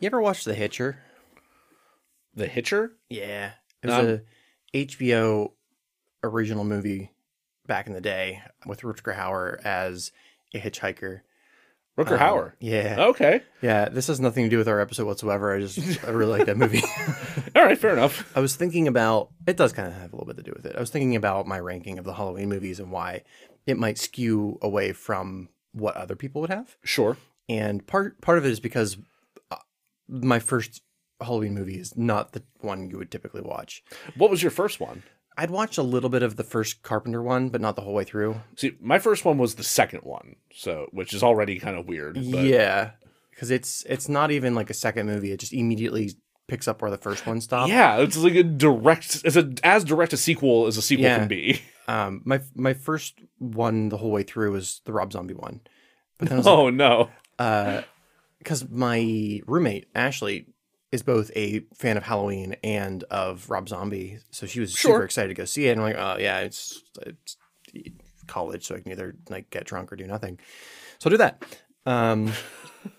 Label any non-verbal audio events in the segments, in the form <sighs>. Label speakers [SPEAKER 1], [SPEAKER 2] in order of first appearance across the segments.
[SPEAKER 1] You ever watched The Hitcher?
[SPEAKER 2] The Hitcher?
[SPEAKER 1] Yeah. It was
[SPEAKER 2] Um,
[SPEAKER 1] a HBO original movie back in the day with Rutger Hauer as a hitchhiker.
[SPEAKER 2] Rooker
[SPEAKER 1] Um,
[SPEAKER 2] Hauer. Oh.
[SPEAKER 1] Yeah.
[SPEAKER 2] Okay.
[SPEAKER 1] Yeah. This has nothing to do with our episode whatsoever. I just I really like that movie. <laughs>
[SPEAKER 2] All right, fair enough.
[SPEAKER 1] I was thinking about it does kind of have a little bit to do with it. I was thinking about my ranking of the Halloween movies and why it might skew away from what other people would have.
[SPEAKER 2] Sure.
[SPEAKER 1] And part part of it is because uh, my first Halloween movie is not the one you would typically watch.
[SPEAKER 2] What was your first one?
[SPEAKER 1] I'd watched a little bit of the first Carpenter one, but not the whole way through.
[SPEAKER 2] See, my first one was the second one, so which is already kind of weird. But
[SPEAKER 1] Yeah, because it's it's not even like a second movie. It just immediately picks up where the first one stopped.
[SPEAKER 2] Yeah, it's like a direct. It's a as direct a sequel as a sequel
[SPEAKER 1] Yeah.
[SPEAKER 2] can be. <laughs>
[SPEAKER 1] Um, my my first one the whole way through was the Rob Zombie one, but then I was
[SPEAKER 2] Oh no.
[SPEAKER 1] because my roommate Ashley is both a fan of Halloween and of Rob Zombie, so she was
[SPEAKER 2] Sure.
[SPEAKER 1] super excited to go see it. And I'm like, oh yeah, it's, it's college, so I can either like get drunk or do nothing. So I'll do that.
[SPEAKER 2] <laughs>
[SPEAKER 1] Um,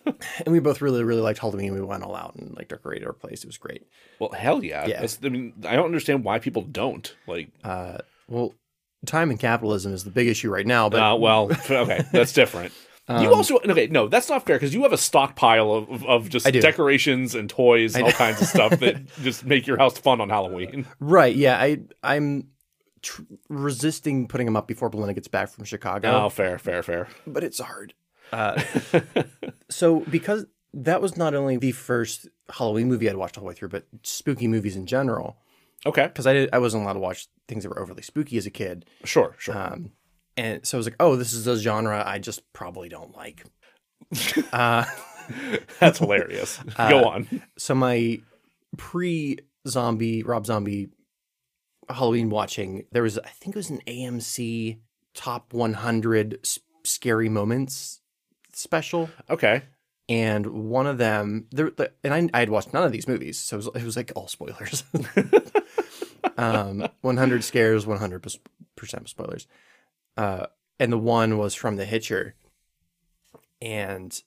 [SPEAKER 1] and we both really, really liked Halloween. We went all out and like decorated our place. It was great.
[SPEAKER 2] Well, hell yeah.
[SPEAKER 1] Yeah. Uh,
[SPEAKER 2] That's, I mean, I don't understand why people don't like. uh,
[SPEAKER 1] Well, time and capitalism is the big issue right now, but Um, <laughs>
[SPEAKER 2] uh, well, okay, that's different. you also okay? No, that's not fair because you have a stockpile of of- of just
[SPEAKER 1] do.
[SPEAKER 2] decorations and toys and all kinds of
[SPEAKER 1] <laughs>
[SPEAKER 2] stuff that just make your house fun on Halloween.
[SPEAKER 1] right, yeah, I I'm tr- resisting putting them up before Belinda gets back from Chicago.
[SPEAKER 2] Oh, fair, fair, fair.
[SPEAKER 1] but it's hard. Uh, <laughs> so because that was not only the first Halloween movie I'd watched all the way through, but spooky movies in general.
[SPEAKER 2] Okay,
[SPEAKER 1] Because I did, I wasn't allowed to watch things that were overly spooky as a kid,
[SPEAKER 2] sure, sure.
[SPEAKER 1] and so I was like, oh, this is a genre I just probably don't like. Uh,
[SPEAKER 2] <laughs>
[SPEAKER 1] <laughs>
[SPEAKER 2] that's hilarious. Go on.
[SPEAKER 1] So my pre-zombie Rob Zombie Halloween watching, there was I think it was an AMC Top 100 s- Scary Moments special.
[SPEAKER 2] Okay.
[SPEAKER 1] and one of them there the, and I, I had watched none of these movies so it was, it was like all spoilers <laughs> um 100 scares 100% spoilers uh and the one was from the hitcher and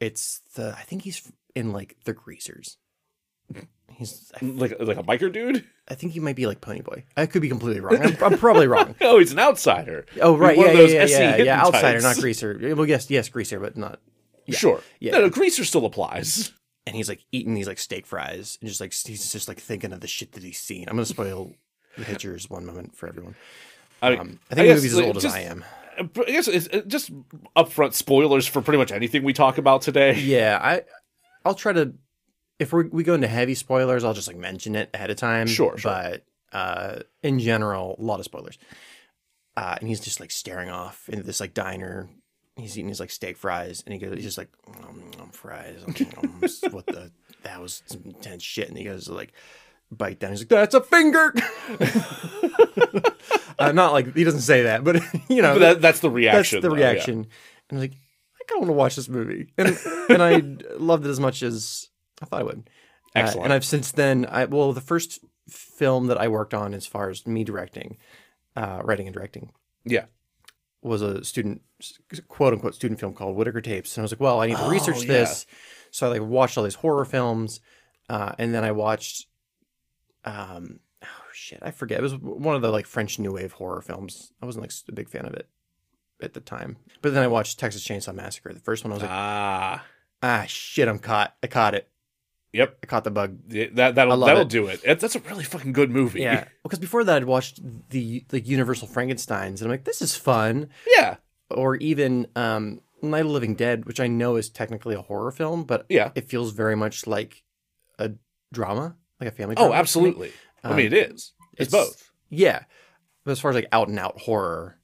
[SPEAKER 1] it's the i think he's in like the greasers he's i,
[SPEAKER 2] like like a biker dude. <laughs>
[SPEAKER 1] I think he might be like ponyboy i could be completely wrong i'm, I'm probably wrong
[SPEAKER 2] <laughs> No, he's an outsider.
[SPEAKER 1] oh
[SPEAKER 2] He's
[SPEAKER 1] right
[SPEAKER 2] one
[SPEAKER 1] yeah
[SPEAKER 2] of
[SPEAKER 1] yeah
[SPEAKER 2] those E
[SPEAKER 1] yeah
[SPEAKER 2] SC
[SPEAKER 1] yeah,
[SPEAKER 2] hidden
[SPEAKER 1] yeah outsider
[SPEAKER 2] types.
[SPEAKER 1] not greaser well yes yes greaser but not
[SPEAKER 2] Sure.
[SPEAKER 1] Yeah.
[SPEAKER 2] No, no, greaser still applies.
[SPEAKER 1] and he's like eating these like steak fries and just like he's just like thinking of the shit that he's seen. I'm gonna spoil the Hitchers one moment for everyone. Um,
[SPEAKER 2] I, mean,
[SPEAKER 1] I think the
[SPEAKER 2] guess,
[SPEAKER 1] movie's as
[SPEAKER 2] like,
[SPEAKER 1] old as
[SPEAKER 2] just-
[SPEAKER 1] I am.
[SPEAKER 2] I guess it's it's just upfront spoilers for pretty much anything we talk about today.
[SPEAKER 1] <laughs> Yeah, I I'll try to if we we go into heavy spoilers, I'll just like mention it ahead of time.
[SPEAKER 2] Sure, sure.
[SPEAKER 1] but uh, in general, a lot of spoilers. Uh, and he's just like staring off into this like diner. He's eating his like steak fries, and he goes, he's just like, um, um, fries. Um, um,
[SPEAKER 2] <laughs>
[SPEAKER 1] what the? That was some intense shit. And he goes like, bite down. He's like, that's a finger. <laughs> uh, not like he doesn't say that, but <laughs> you know,
[SPEAKER 2] <laughs> But that, that's the
[SPEAKER 1] that's
[SPEAKER 2] reaction.
[SPEAKER 1] the
[SPEAKER 2] though, yeah.
[SPEAKER 1] reaction. And I was like, I kind of want to watch this movie, and <laughs> and I loved it as much as I thought I would. Uh,
[SPEAKER 2] Excellent.
[SPEAKER 1] and I've since then, I well, the first film that I worked on as far as me directing, uh, writing and directing
[SPEAKER 2] Yeah.
[SPEAKER 1] was a student quote unquote student film called Whitaker Tapes, and I was like, well, I need to
[SPEAKER 2] Oh,
[SPEAKER 1] research this. So I like watched all these horror films, uh, and then I watched, um, oh shit, I forget. It was one of the like French New Wave horror films. I wasn't like a big fan of it at the time, but then I watched Texas Chainsaw Massacre, the first one. I was like,
[SPEAKER 2] Ah.
[SPEAKER 1] ah shit, I'm caught. I caught it.
[SPEAKER 2] Yep.
[SPEAKER 1] I caught the
[SPEAKER 2] <laughs>
[SPEAKER 1] bug.
[SPEAKER 2] Yeah, That that'll
[SPEAKER 1] love
[SPEAKER 2] that'll
[SPEAKER 1] it.
[SPEAKER 2] do it. It- That's a really fucking good movie.
[SPEAKER 1] Yeah, because before that I'd watched the like Universal Frankenstein's, and I'm like, this is fun.
[SPEAKER 2] <laughs> Yeah.
[SPEAKER 1] or even um, Night of the Living Dead, which I know is technically a horror film, but
[SPEAKER 2] Yeah.
[SPEAKER 1] it feels very much like a drama, like a family. drama
[SPEAKER 2] Oh,
[SPEAKER 1] to me.
[SPEAKER 2] absolutely. I mean, it is. It's,
[SPEAKER 1] Um, it's-
[SPEAKER 2] both.
[SPEAKER 1] Yeah, but as far as like out and out horror,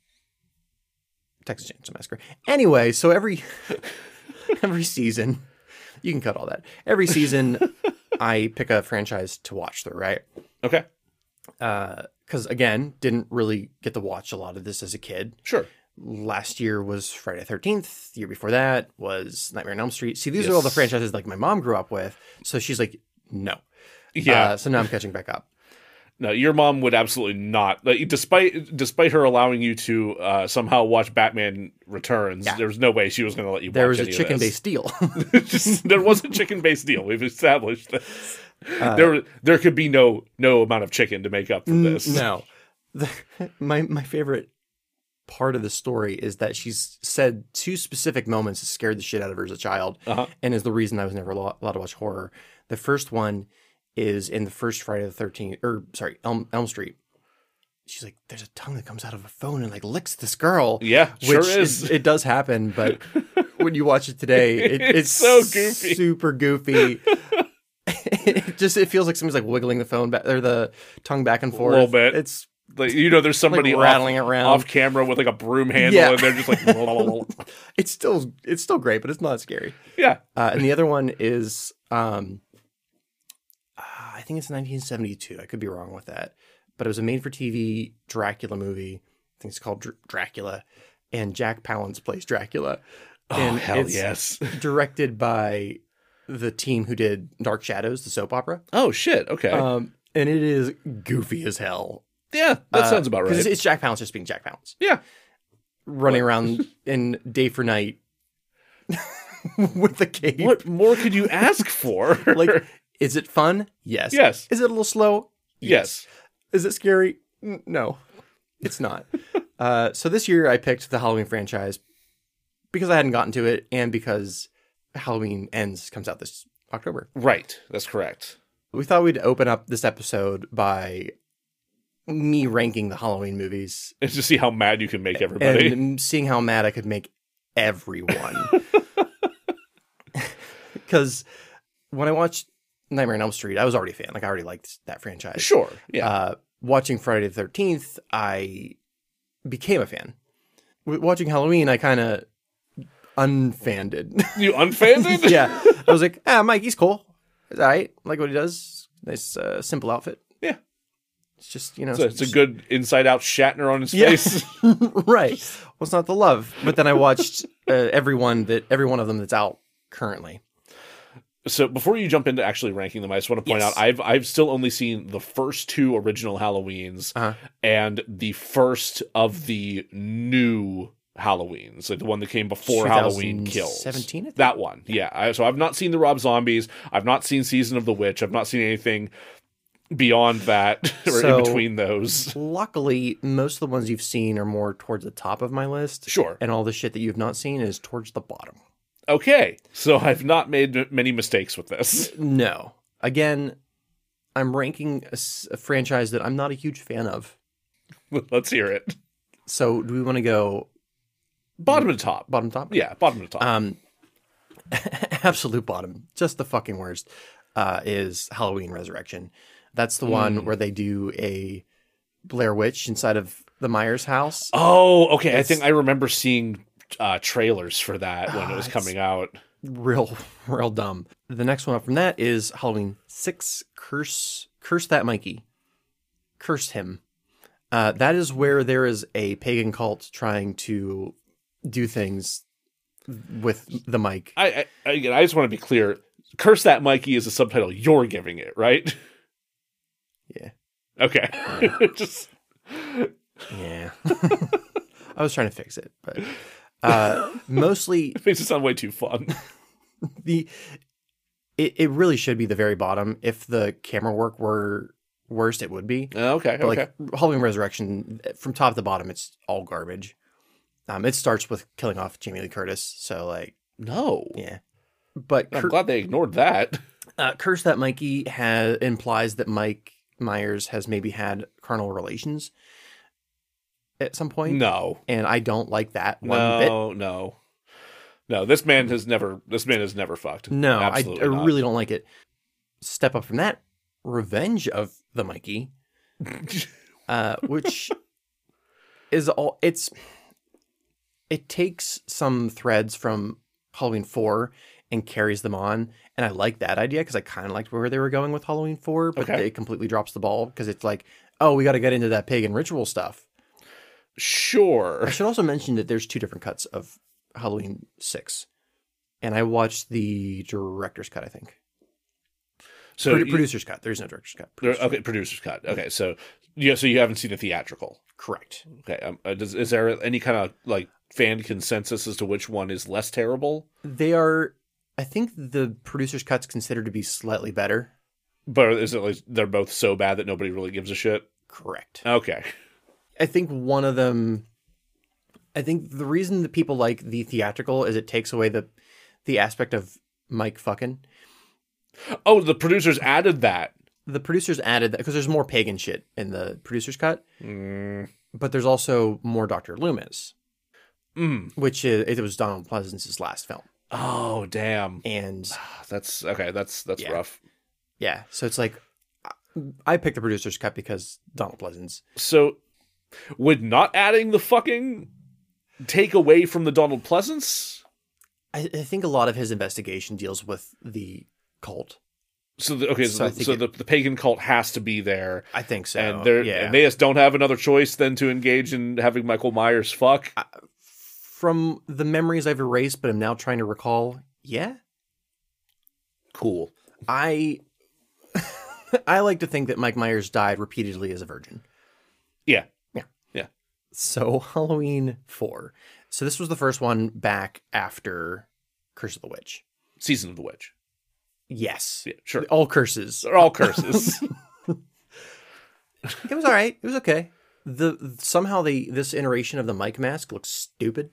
[SPEAKER 1] Texas Chainsaw Massacre. Anyway, so every <laughs> every season, you can cut all that. Every
[SPEAKER 2] <laughs>
[SPEAKER 1] season, I pick a franchise to watch through, right?
[SPEAKER 2] Okay.
[SPEAKER 1] because because again, didn't really get to watch a lot of this as a kid.
[SPEAKER 2] Sure.
[SPEAKER 1] Last year was Friday Thirteenth. The year before that was Nightmare on Elm Street. See, these are all the
[SPEAKER 2] Yes.
[SPEAKER 1] franchises like my mom grew up with. So she's like, no.
[SPEAKER 2] Yeah.
[SPEAKER 1] Uh, so now I'm catching back up.
[SPEAKER 2] No, your mom would absolutely not. Like, despite despite her allowing you to uh, somehow watch Batman Returns,
[SPEAKER 1] Yeah.
[SPEAKER 2] there was no way she was going to let you.
[SPEAKER 1] There was
[SPEAKER 2] watch
[SPEAKER 1] a
[SPEAKER 2] any of
[SPEAKER 1] chicken
[SPEAKER 2] this.
[SPEAKER 1] based deal. <laughs>
[SPEAKER 2] <laughs> Just- there was a chicken based deal. We've established this.
[SPEAKER 1] Uh,
[SPEAKER 2] there there could be no no amount of chicken to make up for this.
[SPEAKER 1] Mm, no. The, my my favorite part of the story is that she's said two specific moments that scared the shit out of her as a child
[SPEAKER 2] Uh-huh.
[SPEAKER 1] and is the reason I was never allo- allowed to watch horror. The first one is in the first Friday the 13th, or sorry, Elm, Elm Street. She's like, there's a tongue that comes out of a phone and like licks this girl.
[SPEAKER 2] Yeah,
[SPEAKER 1] Which
[SPEAKER 2] sure
[SPEAKER 1] it-
[SPEAKER 2] is.
[SPEAKER 1] It, does happen,
[SPEAKER 2] <laughs>
[SPEAKER 1] but when you watch it today, it, it's,
[SPEAKER 2] It's so goofy.
[SPEAKER 1] super goofy. <laughs> it just it feels like somebody's like wiggling the phone back or the tongue back and forth
[SPEAKER 2] Little bit.
[SPEAKER 1] It's
[SPEAKER 2] Like you know, there's
[SPEAKER 1] like
[SPEAKER 2] somebody off,
[SPEAKER 1] rattling around.
[SPEAKER 2] off camera with like a broom handle,
[SPEAKER 1] Yeah.
[SPEAKER 2] and they're just like,
[SPEAKER 1] <laughs>
[SPEAKER 2] <laughs>
[SPEAKER 1] It's still it's still great, but it's not scary.
[SPEAKER 2] yeah,
[SPEAKER 1] Uh, and the other one is um, uh, I think it's 1972. I could be wrong with that, but it was a made-for-TV Dracula movie. I think it's called Dr- Dracula, and Jack Palance plays Dracula.
[SPEAKER 2] oh
[SPEAKER 1] And
[SPEAKER 2] hell
[SPEAKER 1] it's-
[SPEAKER 2] yes.
[SPEAKER 1] directed by the team who did Dark Shadows, the soap opera.
[SPEAKER 2] Oh shit. Okay.
[SPEAKER 1] Um, and it is goofy as hell.
[SPEAKER 2] yeah, that
[SPEAKER 1] Uh,
[SPEAKER 2] sounds about
[SPEAKER 1] 'cause
[SPEAKER 2] right.
[SPEAKER 1] It's, it's Jack Palance just being Jack Palance,
[SPEAKER 2] yeah.
[SPEAKER 1] running
[SPEAKER 2] <laughs>
[SPEAKER 1] around in day for night <laughs> with the cape.
[SPEAKER 2] What more could you ask for?
[SPEAKER 1] <laughs> Like, is it fun? Yes.
[SPEAKER 2] Yes.
[SPEAKER 1] Is it a little slow?
[SPEAKER 2] <laughs> yes.
[SPEAKER 1] Is it scary? N- no, it's
[SPEAKER 2] <laughs>
[SPEAKER 1] not. uh, so this year I picked the Halloween franchise because I hadn't gotten to it, and because Halloween Ends comes out this October.
[SPEAKER 2] Right. That's correct. <laughs>
[SPEAKER 1] We thought we'd open up this episode by me ranking the Halloween movies
[SPEAKER 2] It's just see how mad you can make everybody.
[SPEAKER 1] <laughs> and seeing how mad I could make
[SPEAKER 2] <laughs>
[SPEAKER 1] everyone. <laughs> Because when I watched Nightmare on Elm Street, I was already a fan. Like, I already liked that franchise.
[SPEAKER 2] sure. Yeah.
[SPEAKER 1] Uh, watching Friday the 13th, I became a fan. W- watching Halloween, I kind of
[SPEAKER 2] <laughs>
[SPEAKER 1] unfanded. <laughs>
[SPEAKER 2] you unfanded?
[SPEAKER 1] yeah. I was like, ah, Mike, he's cool. It's all right. Like what he does. Nice, uh, simple outfit.
[SPEAKER 2] Yeah.
[SPEAKER 1] It's just, you know,
[SPEAKER 2] So it's a good inside out Shatner on his face.
[SPEAKER 1] <laughs>
[SPEAKER 2] <laughs>
[SPEAKER 1] right. Well, it's not the love. But then I watched uh, everyone that, every one of them that's out currently.
[SPEAKER 2] so before you jump into actually ranking them, I just want to point
[SPEAKER 1] Yes.
[SPEAKER 2] out I've I've still only seen the first two original Halloweens
[SPEAKER 1] Uh-huh.
[SPEAKER 2] and the first of the new Halloweens, like the one that came before Halloween Kills.
[SPEAKER 1] 2017, I think?
[SPEAKER 2] That one, yeah. I, so I've not seen the Rob Zombies. I've not seen Season of the Witch. I've not seen anything beyond that <laughs> or
[SPEAKER 1] So-
[SPEAKER 2] in between those.
[SPEAKER 1] Luckily, most of the ones you've seen are more towards the top of my list.
[SPEAKER 2] Sure.
[SPEAKER 1] And all the shit that you've not seen is towards the bottom.
[SPEAKER 2] Okay, so I've not made m- many mistakes with this. <laughs>
[SPEAKER 1] No. Again, I'm ranking a, s- a franchise that I'm not a huge fan of.
[SPEAKER 2] Let's hear it.
[SPEAKER 1] So do we want to go
[SPEAKER 2] Bottom to top.
[SPEAKER 1] bottom top?
[SPEAKER 2] Yeah, bottom to top.
[SPEAKER 1] Um, <laughs> absolute bottom, just the fucking worst, uh, is Halloween Resurrection. That's the one where they do a Blair Witch inside of the Myers house.
[SPEAKER 2] oh, okay. I think I remember seeing uh, trailers for that when it was
[SPEAKER 1] it's-
[SPEAKER 2] coming out.
[SPEAKER 1] Real, <laughs> real dumb. The next one up from that is Halloween Six: Curse, Curse that Mikey, Curse him. Uh, that is where there is a pagan cult trying to do things with the mic.
[SPEAKER 2] I, I- I again, I just want to be clear. Curse that Mikey is a subtitle you're giving it, right?
[SPEAKER 1] Yeah.
[SPEAKER 2] Okay. <laughs> just
[SPEAKER 1] Yeah. <laughs> I was trying to fix it, but uh, mostly
[SPEAKER 2] makes it sound way too
[SPEAKER 1] <laughs>
[SPEAKER 2] fun.
[SPEAKER 1] the it, it really should be the very bottom. If the camera work were worse, it would be.
[SPEAKER 2] Uh, okay.
[SPEAKER 1] But
[SPEAKER 2] okay.
[SPEAKER 1] like Halloween Resurrection, from top to bottom, it's all garbage. Um, it starts with killing off Jamie Lee Curtis, so like,
[SPEAKER 2] no.
[SPEAKER 1] yeah. But
[SPEAKER 2] I'm
[SPEAKER 1] Cur-
[SPEAKER 2] glad they ignored that.
[SPEAKER 1] uh, curse that Mikey has implies that Mike Myers has maybe had carnal relations at some point,
[SPEAKER 2] No.
[SPEAKER 1] and I don't like that one bit.
[SPEAKER 2] No. No. No. This man has never. This man has never fucked.
[SPEAKER 1] No, I, I
[SPEAKER 2] Absolutely not.
[SPEAKER 1] really don't like it. Step up from that, Revenge of the
[SPEAKER 2] <laughs>
[SPEAKER 1] Mikey, uh, which is all it's. It takes some threads from Halloween Four and carries them on, and I like that idea because I kind of liked where they were going with Halloween Four, but
[SPEAKER 2] Okay.
[SPEAKER 1] it completely drops the ball because it's like, oh, we got to get into that pagan ritual stuff. I
[SPEAKER 2] Sure.
[SPEAKER 1] should also mention that there's two different cuts of Halloween six, and I watched the director's cut. I think
[SPEAKER 2] So
[SPEAKER 1] Pro-
[SPEAKER 2] you-
[SPEAKER 1] producer's cut. There's no director's cut.
[SPEAKER 2] there-
[SPEAKER 1] Producer's
[SPEAKER 2] okay, producer's cut. Okay, so yeah, so you haven't seen the theatrical.
[SPEAKER 1] cut. Correct.
[SPEAKER 2] Okay, um, uh, does, is there any kind of like fan consensus as to which one is less terrible?
[SPEAKER 1] They are. I think the producer's cut's considered to be slightly better.
[SPEAKER 2] But is it like they're both so bad that nobody really gives a shit?
[SPEAKER 1] Correct.
[SPEAKER 2] Okay,
[SPEAKER 1] I think one of them. I think the reason that people like the theatrical is it takes away the, the aspect of Mike fucking.
[SPEAKER 2] Oh, the producers added that.
[SPEAKER 1] the producers added that because there's more pagan shit in the producers cut, but there's also more Doctor Loomis,
[SPEAKER 2] Mm.
[SPEAKER 1] which is, it was Donald Pleasance's last film,
[SPEAKER 2] Oh, damn.
[SPEAKER 1] and
[SPEAKER 2] That's okay. That's that's
[SPEAKER 1] Yeah.
[SPEAKER 2] rough.
[SPEAKER 1] yeah, so it's like I picked the producers cut because Donald Pleasance.
[SPEAKER 2] So, would not adding the fucking take away from the Donald Pleasance?
[SPEAKER 1] I, I think a lot of his investigation deals with the cult.
[SPEAKER 2] So the, okay,
[SPEAKER 1] So I
[SPEAKER 2] so, the,
[SPEAKER 1] think
[SPEAKER 2] so
[SPEAKER 1] it-
[SPEAKER 2] the, the pagan cult has to be there,
[SPEAKER 1] I think so.
[SPEAKER 2] and they
[SPEAKER 1] yeah.
[SPEAKER 2] and they just don't have another choice than to engage in having Michael Myers fuck.
[SPEAKER 1] From the memories I've erased, but I'm now trying to recall. Yeah,
[SPEAKER 2] Cool.
[SPEAKER 1] I. <laughs> I like to think that Mike Myers died repeatedly as a virgin.
[SPEAKER 2] Yeah.
[SPEAKER 1] So <laughs> Halloween four. So this was the first one back after Curse of the Witch.
[SPEAKER 2] Season of the Witch.
[SPEAKER 1] Yes,
[SPEAKER 2] Yeah, sure.
[SPEAKER 1] all curses.
[SPEAKER 2] They're
[SPEAKER 1] <laughs>
[SPEAKER 2] all curses.
[SPEAKER 1] It was all right. It was okay. The somehow they this iteration of the Mike mask looks stupid.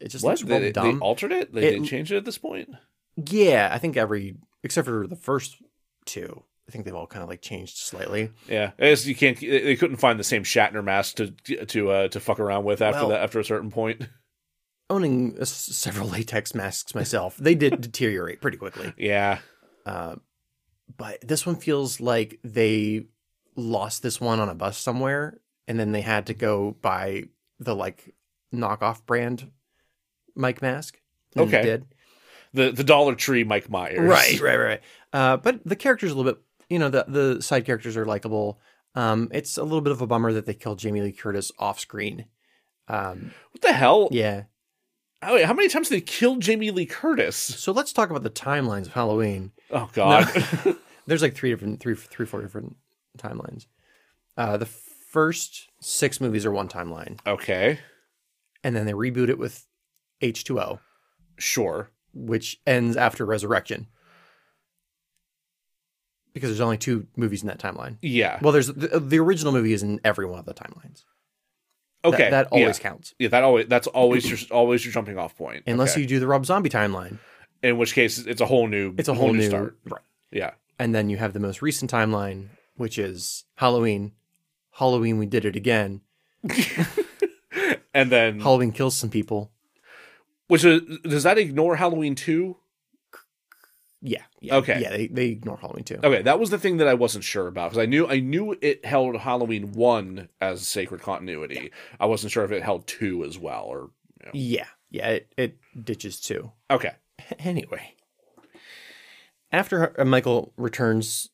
[SPEAKER 1] It just
[SPEAKER 2] what?
[SPEAKER 1] looks real
[SPEAKER 2] They, they
[SPEAKER 1] dumb.
[SPEAKER 2] altered it? They,
[SPEAKER 1] It-
[SPEAKER 2] they changed it at this point?
[SPEAKER 1] yeah, I think every except for the first two, I think they've all kind of like changed slightly.
[SPEAKER 2] Yeah, as you can't, they they couldn't find the same Shatner mask to to uh, to fuck around with after
[SPEAKER 1] Well-
[SPEAKER 2] that after a certain point.
[SPEAKER 1] Owning uh, s- several <laughs> latex masks myself, they did deteriorate pretty quickly.
[SPEAKER 2] Yeah,
[SPEAKER 1] Uh, but this one feels like they lost this one on a bus somewhere, and then they had to go buy the like knockoff brand mic mask. And they
[SPEAKER 2] Okay.
[SPEAKER 1] did.
[SPEAKER 2] the the Dollar Tree Mike Myers.
[SPEAKER 1] right, right, right. Uh, but the characters a little bit, you know, the the side characters are likable. Um, it's a little bit of a bummer that they killed Jamie Lee Curtis off screen. Um,
[SPEAKER 2] What the hell?
[SPEAKER 1] yeah.
[SPEAKER 2] Oh, wait, how many times did they kill Jamie Lee Curtis?
[SPEAKER 1] So let's talk about the timelines of Halloween.
[SPEAKER 2] Oh God.
[SPEAKER 1] <laughs> there's like three different three three four different timelines uh the first six movies are one timeline
[SPEAKER 2] okay,
[SPEAKER 1] and then they reboot it with h2o
[SPEAKER 2] sure.
[SPEAKER 1] which ends after resurrection because there's only two movies in that timeline
[SPEAKER 2] Yeah.
[SPEAKER 1] well there's the, the original movie is in every one of the timelines That-
[SPEAKER 2] okay.
[SPEAKER 1] that, always
[SPEAKER 2] Yeah.
[SPEAKER 1] counts
[SPEAKER 2] Yeah, that always that's always your always your jumping off point.
[SPEAKER 1] unless you do the rob zombie timeline
[SPEAKER 2] you, in which case it's a whole new,
[SPEAKER 1] it's a whole, new
[SPEAKER 2] start.
[SPEAKER 1] right
[SPEAKER 2] Yeah,
[SPEAKER 1] and then you have the most recent timeline which is halloween halloween we did it again
[SPEAKER 2] Mm-hmm. and then
[SPEAKER 1] halloween kills some people
[SPEAKER 2] which is, does that ignore Halloween two?
[SPEAKER 1] Yeah. yeah
[SPEAKER 2] Okay.
[SPEAKER 1] Yeah, they, they ignore Halloween too.
[SPEAKER 2] Okay, that was the thing that I wasn't sure about because I knew I knew it held Halloween one as sacred continuity. I wasn't sure if it held two as well. Or
[SPEAKER 1] Yeah. Yeah, it, it ditches too.
[SPEAKER 2] okay,
[SPEAKER 1] Anyway. After uh, Michael returns,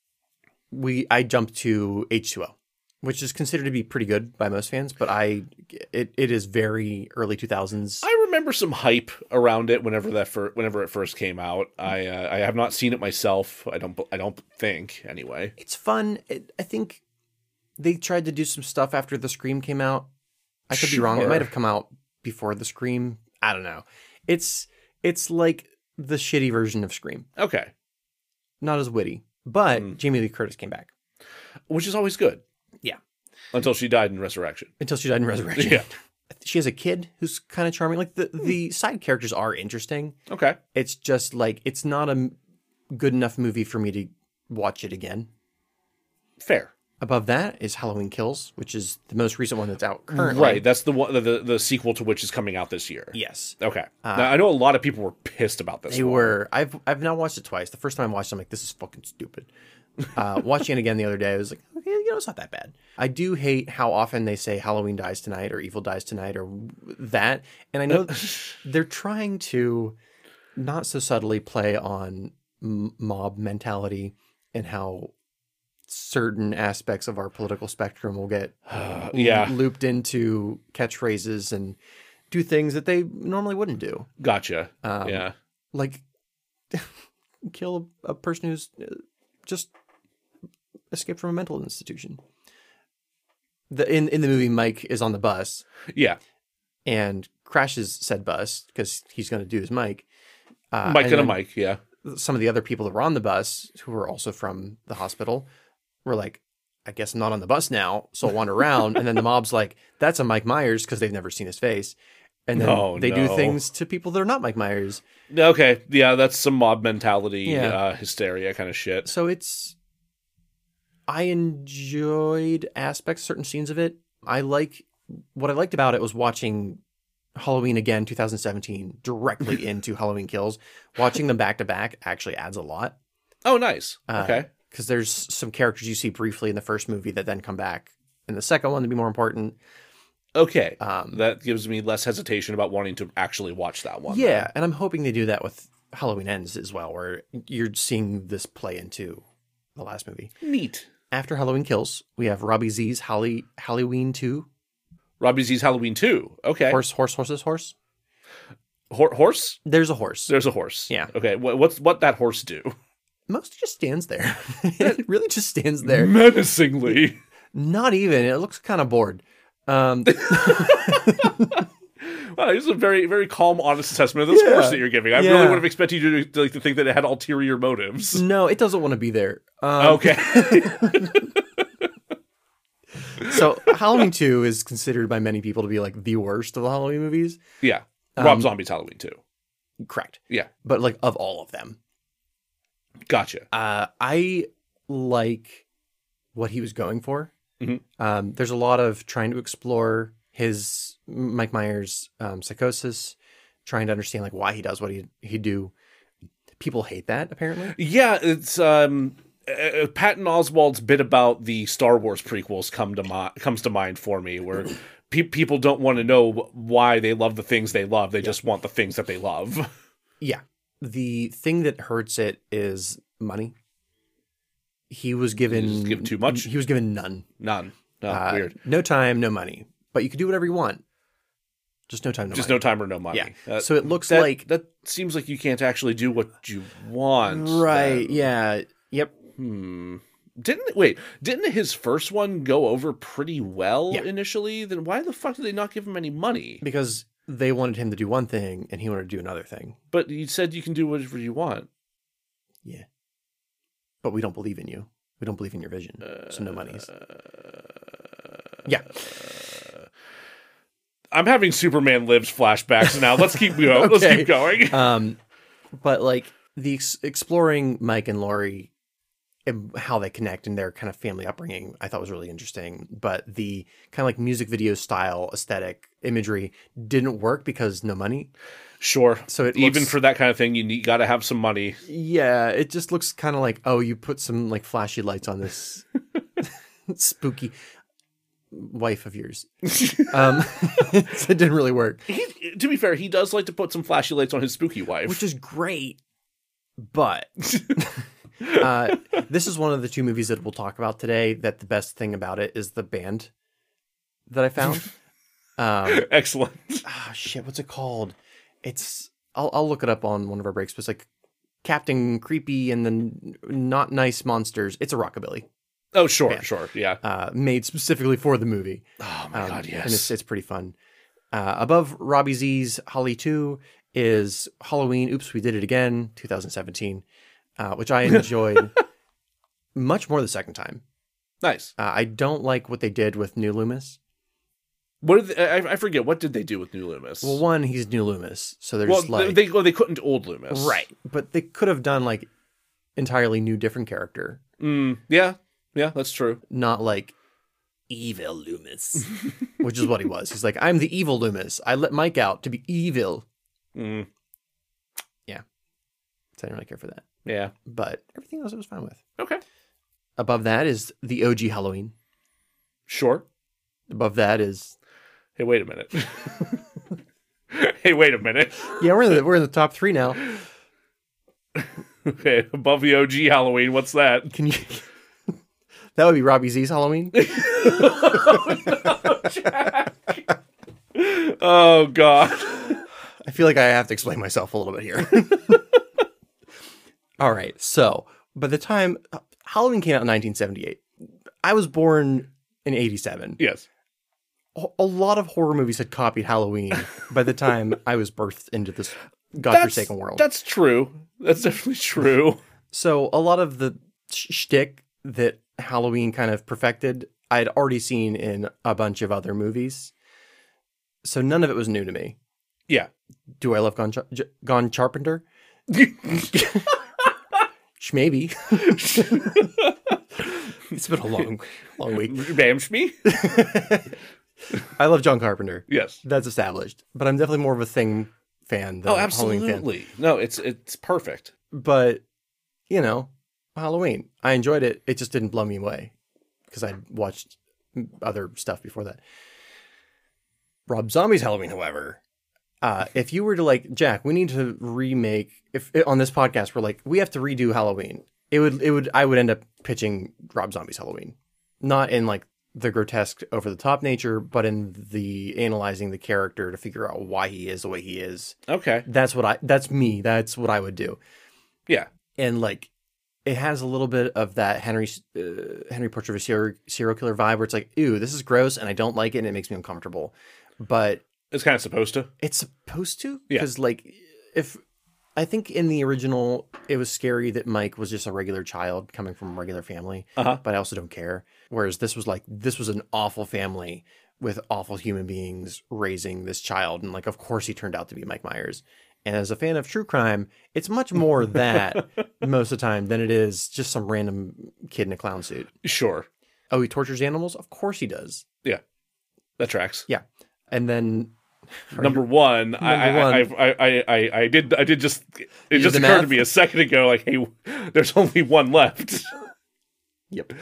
[SPEAKER 1] we I jump to H2O, which is considered to be pretty good by most fans, but I it, it is very early 2000s.
[SPEAKER 2] I remember some hype around it whenever that fir- whenever it first came out. I uh, I have not seen it myself. I don't I don't think anyway.
[SPEAKER 1] It's fun. It, I think they tried to do some stuff after the Scream came out. I could be wrong. It
[SPEAKER 2] Sure.
[SPEAKER 1] might have come out before the Scream. I don't know. It's it's like the shitty version of Scream.
[SPEAKER 2] Okay,
[SPEAKER 1] not as witty, but
[SPEAKER 2] Hmm.
[SPEAKER 1] Jamie Lee Curtis came back
[SPEAKER 2] which is always good.
[SPEAKER 1] Yeah.
[SPEAKER 2] until she died in Resurrection.
[SPEAKER 1] until she died in Resurrection.
[SPEAKER 2] Yeah.
[SPEAKER 1] <laughs>
[SPEAKER 2] Hmm.
[SPEAKER 1] She has a kid who's kind of charming. Like the the side characters are interesting.
[SPEAKER 2] Okay.
[SPEAKER 1] It's just like it's not a m- good enough movie for me to watch it again.
[SPEAKER 2] Fair.
[SPEAKER 1] Above that is Halloween Kills, which is the most recent one that's out currently.
[SPEAKER 2] Right. That's the one the, the the sequel to which is coming out this year.
[SPEAKER 1] Yes.
[SPEAKER 2] Okay. now, I know a lot of people were pissed about this.
[SPEAKER 1] Uh, They
[SPEAKER 2] one.
[SPEAKER 1] were. I've I've now watched it twice. The first time I watched, it, I'm like, this is fucking stupid. Uh, watching it again the other day, I was like, okay, you know, it's not that bad. I do hate how often they say Halloween dies tonight or evil dies tonight or that, and I know they're trying to not so subtly play on m- mob mentality and how certain aspects of our political spectrum will get
[SPEAKER 2] Uh, yeah.
[SPEAKER 1] looped into catchphrases and do things that they normally wouldn't do,
[SPEAKER 2] Gotcha.
[SPEAKER 1] Um,
[SPEAKER 2] yeah.
[SPEAKER 1] like <laughs> kill a, a person who's uh, just escaped from a mental institution. The in in the movie, Mike is on the bus
[SPEAKER 2] Yeah.
[SPEAKER 1] and crashes said bus because he's going to do his mic. Uh,
[SPEAKER 2] Mike and a
[SPEAKER 1] then
[SPEAKER 2] Mike. Yeah.
[SPEAKER 1] Some of the other people that were on the bus, who were also from the hospital, were like, "I guess I'm not on the bus now, so I'll wander around." and then the
[SPEAKER 2] <laughs>
[SPEAKER 1] mob's like, "That's a Mike Myers," because they've never seen his face. And then
[SPEAKER 2] Oh,
[SPEAKER 1] they do
[SPEAKER 2] no.
[SPEAKER 1] things to people that are not Mike Myers.
[SPEAKER 2] Okay. Yeah. That's some mob mentality,
[SPEAKER 1] Yeah.
[SPEAKER 2] uh, hysteria kind of shit.
[SPEAKER 1] So it's I enjoyed aspects, certain scenes of it. I like what I liked about it was watching Halloween again 2017 directly
[SPEAKER 2] <laughs>
[SPEAKER 1] into Halloween Kills. Watching them back to back actually adds a lot.
[SPEAKER 2] Oh, nice.
[SPEAKER 1] Uh,
[SPEAKER 2] okay.
[SPEAKER 1] Because there's some characters you see briefly in the first movie that then come back in the second one to be more important.
[SPEAKER 2] Okay.
[SPEAKER 1] Um,
[SPEAKER 2] that gives me less hesitation about wanting to actually watch that one.
[SPEAKER 1] yeah, and I'm hoping they do that with Halloween Ends as well, where you're seeing this play into the last movie.
[SPEAKER 2] Neat.
[SPEAKER 1] After Halloween Kills, we have Robbie Z's Holly, Halloween 2,
[SPEAKER 2] Robbie Z's Halloween 2. Okay. Horse?
[SPEAKER 1] Horse, horse, horses, horse.
[SPEAKER 2] Hor- horse?
[SPEAKER 1] There's a horse.
[SPEAKER 2] There's a horse.
[SPEAKER 1] Yeah.
[SPEAKER 2] Okay. What, what's what that horse do?
[SPEAKER 1] Mostly just stands
[SPEAKER 2] <laughs>
[SPEAKER 1] there. it really just stands there. <laughs>
[SPEAKER 2] Menacingly. <laughs>
[SPEAKER 1] Not even. It looks kind of bored. Um,
[SPEAKER 2] Wow, this is a very, very calm, honest assessment of this
[SPEAKER 1] Yeah.
[SPEAKER 2] horse that you're giving. I really
[SPEAKER 1] Yeah.
[SPEAKER 2] would have expected you to, to, like, to think that it had ulterior
[SPEAKER 1] <laughs>
[SPEAKER 2] motives.
[SPEAKER 1] no, it doesn't want to be there. Um,
[SPEAKER 2] Okay. <laughs>
[SPEAKER 1] So Halloween Two is considered by many people to be like the worst of the Halloween movies.
[SPEAKER 2] yeah.
[SPEAKER 1] Um,
[SPEAKER 2] Rob Zombie's Halloween 2.
[SPEAKER 1] Correct.
[SPEAKER 2] Yeah.
[SPEAKER 1] But like of all of them,
[SPEAKER 2] Gotcha.
[SPEAKER 1] uh, I like what he was going for.
[SPEAKER 2] Mhm.
[SPEAKER 1] Um, there's a lot of trying to explore his Mike Myers um, psychosis, trying to understand like why he does what he he do. People hate that apparently.
[SPEAKER 2] Yeah, it's um uh, Patton Oswald's bit about the Star Wars prequels come to mi- comes to mind for me where <clears throat> pe- people don't want to know wh- why they love the things they love. They just want the things that they love. <laughs>
[SPEAKER 1] Yeah. The thing that hurts it is money. He was given
[SPEAKER 2] He was given too much?
[SPEAKER 1] He was given none.
[SPEAKER 2] None. No,
[SPEAKER 1] Uh,
[SPEAKER 2] weird.
[SPEAKER 1] No time, no money. But you can do whatever you want. Just no time, no
[SPEAKER 2] Just
[SPEAKER 1] money.
[SPEAKER 2] no time or no money.
[SPEAKER 1] yeah.
[SPEAKER 2] Uh,
[SPEAKER 1] so it looks
[SPEAKER 2] that,
[SPEAKER 1] like
[SPEAKER 2] that seems like you can't actually do what you want.
[SPEAKER 1] right.
[SPEAKER 2] then.
[SPEAKER 1] Yeah. Yep.
[SPEAKER 2] Hmm. Didn't wait? Didn't his first one go over pretty well
[SPEAKER 1] Yeah.
[SPEAKER 2] initially? Then why the fuck did they not give him any money?
[SPEAKER 1] Because they wanted him to do one thing and he wanted to do another thing.
[SPEAKER 2] But you said you can do whatever you want.
[SPEAKER 1] But we don't believe in you. We don't believe in your vision. So no monies. Yeah.
[SPEAKER 2] I'm having Superman Lives flashbacks now. Let's
[SPEAKER 1] <laughs>
[SPEAKER 2] keep going. Let's
[SPEAKER 1] Okay.
[SPEAKER 2] keep going.
[SPEAKER 1] Um, but like the ex- exploring Mike and Laurie and how they connect and their kind of family upbringing, I thought was really interesting. But the kind of like music video style aesthetic imagery didn't work because no money.
[SPEAKER 2] Sure.
[SPEAKER 1] So it
[SPEAKER 2] Even
[SPEAKER 1] looks-
[SPEAKER 2] for that kind of thing, you need got to have some money.
[SPEAKER 1] Yeah, it just looks kind of like oh, you put some like flashy lights on this
[SPEAKER 2] <laughs>
[SPEAKER 1] spooky wife of yours. Um, <laughs> so it didn't really work,
[SPEAKER 2] He, to be fair, he does like to put some flashy lights on his spooky wife. <laughs>
[SPEAKER 1] which is great. But uh, this is one of the two movies that we'll talk about today. That the best thing about it is the band that I found. um,
[SPEAKER 2] Excellent.
[SPEAKER 1] ah, shit, what's it called? It's I'll I'll look it up on one of our breaks. But it's like Captain Creepy and the N- Not Nice Monsters. It's a rockabilly.
[SPEAKER 2] Oh, sure,
[SPEAKER 1] Yeah.
[SPEAKER 2] sure, yeah.
[SPEAKER 1] uh, made specifically for the movie.
[SPEAKER 2] Oh my
[SPEAKER 1] Um,
[SPEAKER 2] god,
[SPEAKER 1] And
[SPEAKER 2] yes.
[SPEAKER 1] it's, it's pretty fun. Uh, above Robbie Z's Holly 2 is Halloween. Oops, we did it again, 2017, uh, which
[SPEAKER 2] <laughs>
[SPEAKER 1] I enjoyed much more the second time.
[SPEAKER 2] nice.
[SPEAKER 1] Uh, I don't like what they did with New Loomis.
[SPEAKER 2] What did they, I, I forget? What did they do with New Loomis?
[SPEAKER 1] Well, one, he's New Loomis, so they're
[SPEAKER 2] Well,
[SPEAKER 1] just like
[SPEAKER 2] they well, they couldn't old Loomis,
[SPEAKER 1] right, but they could have done like entirely new, different character,
[SPEAKER 2] Mm, yeah, yeah, that's true.
[SPEAKER 1] not like evil Loomis,
[SPEAKER 2] <laughs>
[SPEAKER 1] which is what he was. He's like, I'm the evil Loomis. I let Mike out to be evil.
[SPEAKER 2] Mm,
[SPEAKER 1] So I didn't really care for that.
[SPEAKER 2] yeah.
[SPEAKER 1] But everything else I was fine with.
[SPEAKER 2] Okay.
[SPEAKER 1] Above that is the OG Halloween.
[SPEAKER 2] Sure.
[SPEAKER 1] Above that is
[SPEAKER 2] Hey, wait a minute. <laughs> hey, wait a minute. <laughs>
[SPEAKER 1] yeah, we're in the, we're in the top three now.
[SPEAKER 2] Okay, above the OG Halloween, what's that?
[SPEAKER 1] Can you <laughs> That would be Robbie Z's Halloween.
[SPEAKER 2] Oh god.
[SPEAKER 1] I feel like I have to explain myself a little bit here. <laughs> All right. So by the time Halloween came out in 1978, I was born in 87.
[SPEAKER 2] Yes.
[SPEAKER 1] A- A lot of horror movies had copied Halloween by the time I was birthed into this godforsaken world.
[SPEAKER 2] That's true. That's definitely true.
[SPEAKER 1] So a lot of the sh- shtick that Halloween kind of perfected, I had already seen in a bunch of other movies. So none of it was new to me.
[SPEAKER 2] Yeah.
[SPEAKER 1] Do I love Gon, Char- J- Gon Carpenter? Maybe. <laughs> it's been a
[SPEAKER 2] <laughs>
[SPEAKER 1] long, long week.
[SPEAKER 2] Bamsh me?
[SPEAKER 1] I love John Carpenter.
[SPEAKER 2] Yes.
[SPEAKER 1] That's established. But I'm definitely more of a Thing fan than
[SPEAKER 2] Oh,
[SPEAKER 1] a Halloween fan.
[SPEAKER 2] absolutely. No, it's it's perfect.
[SPEAKER 1] but you know, Halloween. I enjoyed it. It just didn't blow me away because I'd watched other stuff before that. Rob Zombie's Halloween, however, uh, if you were to like Jack, we need to remake. If on this podcast we're like we have to redo Halloween, it would it would I would end up pitching Rob Zombie's Halloween, not in like the grotesque over the top nature, but in the analyzing the character to figure out why he is the way he is.
[SPEAKER 2] Okay.
[SPEAKER 1] That's what I. That's me. That's what I would do
[SPEAKER 2] Yeah.
[SPEAKER 1] and like it has a little bit of that Henry uh, Henry Portrait of a serial, serial Killer vibe where it's like, ooh, this is gross and I don't like it and it makes me uncomfortable. But
[SPEAKER 2] It's kind of supposed to.
[SPEAKER 1] it's supposed to
[SPEAKER 2] Yeah.
[SPEAKER 1] because like if I think in the original it was scary that Mike was just a regular child coming from a regular family,
[SPEAKER 2] Uh-huh.
[SPEAKER 1] but I also don't care. Whereas this was like this was an awful family with awful human beings raising this child and like of course he turned out to be Mike Myers. And as a fan of true crime, it's much
[SPEAKER 2] <laughs>
[SPEAKER 1] more that most of the time than it is just some random kid in a clown suit.
[SPEAKER 2] Sure.
[SPEAKER 1] Oh, he tortures animals? Of course he does.
[SPEAKER 2] That tracks.
[SPEAKER 1] Yeah. And then
[SPEAKER 2] Number one, I,
[SPEAKER 1] Number one.
[SPEAKER 2] I, I, I, I, I did, I did just, it
[SPEAKER 1] did
[SPEAKER 2] just
[SPEAKER 1] the
[SPEAKER 2] occurred to
[SPEAKER 1] math?
[SPEAKER 2] me a second ago, like, hey, <laughs> there's only one left.
[SPEAKER 1] Yep.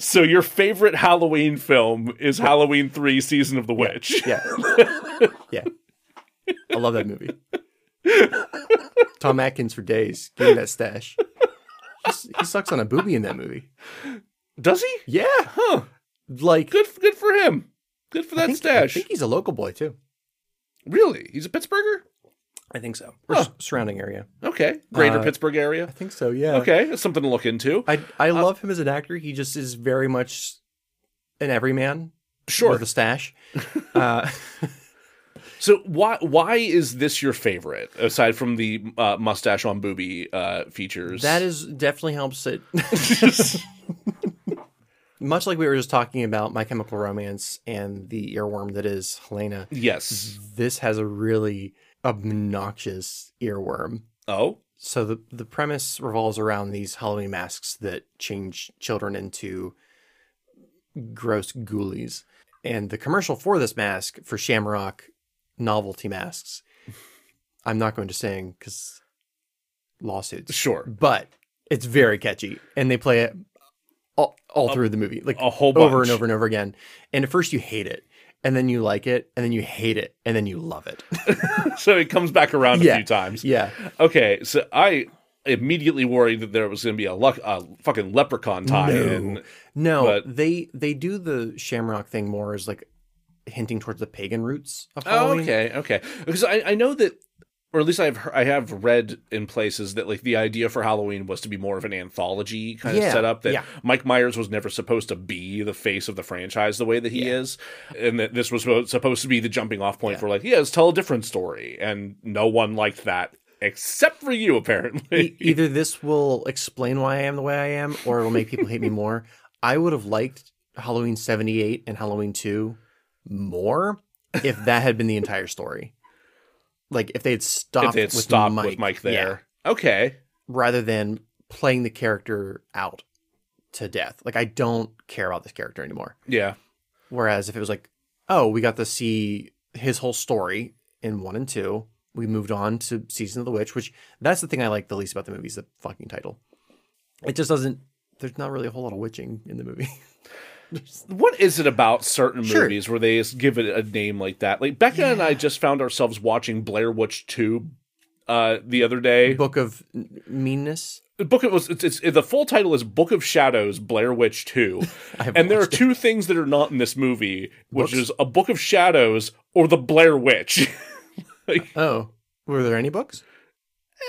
[SPEAKER 2] So your favorite Halloween film is Halloween Three: Season of the Witch. <laughs>
[SPEAKER 1] Yeah. <laughs> yeah. I love that movie. Tom Atkins for days. Give me that stash. He's- he sucks on a booby in that movie.
[SPEAKER 2] Does he?
[SPEAKER 1] Yeah.
[SPEAKER 2] Huh.
[SPEAKER 1] Like,
[SPEAKER 2] Good, good for him. Good for that
[SPEAKER 1] I think, I
[SPEAKER 2] stash.
[SPEAKER 1] think he's a local boy, too.
[SPEAKER 2] Really? He's a Pittsburgher?
[SPEAKER 1] I think so. Or s- surrounding area.
[SPEAKER 2] Okay. Greater
[SPEAKER 1] Uh,
[SPEAKER 2] Pittsburgh area.
[SPEAKER 1] I think so, yeah.
[SPEAKER 2] Okay. Uh, That's something to look into.
[SPEAKER 1] I, I love him as an actor. He just is very much an everyman
[SPEAKER 2] Sure.
[SPEAKER 1] with a stash. Uh,
[SPEAKER 2] So why why is this your favorite aside from the uh, mustache on booby uh, features?
[SPEAKER 1] that is definitely helps
[SPEAKER 2] <laughs>
[SPEAKER 1] it. <laughs>
[SPEAKER 2] is
[SPEAKER 1] Much like we were just talking about My Chemical Romance and the earworm that is Helena.
[SPEAKER 2] yes.
[SPEAKER 1] this has a really obnoxious earworm.
[SPEAKER 2] Oh,
[SPEAKER 1] So the the premise revolves around these Halloween masks that change children into gross ghoulies. And the commercial for this mask for Shamrock novelty masks. I'm not going to sing cuz lawsuits.
[SPEAKER 2] sure.
[SPEAKER 1] But it's very catchy and they play it all, all through the movie. Like
[SPEAKER 2] A whole bunch.
[SPEAKER 1] over and over and over again. And at first you hate it, and then you like it, and then you hate it, and then you love
[SPEAKER 2] <laughs>
[SPEAKER 1] it.
[SPEAKER 2] So it comes back around a
[SPEAKER 1] Yeah.
[SPEAKER 2] few times.
[SPEAKER 1] yeah.
[SPEAKER 2] Okay, so I immediately worried that there was going to be a, luck, a fucking leprechaun tie in.
[SPEAKER 1] No,
[SPEAKER 2] But-
[SPEAKER 1] they they do the shamrock thing more as like hinting towards the pagan roots of
[SPEAKER 2] Oh,
[SPEAKER 1] Halloween.
[SPEAKER 2] okay, okay. Because I, I know that, or at least I've he- I have read in places that like the idea for Halloween was to be more of an anthology kind of
[SPEAKER 1] Yeah,
[SPEAKER 2] setup. That
[SPEAKER 1] yeah.
[SPEAKER 2] Mike Myers was never supposed to be the face of the franchise the way that he is, and that this was supposed- supposed to be the jumping off point for like, yeah, let's tell a different story, and no one liked that except for you
[SPEAKER 1] E-
[SPEAKER 2] <laughs> apparently.
[SPEAKER 1] either this will explain why I am the way I am, or it'll make people hate me more. I would have liked Halloween seventy eight and Halloween two more if that had been the entire story. Like if they had stopped,
[SPEAKER 2] if they had
[SPEAKER 1] with,
[SPEAKER 2] stopped
[SPEAKER 1] Mike,
[SPEAKER 2] with Mike
[SPEAKER 1] Yeah.
[SPEAKER 2] there, okay.
[SPEAKER 1] rather than playing the character out to death. Like I don't care about this character anymore.
[SPEAKER 2] Yeah.
[SPEAKER 1] Whereas if it was like, oh, we got to see his whole story in one and two, we moved on to season of the witch, which that's the thing I like the least about the movie is the fucking title. It just doesn't. There's not really a whole lot of witching in the movie. <laughs>
[SPEAKER 2] What is it about certain
[SPEAKER 1] Sure.
[SPEAKER 2] movies where they just give it a name like that? Like Becca and I just found ourselves watching Blair Witch 2 uh the other day.
[SPEAKER 1] Book of N- Meanness.
[SPEAKER 2] the book it was it's, it's the full title is Book of Shadows Blair Witch
[SPEAKER 1] <laughs>
[SPEAKER 2] 2.
[SPEAKER 1] I haven't
[SPEAKER 2] and there are
[SPEAKER 1] watched it.
[SPEAKER 2] two things that are not in this movie, which
[SPEAKER 1] Books?
[SPEAKER 2] is a Book of Shadows or the Blair Witch. <laughs> Eh,
[SPEAKER 1] Oh, were there any books?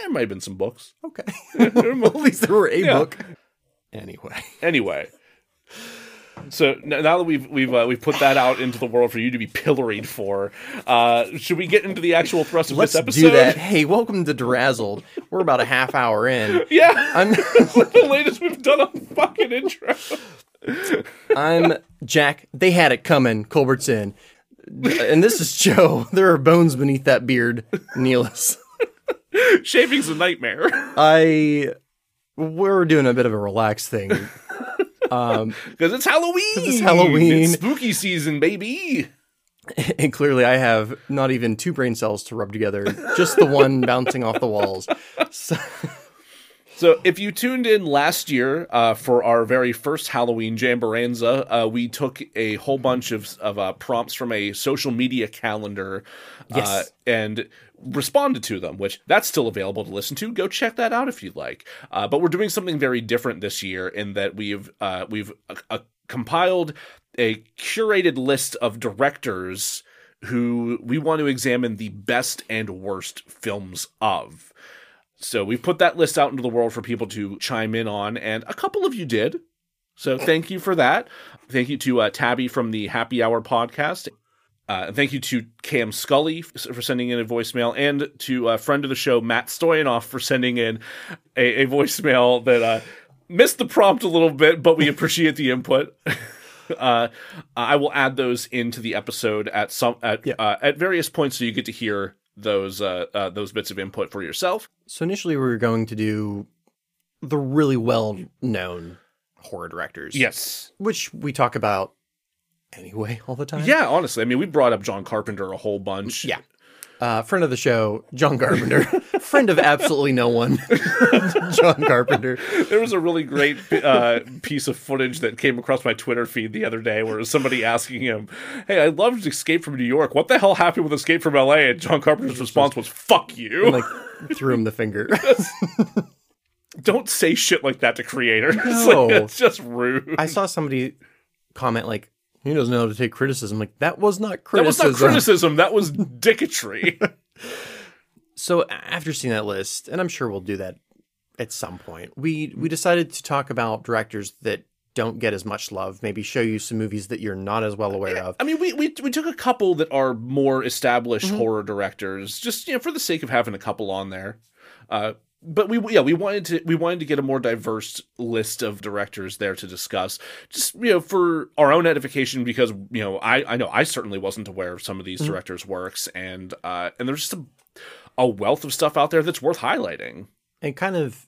[SPEAKER 2] there might have been
[SPEAKER 1] <laughs>
[SPEAKER 2] some books.
[SPEAKER 1] Okay, at least there were a
[SPEAKER 2] Yeah.
[SPEAKER 1] book. Anyway,
[SPEAKER 2] Anyway, so n- now that we've we've uh, we've put that out into the world for you to be pilloried for, uh, should we get into the actual thrust of
[SPEAKER 1] let's
[SPEAKER 2] this episode?
[SPEAKER 1] do that. Hey, welcome to Drazzled. We're about a half hour in.
[SPEAKER 2] Yeah,
[SPEAKER 1] I'm <laughs>
[SPEAKER 2] <laughs> the latest we've done on fucking intro.
[SPEAKER 1] I'm Jack. They had it coming, Culbertson. And this is Joe. There are bones beneath that beard, Neelis.
[SPEAKER 2] Shaving's a <laughs> nightmare
[SPEAKER 1] I we're doing a bit of a relaxed thing. <laughs> Um,
[SPEAKER 2] because it's Halloween.
[SPEAKER 1] it's Halloween.
[SPEAKER 2] It's spooky season, baby.
[SPEAKER 1] and clearly I have not even two brain cells to rub together, just the <laughs> one bouncing off the walls. So,
[SPEAKER 2] So, if you tuned in last year uh, for our very first Halloween Jamboranza, uh, we took a whole bunch of, of uh, prompts from a social media calendar uh,
[SPEAKER 1] Yes.
[SPEAKER 2] and responded to them, which that's still available to listen to. Go check that out if you'd like. Uh, but we're doing something very different this year in that we've uh, we've uh, uh, compiled a curated list of directors who we want to examine the best and worst films of. So we've put that list out into the world for people to chime in on, and a couple of you did. So thank you for that. Thank you to uh, Tabby from the Happy Hour podcast. Uh, and thank you to Cam Scully f- for sending in a voicemail, and to a friend of the show Matt Stoyanoff for sending in a, a voicemail that uh, missed the prompt a little bit, but we appreciate the input. <laughs> uh, I will add those into the episode at some at
[SPEAKER 1] Yeah.
[SPEAKER 2] uh, at various points, so you get to hear those uh, uh, those bits of input for yourself.
[SPEAKER 1] so initially we were going to do the really well known horror directors.
[SPEAKER 2] Yes.
[SPEAKER 1] Which we talk about anyway <laughs> all the time.
[SPEAKER 2] Yeah, honestly. I mean, we brought up John Carpenter a whole bunch.
[SPEAKER 1] Yeah. Uh, friend of the show, John Carpenter. friend of absolutely no one, <laughs> John Carpenter.
[SPEAKER 2] <laughs> There was a really great uh, piece of footage that came across my Twitter feed the other day where it was somebody asking him, Hey, I loved Escape from New York. What the hell happened with Escape from LA? And John Carpenter's response was, Fuck you.
[SPEAKER 1] Like, threw him the finger. <laughs>
[SPEAKER 2] Don't say shit like that to creators. <laughs>
[SPEAKER 1] No.
[SPEAKER 2] Like, it's just rude.
[SPEAKER 1] I saw somebody comment, like, he doesn't know how to take criticism. Like, that was not
[SPEAKER 2] that was
[SPEAKER 1] criticism.
[SPEAKER 2] not criticism. That
[SPEAKER 1] <laughs>
[SPEAKER 2] was dicketry.
[SPEAKER 1] so a- after seeing that list, and I'm sure we'll do that at some point, we we decided to talk about directors that don't get as much love, maybe show you some movies that you're not as well aware of.
[SPEAKER 2] I mean, we, we we took a couple that are more established
[SPEAKER 1] Mm-hmm.
[SPEAKER 2] horror directors, just you know, for the sake of having a couple on there. Uh, but we yeah, we wanted to we wanted to get a more diverse list of directors there to discuss, just you know, for our own edification because you know I I know I certainly wasn't aware of some of these
[SPEAKER 1] Mm-hmm.
[SPEAKER 2] directors' works, and uh, and there's just a, a wealth of stuff out there that's worth highlighting.
[SPEAKER 1] and kind of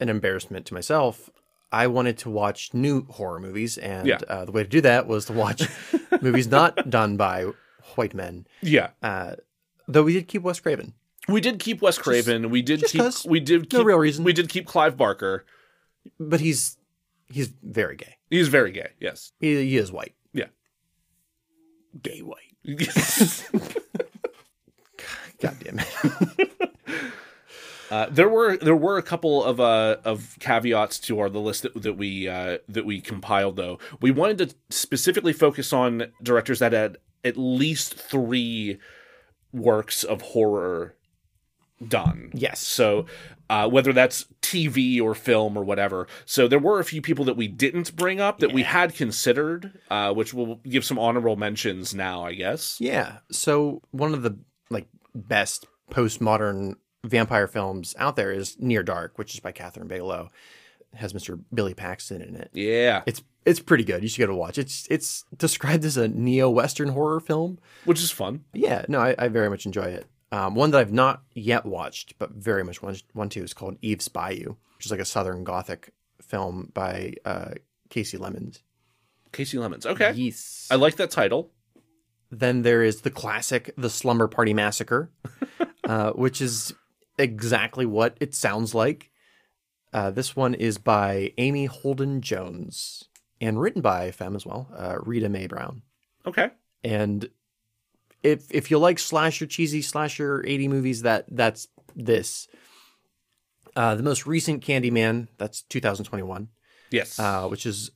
[SPEAKER 1] an embarrassment to myself. I wanted to watch new horror movies, and
[SPEAKER 2] Yeah.
[SPEAKER 1] uh, the way to do that was to watch movies not done by white men.
[SPEAKER 2] Yeah,
[SPEAKER 1] Uh, though we did keep Wes Craven.
[SPEAKER 2] we did keep Wes Craven, we did
[SPEAKER 1] just
[SPEAKER 2] keep
[SPEAKER 1] 'cause.
[SPEAKER 2] we did
[SPEAKER 1] No
[SPEAKER 2] keep,
[SPEAKER 1] real reason.
[SPEAKER 2] we did keep Clive Barker.
[SPEAKER 1] but he's he's very gay.
[SPEAKER 2] He's very gay. Yes.
[SPEAKER 1] He, he is white.
[SPEAKER 2] Yeah.
[SPEAKER 1] Gay white. God damn it.
[SPEAKER 2] <laughs> Uh, there were there were a couple of uh, of caveats to our the list that, that we uh, that we compiled though. We wanted to specifically focus on directors that had at least three works of horror done.
[SPEAKER 1] Yes.
[SPEAKER 2] So uh, whether that's TV or film or whatever. So there were a few people that we didn't bring up that we had considered, uh, which we'll give some honorable mentions now, I guess.
[SPEAKER 1] Yeah. So one of the like best postmodern vampire films out there is Near Dark, which is by Catherine Bigelow. It has Mr. Billy Paxton in it.
[SPEAKER 2] Yeah.
[SPEAKER 1] It's it's pretty good. You should go to watch. It's it's described as a neo western horror film.
[SPEAKER 2] Which is fun.
[SPEAKER 1] Yeah, no, I, I very much enjoy it. Um, one that I've not yet watched, but very much want, want to, is called Eve's Bayou, which is like a Southern Gothic film by uh, Casey Lemons.
[SPEAKER 2] Casey Lemons. Okay.
[SPEAKER 1] Yes.
[SPEAKER 2] I like that title.
[SPEAKER 1] Then there is the classic The Slumber Party
[SPEAKER 2] <laughs>
[SPEAKER 1] Massacre, uh, which is exactly what it sounds like. Uh, this one is by Amy Holden Jones and written by Femme as well, uh, Rita Mae Brown.
[SPEAKER 2] Okay.
[SPEAKER 1] and if if you like slasher cheesy slasher 80 movies that that's this Uh, the most recent Candyman, that's 2021,
[SPEAKER 2] Yes.
[SPEAKER 1] uh, which is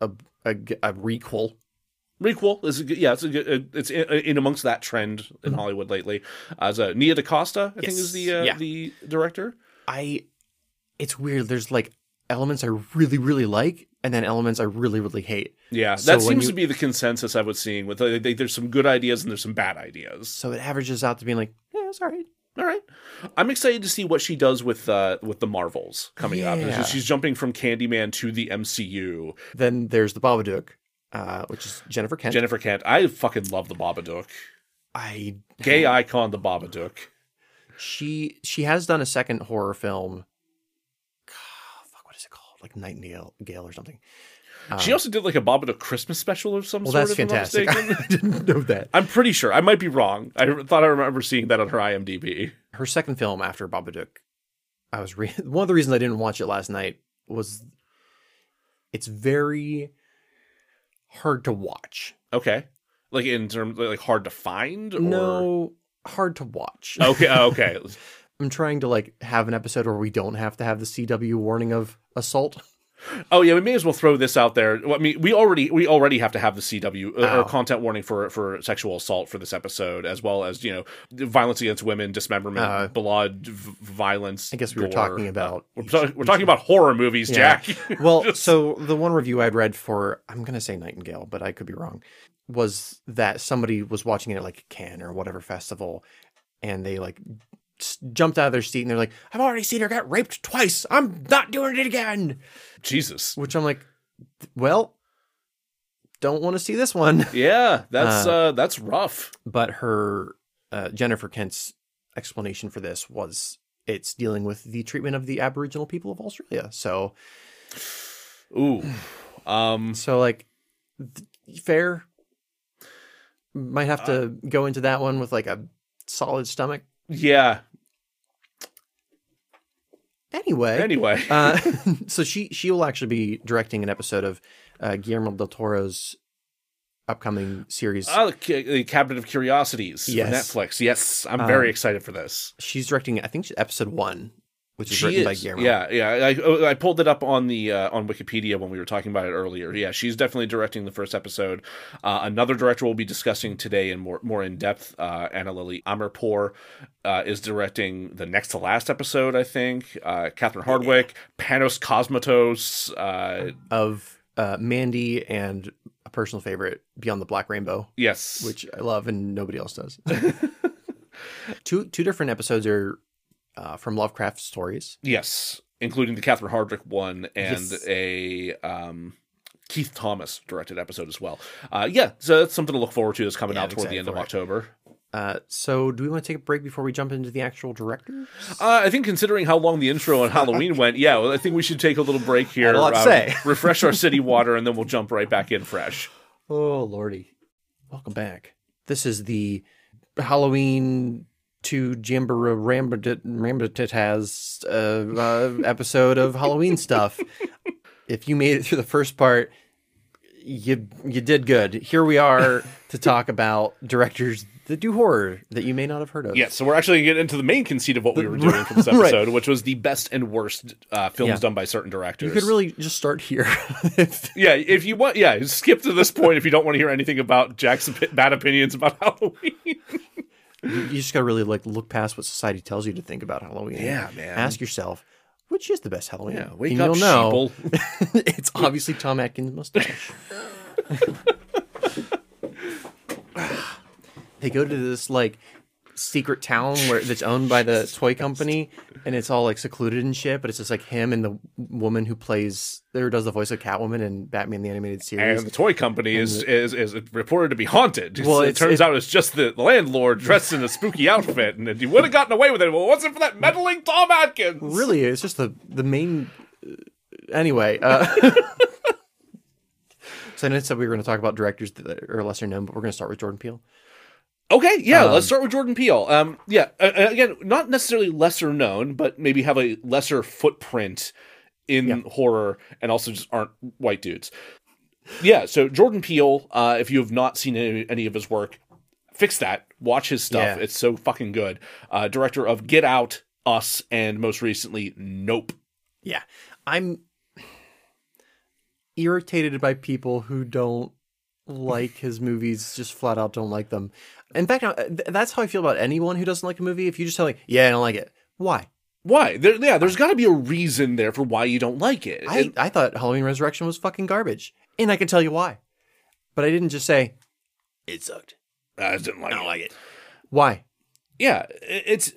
[SPEAKER 1] a, a, a requel.
[SPEAKER 2] Requel is a good, yeah, it's a good, uh, it's in, in amongst that trend in Hollywood lately. As uh, Nia DaCosta, I think,
[SPEAKER 1] Mm-hmm. Yes.
[SPEAKER 2] is the uh,
[SPEAKER 1] Yeah.
[SPEAKER 2] the director.
[SPEAKER 1] I, it's weird. There's like elements I really, really like, and then elements I really, really hate.
[SPEAKER 2] Yeah,
[SPEAKER 1] So
[SPEAKER 2] that
[SPEAKER 1] when
[SPEAKER 2] seems
[SPEAKER 1] you-
[SPEAKER 2] to be the consensus I was seeing. With uh, they, there's some good ideas and there's some bad ideas.
[SPEAKER 1] So it averages out to being like, yeah, it's all right.
[SPEAKER 2] All right, I'm excited to see what she does with uh, with the Marvels coming up.
[SPEAKER 1] Yeah.
[SPEAKER 2] She's jumping from Candyman to the MCU.
[SPEAKER 1] Then there's the Babadook, uh, which is Jennifer Kent.
[SPEAKER 2] Jennifer Kent, I fucking love the Babadook,
[SPEAKER 1] I
[SPEAKER 2] gay
[SPEAKER 1] <laughs>
[SPEAKER 2] icon, the Babadook.
[SPEAKER 1] she she has done a second horror film. Fuck, what is it called? Like Nightingale Gale or something.
[SPEAKER 2] she also did like a Babadook Christmas special of some
[SPEAKER 1] Um, Well,
[SPEAKER 2] sort.
[SPEAKER 1] that's
[SPEAKER 2] if I'm not
[SPEAKER 1] fantastic. <laughs> I
[SPEAKER 2] mistaken.
[SPEAKER 1] didn't know that.
[SPEAKER 2] I'm pretty sure. I might be wrong. I thought I remember seeing that on her IMDb.
[SPEAKER 1] Her second film after Babadook, I was re- <laughs> one of the reasons I didn't watch it last night was it's very hard to watch.
[SPEAKER 2] Okay. Like in terms like hard to find or
[SPEAKER 1] No, hard to watch.
[SPEAKER 2] Okay,
[SPEAKER 1] <laughs>
[SPEAKER 2] oh, okay.
[SPEAKER 1] I'm trying to like have an episode where we don't have to have the CW warning of assault.
[SPEAKER 2] Oh yeah, we may as well throw this out there. Well, I mean, we already we already have to have the CW uh,
[SPEAKER 1] Oh.
[SPEAKER 2] or content warning for for sexual assault for this episode as well as, you know, violence against women, dismemberment,
[SPEAKER 1] Uh,
[SPEAKER 2] blood, v- violence.
[SPEAKER 1] I guess we were talking about
[SPEAKER 2] we're, ta- we're talking about horror movies,
[SPEAKER 1] Yeah. <laughs>
[SPEAKER 2] Jack. <laughs>
[SPEAKER 1] well, so the one review I'd read for I'm gonna say Nightingale, but I could be wrong, was that somebody was watching it at like Cannes or whatever festival, and they like s- jumped out of their seat and they're like, "I've already seen her get raped twice. I'm not doing it again."
[SPEAKER 2] Jesus.
[SPEAKER 1] Which I'm like, well, don't want to see this one. <laughs>
[SPEAKER 2] Yeah, that's uh that's rough.
[SPEAKER 1] But her uh, Jennifer Kent's explanation for this was it's dealing with the treatment of the Aboriginal people of Australia. So <sighs>
[SPEAKER 2] Ooh. Um
[SPEAKER 1] So like, th- fair. Might have to go into that one with like a solid stomach.
[SPEAKER 2] yeah.
[SPEAKER 1] Anyway,
[SPEAKER 2] Anyway.
[SPEAKER 1] uh, <laughs> so she she will actually be directing an episode of uh, Guillermo del Toro's upcoming series.
[SPEAKER 2] Oh, the Ca- the Cabinet of Curiosities
[SPEAKER 1] Yes.
[SPEAKER 2] for Netflix. Yes, I'm
[SPEAKER 1] Um,
[SPEAKER 2] very excited for this.
[SPEAKER 1] She's directing, I think, episode one, which is written by Guillermo.
[SPEAKER 2] yeah, yeah. I, I pulled it up on the uh, on Wikipedia when we were talking about it earlier. Yeah, she's definitely directing the first episode. Uh, another director we'll be discussing today in more more in depth, uh, Anna Lily Amirpour, uh, is directing the next to last episode. I think uh, Catherine Hardwick, Panos Cosmatos. Uh,
[SPEAKER 1] of uh, Mandy and a personal favorite, Beyond the Black Rainbow,
[SPEAKER 2] yes,
[SPEAKER 1] which I love and nobody else does. two two different episodes are uh, from Lovecraft stories.
[SPEAKER 2] yes, including the Catherine Hardwick one and
[SPEAKER 1] Yes.
[SPEAKER 2] a. Um, Keith Thomas directed episode as well. Uh, yeah, so that's something to look forward to. That's coming
[SPEAKER 1] Yeah,
[SPEAKER 2] out
[SPEAKER 1] I'm
[SPEAKER 2] toward the
[SPEAKER 1] excited
[SPEAKER 2] end of
[SPEAKER 1] for it.
[SPEAKER 2] October.
[SPEAKER 1] Uh, so, do we want to take a break before we jump into the actual directors?
[SPEAKER 2] Uh, I think considering how long the intro on Halloween went, yeah, well, I think we should take a little break here.
[SPEAKER 1] Had a lot to
[SPEAKER 2] uh,
[SPEAKER 1] say.
[SPEAKER 2] <laughs> refresh our city water, and then we'll jump right back in fresh.
[SPEAKER 1] Oh, lordy. Welcome back. This is the Halloween to Jambora Rambatitaz uh, uh, episode of Halloween <laughs> stuff. If you made it through the first part, you you did good. Here we are to talk about directors that do horror that you may not have heard of.
[SPEAKER 2] Yeah, so we're actually getting into the main conceit of what we were doing for this
[SPEAKER 1] <laughs> Right.
[SPEAKER 2] episode, which was the best and worst uh, films
[SPEAKER 1] Yeah.
[SPEAKER 2] done by certain directors.
[SPEAKER 1] You could really just start here. <laughs> If-
[SPEAKER 2] yeah, if you want, yeah, skip to this point if you don't want to hear anything about Jack's opi- bad opinions about <laughs> Halloween.
[SPEAKER 1] you just gotta really like look past what society tells you to think about Halloween.
[SPEAKER 2] Yeah, man.
[SPEAKER 1] Ask yourself, which is the best Halloween?
[SPEAKER 2] Yeah, wake
[SPEAKER 1] And
[SPEAKER 2] up,
[SPEAKER 1] you'll know.
[SPEAKER 2] sheeple.
[SPEAKER 1] <laughs> it's obviously Tom Atkins' mustache. <laughs> they go to this like secret town where that's owned by the toy company, and it's all like secluded and shit. But it's just like him and the woman who plays or does the voice of Catwoman in Batman the Animated Series.
[SPEAKER 2] And the toy company is, is is reported to be haunted.
[SPEAKER 1] Well,
[SPEAKER 2] it
[SPEAKER 1] it's-
[SPEAKER 2] turns
[SPEAKER 1] it-
[SPEAKER 2] out it's just the landlord dressed in a spooky outfit, and he would have gotten away with it if it wasn't for that meddling Tom Atkins.
[SPEAKER 1] really it's just the the main uh, anyway uh <laughs> so i know it said we were going to talk about directors that are lesser known but we're going to start with jordan peele
[SPEAKER 2] Okay, yeah, let's start with Jordan Peele. Um, yeah, uh, uh, again, not necessarily lesser known, but maybe have a lesser footprint in horror, and also just aren't white dudes. Yeah, so Jordan Peele, uh, if you have not seen any, any of his work, fix that. Watch his
[SPEAKER 1] Yeah.
[SPEAKER 2] stuff; it's so fucking good. Uh, director of Get Out, Us, and most recently, Nope.
[SPEAKER 1] Yeah. I'm irritated by people who don't like his movies, just flat out don't like them. In fact, I- th- that's how I feel about anyone who doesn't like a movie. If you just tell like, yeah, I don't like it. Why?
[SPEAKER 2] Why? There, yeah, there's got to be a reason there for why you don't like it.
[SPEAKER 1] I, I thought Halloween Resurrection was fucking garbage. And I can tell you why. But I didn't just say, it sucked.
[SPEAKER 2] uh, I just didn't like it.
[SPEAKER 1] Why?
[SPEAKER 2] yeah, it- it's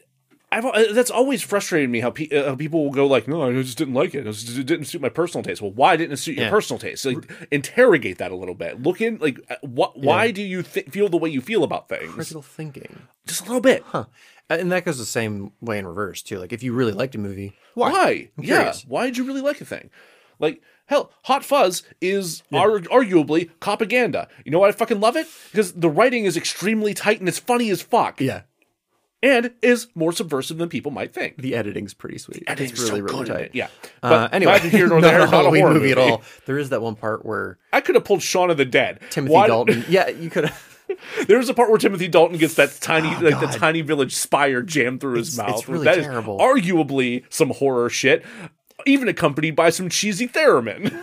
[SPEAKER 2] I've uh, that's always frustrated me how, pe- uh, how people will go like, no, I just didn't like it. It just- It didn't suit my personal taste. Well, why didn't it suit your
[SPEAKER 1] Yeah.
[SPEAKER 2] personal taste? Like, interrogate that a little bit. Look in like uh, what? Why do you th- feel the way you feel about things?
[SPEAKER 1] Critical thinking.
[SPEAKER 2] Just a little bit.
[SPEAKER 1] Huh. Uh, And that goes the same way in reverse, too. Like, if you really liked a movie,
[SPEAKER 2] Why?
[SPEAKER 1] why? I'm
[SPEAKER 2] yeah.
[SPEAKER 1] curious.
[SPEAKER 2] Why did you really like a thing? Like hell, Hot Fuzz is ar- arguably propaganda. You know why I fucking love it? Because the writing is extremely tight and it's funny as fuck,
[SPEAKER 1] Yeah.
[SPEAKER 2] and is more subversive than people might think.
[SPEAKER 1] The editing's pretty sweet. it's
[SPEAKER 2] Editing's
[SPEAKER 1] really,
[SPEAKER 2] so
[SPEAKER 1] really
[SPEAKER 2] good in
[SPEAKER 1] tight.
[SPEAKER 2] it. Yeah.
[SPEAKER 1] Uh, anyway,
[SPEAKER 2] neither here
[SPEAKER 1] <laughs>
[SPEAKER 2] nor
[SPEAKER 1] not
[SPEAKER 2] there,
[SPEAKER 1] a
[SPEAKER 2] not a
[SPEAKER 1] Halloween
[SPEAKER 2] horror
[SPEAKER 1] movie at all. There is that one part where
[SPEAKER 2] I could have pulled Shaun of the Dead.
[SPEAKER 1] Timothy
[SPEAKER 2] Why-
[SPEAKER 1] Dalton. Yeah, you could.
[SPEAKER 2] <laughs> There's a part where Timothy Dalton gets that tiny, like the
[SPEAKER 1] Oh, God.
[SPEAKER 2] tiny village spire jammed through
[SPEAKER 1] It's-
[SPEAKER 2] his mouth.
[SPEAKER 1] it's really
[SPEAKER 2] That is
[SPEAKER 1] terrible.
[SPEAKER 2] arguably some horror shit, even accompanied by some cheesy theremin,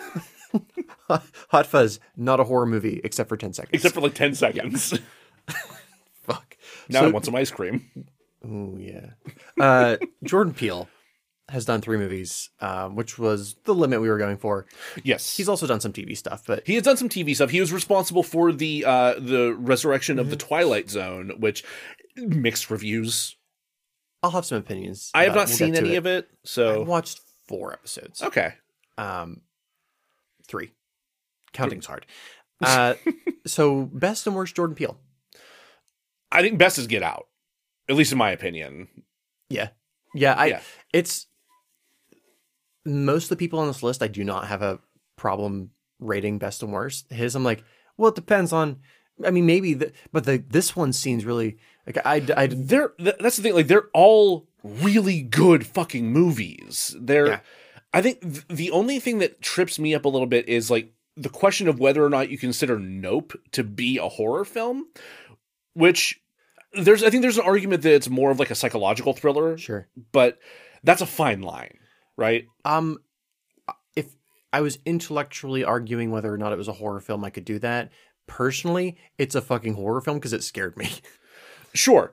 [SPEAKER 1] <laughs>
[SPEAKER 2] <laughs>
[SPEAKER 1] Hot Fuzz, not a horror movie except for ten seconds.
[SPEAKER 2] except for like
[SPEAKER 1] <laughs>
[SPEAKER 2] ten seconds.
[SPEAKER 1] fuck.
[SPEAKER 2] now I
[SPEAKER 1] So-
[SPEAKER 2] want some ice cream.
[SPEAKER 1] Ooh, yeah. Uh, <laughs> Jordan Peele has done three movies, um, which was the limit we were going for.
[SPEAKER 2] Yes.
[SPEAKER 1] He's also done some TV stuff, but
[SPEAKER 2] he has done some TV stuff. He was responsible for the uh, the resurrection of the
[SPEAKER 1] Mm-hmm.
[SPEAKER 2] Twilight Zone, which mixed reviews.
[SPEAKER 1] I'll have some opinions.
[SPEAKER 2] I have
[SPEAKER 1] about
[SPEAKER 2] not seen any of it,
[SPEAKER 1] I
[SPEAKER 2] so
[SPEAKER 1] watched four episodes.
[SPEAKER 2] okay.
[SPEAKER 1] Um, three. Counting's <laughs> hard. Uh, so best and worst Jordan Peele.
[SPEAKER 2] I think best is Get Out, at least in my opinion.
[SPEAKER 1] Yeah. Yeah. I,
[SPEAKER 2] Yeah.
[SPEAKER 1] It's most of the people on this list, I do not have a problem rating best and worst. His, I'm like, well, it depends on. I mean, maybe, the, but the this one seems really like I, I
[SPEAKER 2] they're th- that's the thing like they're all really good fucking movies they're
[SPEAKER 1] Yeah.
[SPEAKER 2] i think th- the only thing that trips me up a little bit is like the question of whether or not you consider nope to be a horror film which there's i think there's an argument that it's more of like a psychological thriller
[SPEAKER 1] sure.
[SPEAKER 2] but that's a fine line right
[SPEAKER 1] Um, if I was intellectually arguing whether or not it was a horror film, I could do that. Personally, it's a fucking horror film because it scared me.
[SPEAKER 2] sure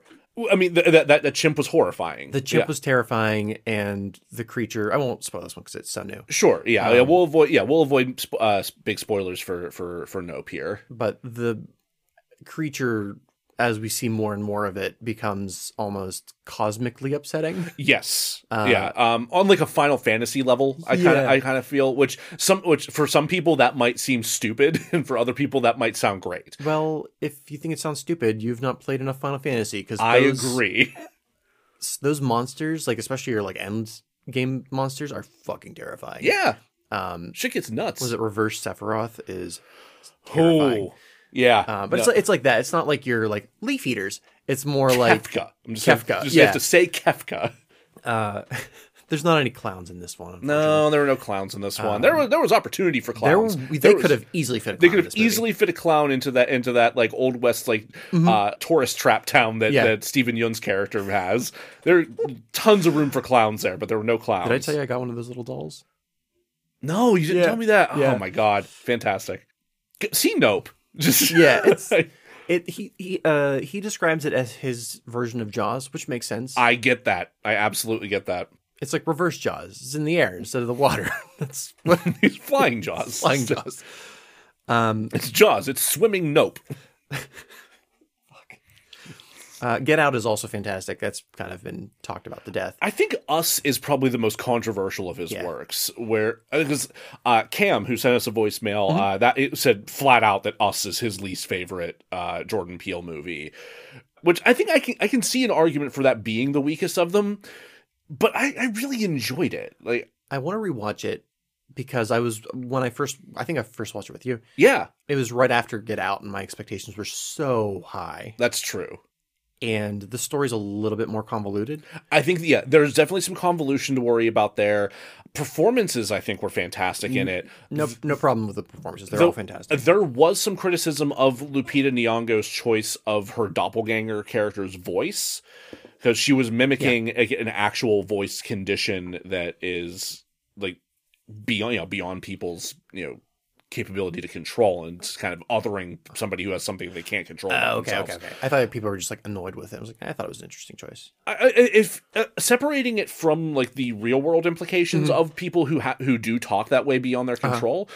[SPEAKER 2] i mean th- that that that chimp was horrifying
[SPEAKER 1] The chimp
[SPEAKER 2] Yeah.
[SPEAKER 1] was terrifying, and the creature. I won't spoil this one because it's so new.
[SPEAKER 2] Sure. Yeah.
[SPEAKER 1] Um,
[SPEAKER 2] yeah. We'll avoid. Yeah. We'll avoid sp- uh, s- big spoilers for for for Nope here.
[SPEAKER 1] but the creature as we see more and more of it becomes almost cosmically upsetting
[SPEAKER 2] Yes.
[SPEAKER 1] Uh,
[SPEAKER 2] yeah. Um, on like a Final Fantasy level, I kind of
[SPEAKER 1] Yeah.
[SPEAKER 2] I kind of feel which some which for some people that might seem stupid, <laughs> and for other people that might sound great.
[SPEAKER 1] well if you think it sounds stupid you've not played enough final fantasy because
[SPEAKER 2] I agree. <laughs>
[SPEAKER 1] those monsters like especially your like end game monsters are fucking terrifying
[SPEAKER 2] yeah.
[SPEAKER 1] um
[SPEAKER 2] Shit gets nuts.
[SPEAKER 1] was it reverse sephiroth is terrifying.
[SPEAKER 2] oh. Yeah.
[SPEAKER 1] uh, but it's like it's like that it's not like your like leaf eaters it's
[SPEAKER 2] <laughs>
[SPEAKER 1] more like
[SPEAKER 2] Kefka. I'm just
[SPEAKER 1] Kefka,
[SPEAKER 2] Gonna, just
[SPEAKER 1] yeah.
[SPEAKER 2] have to say Kefka.
[SPEAKER 1] uh <laughs> there's not any clowns in this one
[SPEAKER 2] No, there were no clowns in this one. there was there was opportunity for
[SPEAKER 1] Um, there
[SPEAKER 2] clowns.
[SPEAKER 1] were-
[SPEAKER 2] There
[SPEAKER 1] they
[SPEAKER 2] was-
[SPEAKER 1] could have easily fit a
[SPEAKER 2] They
[SPEAKER 1] clown
[SPEAKER 2] could
[SPEAKER 1] in
[SPEAKER 2] have
[SPEAKER 1] this movie.
[SPEAKER 2] easily fit a clown into that into that like old west like uh, tourist trap town that
[SPEAKER 1] Mm-hmm. Yeah.
[SPEAKER 2] that Stephen Yun's character has. There are tons of room for clowns there, but there were no clowns.
[SPEAKER 1] did i tell you i got one of those little dolls
[SPEAKER 2] No, you didn't
[SPEAKER 1] Yeah.
[SPEAKER 2] tell me that.
[SPEAKER 1] Yeah.
[SPEAKER 2] Oh my god, fantastic. G- See Nope. <laughs> Just
[SPEAKER 1] Yeah, it's- It he he uh he describes it as his version of Jaws, which makes sense.
[SPEAKER 2] <laughs> I get that. I absolutely
[SPEAKER 1] <laughs>
[SPEAKER 2] get that. <laughs>
[SPEAKER 1] it's like reverse Jaws. It's in the air instead of the water. <laughs> That's what
[SPEAKER 2] He's flying jaws.
[SPEAKER 1] flying Jaws. Um,
[SPEAKER 2] <laughs> It's jaws. It's swimming Nope.
[SPEAKER 1] uh, Get Out is also fantastic. That's kind of been talked about to death.
[SPEAKER 2] I think Us is probably the most controversial of his
[SPEAKER 1] Yeah.
[SPEAKER 2] works. Where because uh, Cam, who sent us a voicemail, uh, that it said flat out that Us is his least favorite uh, Jordan Peele movie, which I think I can I can see an argument for that being the weakest of them. But I, I really enjoyed it. Like
[SPEAKER 1] I want to rewatch it because I was when I first I think I first watched it with you.
[SPEAKER 2] yeah,
[SPEAKER 1] It was right after Get Out, and my expectations were so high,
[SPEAKER 2] that's true.
[SPEAKER 1] and the story's a little bit more convoluted.
[SPEAKER 2] I think yeah, there's definitely some convolution to worry about there. Performances I think were fantastic in it.
[SPEAKER 1] No, no problem with the performances; they're
[SPEAKER 2] Though-
[SPEAKER 1] all fantastic.
[SPEAKER 2] There was some criticism of Lupita Nyong'o's choice of her doppelganger character's voice because she was mimicking a, an actual voice condition that is like beyond you know beyond people's you know capability to control and just kind of othering somebody who has something they can't control.
[SPEAKER 1] Oh, okay,
[SPEAKER 2] themselves.
[SPEAKER 1] okay, okay. I thought people were just like annoyed with it. I was like, I thought it was an interesting choice.
[SPEAKER 2] I- I- if uh, separating it from like the real world implications of people who ha- who do talk that way beyond their control,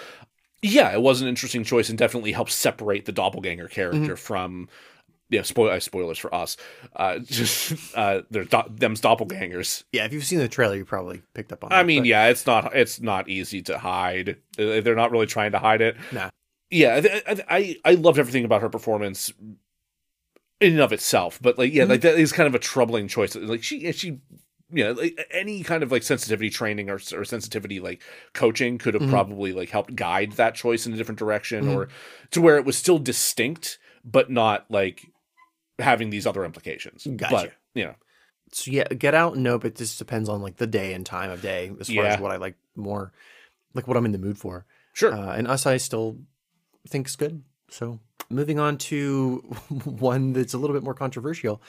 [SPEAKER 2] yeah, it was an interesting choice and definitely helps separate the doppelganger character from. Yeah, spoil spoilers for us. Uh, <laughs> just uh, they're do- them's doppelgangers.
[SPEAKER 1] Yeah, if you've seen the trailer, you probably picked up on.
[SPEAKER 2] I
[SPEAKER 1] that,
[SPEAKER 2] mean,
[SPEAKER 1] but-
[SPEAKER 2] yeah, it's not it's not easy to hide. Uh, They're not really trying to hide it.
[SPEAKER 1] Nah.
[SPEAKER 2] Yeah, I- I I, I loved everything about her performance in and of itself, but like yeah,
[SPEAKER 1] Mm-hmm.
[SPEAKER 2] like that is kind of a troubling choice. Like she she you know, like any kind of like sensitivity training or, or sensitivity like coaching could
[SPEAKER 1] Mm-hmm.
[SPEAKER 2] have probably like helped guide that choice in a different direction or to where it was still distinct but not like having these other implications.
[SPEAKER 1] Gotcha.
[SPEAKER 2] But, you know,
[SPEAKER 1] So yeah, Get Out. No, but this depends on like the day and time of day as far as
[SPEAKER 2] Yeah.
[SPEAKER 1] what I like more, like what I'm in the mood for.
[SPEAKER 2] sure.
[SPEAKER 1] Uh, and Us I still think's good. So moving on to <laughs> one that's a little bit more controversial,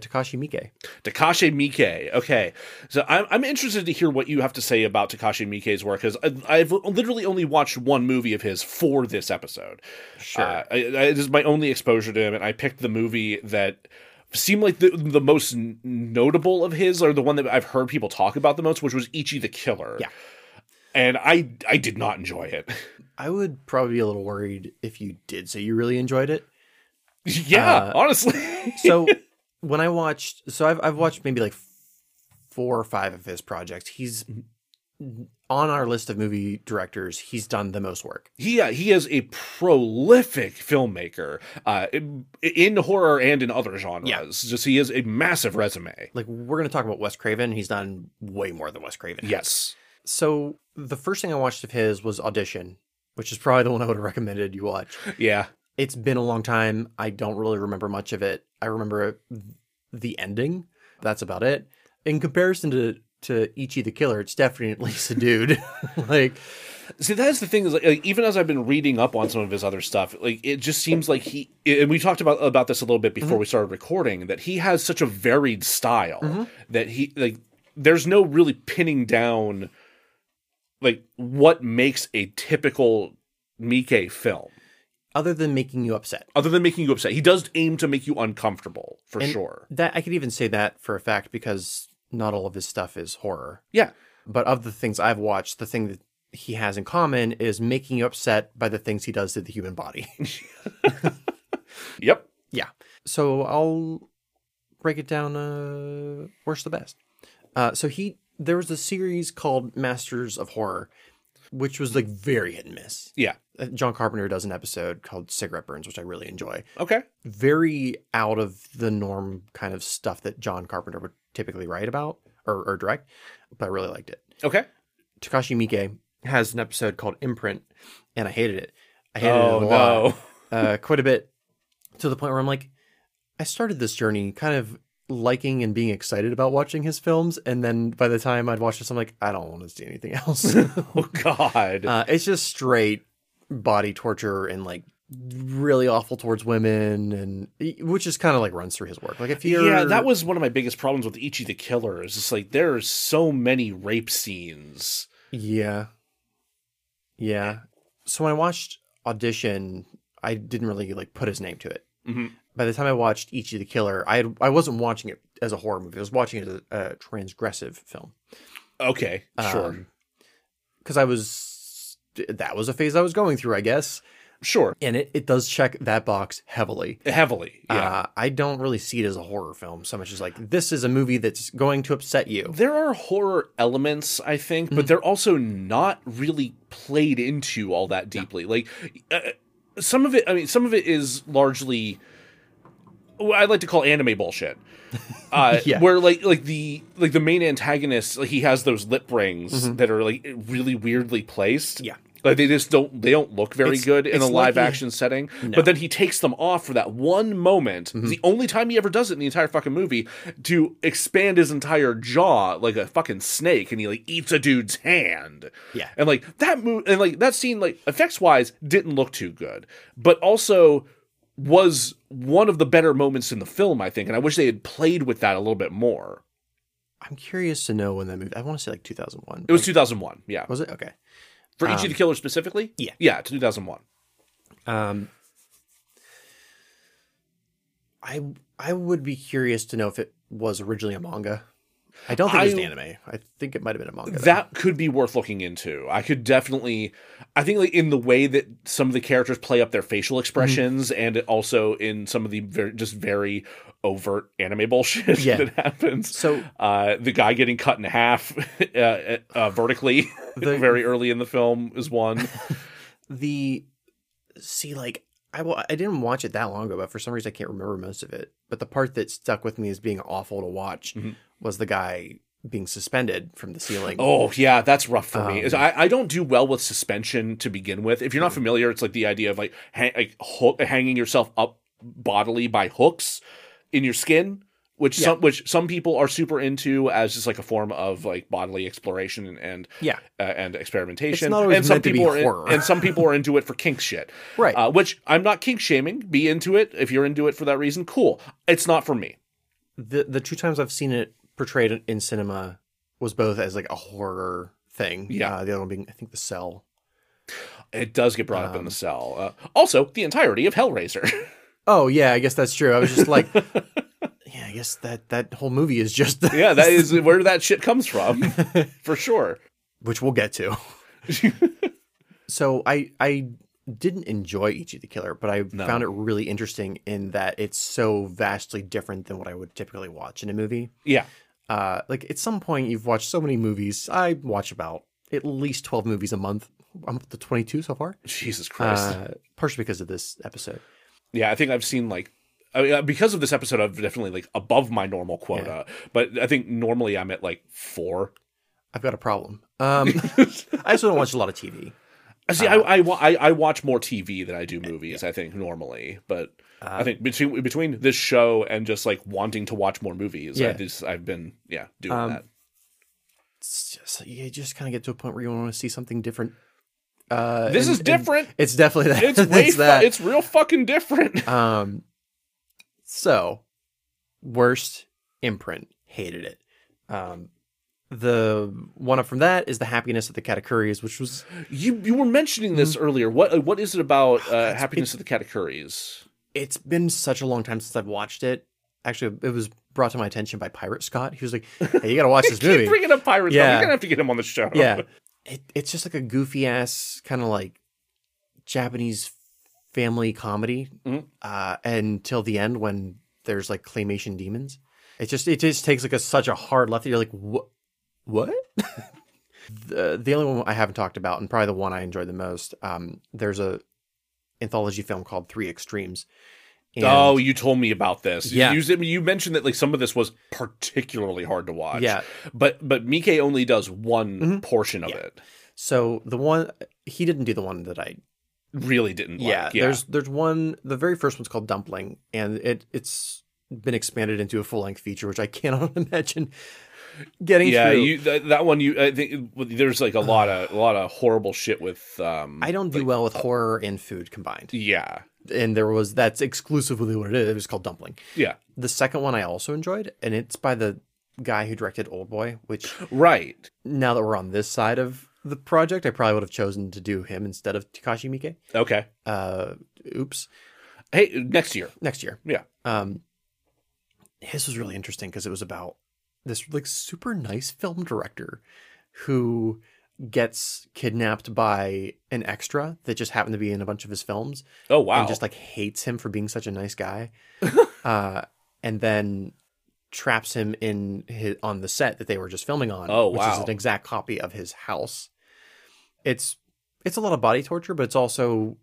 [SPEAKER 1] Takashi Miike.
[SPEAKER 2] Takashi Miike. Okay, so I'm I'm interested to hear what you have to say about Takashi Miike's work because I've literally only watched one movie of his for this episode.
[SPEAKER 1] Sure.
[SPEAKER 2] Uh, I, I, this is my only exposure to him, and I picked the movie that seemed like the the most n- notable of his, or the one that I've heard people talk about the most, which was Ichi the Killer.
[SPEAKER 1] Yeah.
[SPEAKER 2] and I I did not enjoy it. <laughs>
[SPEAKER 1] I would probably be a little worried if you did say you really enjoyed it.
[SPEAKER 2] yeah,
[SPEAKER 1] Uh,
[SPEAKER 2] honestly.
[SPEAKER 1] So when I watched, so I've I've watched maybe like four or five of his projects. He's on our list of movie directors. He's done the most work.
[SPEAKER 2] He uh, he is a prolific filmmaker uh, in- in horror and in other genres.
[SPEAKER 1] Yeah.
[SPEAKER 2] Just he is a massive resume.
[SPEAKER 1] Like we're gonna talk about Wes Craven. He's done way more than Wes Craven. has.
[SPEAKER 2] Yes.
[SPEAKER 1] So the first thing I watched of his was Audition, which is probably the one I would have recommended you watch.
[SPEAKER 2] Yeah.
[SPEAKER 1] It's been a long time. I don't really remember much of it. I remember the ending. That's about it. In comparison to to Ichi the Killer, it's definitely <laughs> at least a dude. like
[SPEAKER 2] See, that's the thing is like, like, even as I've been reading up on some of his other stuff, like it just seems like he and we talked about about this a little bit before we started recording that he has such a varied style that he like there's no really pinning down like what makes a typical Mike film.
[SPEAKER 1] other than making you upset.
[SPEAKER 2] other than making you upset. He does aim to make you uncomfortable for
[SPEAKER 1] And
[SPEAKER 2] sure.
[SPEAKER 1] That I could even say that for a fact because not all of his stuff is horror.
[SPEAKER 2] Yeah.
[SPEAKER 1] But of the things I've watched, the thing that he has in common is making you upset by the things he does to the human body. <laughs>
[SPEAKER 2] Yep.
[SPEAKER 1] Yeah. So I'll break it down uh worst to best. Uh so he there was a series called Masters of Horror, which was like very hit and miss.
[SPEAKER 2] Yeah.
[SPEAKER 1] Uh, John Carpenter does an episode called Cigarette Burns, which I really enjoy.
[SPEAKER 2] Okay.
[SPEAKER 1] Very out of the norm kind of stuff that John Carpenter would typically write about or, or direct, but I really liked it.
[SPEAKER 2] Okay.
[SPEAKER 1] Takashi Miike has an episode called Imprint, and I hated it. I hated
[SPEAKER 2] Oh
[SPEAKER 1] it a lot
[SPEAKER 2] no.
[SPEAKER 1] <laughs> uh, quite a bit to the point where I'm like, I started this journey kind of liking and being excited about watching his films. And then by the time I'd watched this, I'm like, I don't want to see anything <laughs> else.
[SPEAKER 2] <laughs> Oh god.
[SPEAKER 1] uh, it's just straight body torture and like really awful towards women and e, which is kind of like runs through his work. Like if you're
[SPEAKER 2] yeah, that was one of my biggest problems with Ichi the Killer. Is just like there are so many rape scenes.
[SPEAKER 1] Yeah. Yeah. So when I watched Audition, I didn't really like put his name to it.
[SPEAKER 2] Mhm.
[SPEAKER 1] By the time I watched Ichi the Killer, I had, I wasn't watching it as a horror movie. I was watching it as a, a transgressive film
[SPEAKER 2] Okay, sure,
[SPEAKER 1] because I was that was a phase I was going through, I guess.
[SPEAKER 2] sure,
[SPEAKER 1] And it, it does check that box heavily.
[SPEAKER 2] heavily. Yeah,
[SPEAKER 1] Uh, I don't really see it as a horror film so much as like this is a movie that's going to upset you.
[SPEAKER 2] there are horror elements, I think,
[SPEAKER 1] Mm-hmm.
[SPEAKER 2] but they're also not really played into all that deeply. Like uh, some of it, I mean, some of it is largely what I like to call anime
[SPEAKER 1] <laughs>
[SPEAKER 2] bullshit. Uh,
[SPEAKER 1] Yeah.
[SPEAKER 2] Where like like the like the main antagonist, like, he has those lip rings that are like really weirdly placed.
[SPEAKER 1] Mm-hmm. Yeah.
[SPEAKER 2] Like they just don't they don't look very
[SPEAKER 1] It's-
[SPEAKER 2] good in
[SPEAKER 1] it's
[SPEAKER 2] a live
[SPEAKER 1] like he-
[SPEAKER 2] action setting. But then he takes them off for that one moment, the only time he ever does it in the entire fucking movie, to expand his entire jaw like a fucking snake, and he like eats a dude's hand.
[SPEAKER 1] Yeah.
[SPEAKER 2] and like that move, and like that scene, like effects wise, didn't look too good. But also, was one of the better moments in the film, I think, and I wish they had played with that a little bit more.
[SPEAKER 1] I'm curious to know when that movie. I want to say like 2001.
[SPEAKER 2] It was 2001, yeah.
[SPEAKER 1] was it okay?
[SPEAKER 2] For each of the killers specifically?
[SPEAKER 1] yeah.
[SPEAKER 2] Yeah, 2001.
[SPEAKER 1] Um, I I would be curious to know if it was originally a manga. I don't think it was an
[SPEAKER 2] I-
[SPEAKER 1] anime. I think it might have been a manga. though.
[SPEAKER 2] That could be worth looking into. I could definitely I think like in the way that some of the characters play up their
[SPEAKER 1] Mm-hmm.
[SPEAKER 2] facial expressions and also in some of the very, just very overt anime bullshit <laughs>
[SPEAKER 1] Yeah.
[SPEAKER 2] that happens.
[SPEAKER 1] so
[SPEAKER 2] Uh, the guy getting cut in half <laughs> uh, uh, vertically
[SPEAKER 1] The-
[SPEAKER 2] <laughs> very early in the film is one.
[SPEAKER 1] the see like I wa- I didn't watch it that long ago, but for some reason I can't remember most of it. But the part that stuck with me as being awful to watch
[SPEAKER 2] Mhm.
[SPEAKER 1] was the guy being suspended from the ceiling.
[SPEAKER 2] Oh yeah, that's rough for me.
[SPEAKER 1] Um, Mm.
[SPEAKER 2] Is- I, I don't do well with suspension to begin with. If you're not familiar, it's like the idea of like, hang, like hook, hanging yourself up bodily by hooks in your skin, which
[SPEAKER 1] Yeah.
[SPEAKER 2] some which some people are super into as just like a form of like bodily exploration and and,
[SPEAKER 1] yeah,
[SPEAKER 2] uh, and experimentation.
[SPEAKER 1] It's not always
[SPEAKER 2] and some
[SPEAKER 1] meant to be
[SPEAKER 2] people are in-
[SPEAKER 1] horror.
[SPEAKER 2] and some people are into it for kink shit.
[SPEAKER 1] Right.
[SPEAKER 2] Uh, which I'm not kink shaming. Be into it if you're into it for that reason. Cool. It's not for me.
[SPEAKER 1] the the two times I've seen it portrayed in cinema was both as like a horror thing.
[SPEAKER 2] Yeah.
[SPEAKER 1] uh, the other one being I think the cell.
[SPEAKER 2] It does get brought up
[SPEAKER 1] Um.
[SPEAKER 2] in the cell. Uh, also, the entirety of Hellraiser. <laughs>
[SPEAKER 1] Oh yeah, I guess that's true. I was just like, yeah, I guess that that whole movie is just
[SPEAKER 2] Yeah,
[SPEAKER 1] <laughs>
[SPEAKER 2] that is where that shit comes from, for sure.
[SPEAKER 1] which we'll get
[SPEAKER 2] <laughs>
[SPEAKER 1] to. so I I didn't enjoy Ichi the Killer, but I
[SPEAKER 2] No.
[SPEAKER 1] found it really interesting in that it's so vastly different than what I would typically watch in a movie.
[SPEAKER 2] Yeah,
[SPEAKER 1] Uh, like at some point you've watched so many movies. I watch about at least twelve movies a month. I'm up to twenty two so far.
[SPEAKER 2] Jesus Christ.
[SPEAKER 1] Uh, partially because of this episode.
[SPEAKER 2] yeah, I think I've seen like I mean, uh, because of this episode, I've definitely like above my normal quota. But I think normally I'm at like four.
[SPEAKER 1] I've got a problem. Um,
[SPEAKER 2] <laughs>
[SPEAKER 1] I also don't watch a lot of TV.
[SPEAKER 2] Uh, See,
[SPEAKER 1] Uh.
[SPEAKER 2] I, I wa- I I watch more TV than I do movies. I think normally, but
[SPEAKER 1] Uh.
[SPEAKER 2] I think between between this show and just like wanting to watch more movies, I
[SPEAKER 1] Yeah.
[SPEAKER 2] just, I've been yeah doing
[SPEAKER 1] Um,
[SPEAKER 2] that.
[SPEAKER 1] It's just, you just kind of get to a point where you want to see something different. Uh,
[SPEAKER 2] This
[SPEAKER 1] and-
[SPEAKER 2] is
[SPEAKER 1] and <laughs>
[SPEAKER 2] different.
[SPEAKER 1] It's definitely that.
[SPEAKER 2] It's way fu-
[SPEAKER 1] that.
[SPEAKER 2] it's real fucking different.
[SPEAKER 1] Um, so, worst imprint. Hated it. Um, the one up from that is the happiness of the Katakuris, which was
[SPEAKER 2] You you were mentioning this
[SPEAKER 1] Mm-hmm.
[SPEAKER 2] earlier. What uh, what is it about
[SPEAKER 1] Oh,
[SPEAKER 2] uh, happiness of the Katakuris?
[SPEAKER 1] it's been such a long time since I've watched it. Actually, it was brought to my attention by Pirate Scott. He was like, "Hey, you got to
[SPEAKER 2] <laughs>
[SPEAKER 1] watch this movie."
[SPEAKER 2] Keep bringing up pirates. Yeah.
[SPEAKER 1] Yeah.
[SPEAKER 2] We're gonna have to get him on the show. <laughs>
[SPEAKER 1] yeah it, it's just like a goofy ass kind of like japanese family comedy
[SPEAKER 2] Mhm.
[SPEAKER 1] uh until the end when there's like claymation demons it just it just takes like a such a hard left that you're like what what <laughs> the, the only one i haven't talked about and probably the one i enjoyed the most um there's a anthology film called three extremes And-
[SPEAKER 2] Oh, you told me about this.
[SPEAKER 1] Yeah.
[SPEAKER 2] You, you you mentioned that like some of this was particularly hard to watch.
[SPEAKER 1] Yeah. Mm-hmm.
[SPEAKER 2] But but Mike only does one portion of it.
[SPEAKER 1] so the one he didn't do the one that i
[SPEAKER 2] Really didn't.
[SPEAKER 1] yeah,
[SPEAKER 2] like. yeah.
[SPEAKER 1] there's there's one the very first one's called dumpling and it it's been expanded into a full-length feature which i <laughs> cannot imagine getting
[SPEAKER 2] yeah.
[SPEAKER 1] through
[SPEAKER 2] You that, that one you I think there's like a lot of a lot of horrible shit with. um
[SPEAKER 1] i don't do well with horror and food combined
[SPEAKER 2] Yeah.
[SPEAKER 1] and there was that's exclusively what it is it was called dumpling
[SPEAKER 2] Yeah.
[SPEAKER 1] the second one i also enjoyed and it's by the guy who directed old boy which
[SPEAKER 2] Right.
[SPEAKER 1] now that we're on this side of the project i probably would have chosen to do him instead of takashi miike
[SPEAKER 2] Okay.
[SPEAKER 1] uh oops
[SPEAKER 2] Hey, next year.
[SPEAKER 1] next year.
[SPEAKER 2] Yeah.
[SPEAKER 1] Um, his was really interesting because it was about this like super nice film director who gets kidnapped by an extra that just happened to be in a bunch of his films
[SPEAKER 2] Oh wow.
[SPEAKER 1] and just like hates him for being such a nice
[SPEAKER 2] <laughs>
[SPEAKER 1] guy, uh, and then traps him in his, on the set that they were just filming on.
[SPEAKER 2] Oh,
[SPEAKER 1] which
[SPEAKER 2] wow.
[SPEAKER 1] is an exact copy of his house. It's it's a lot of body torture, but it's also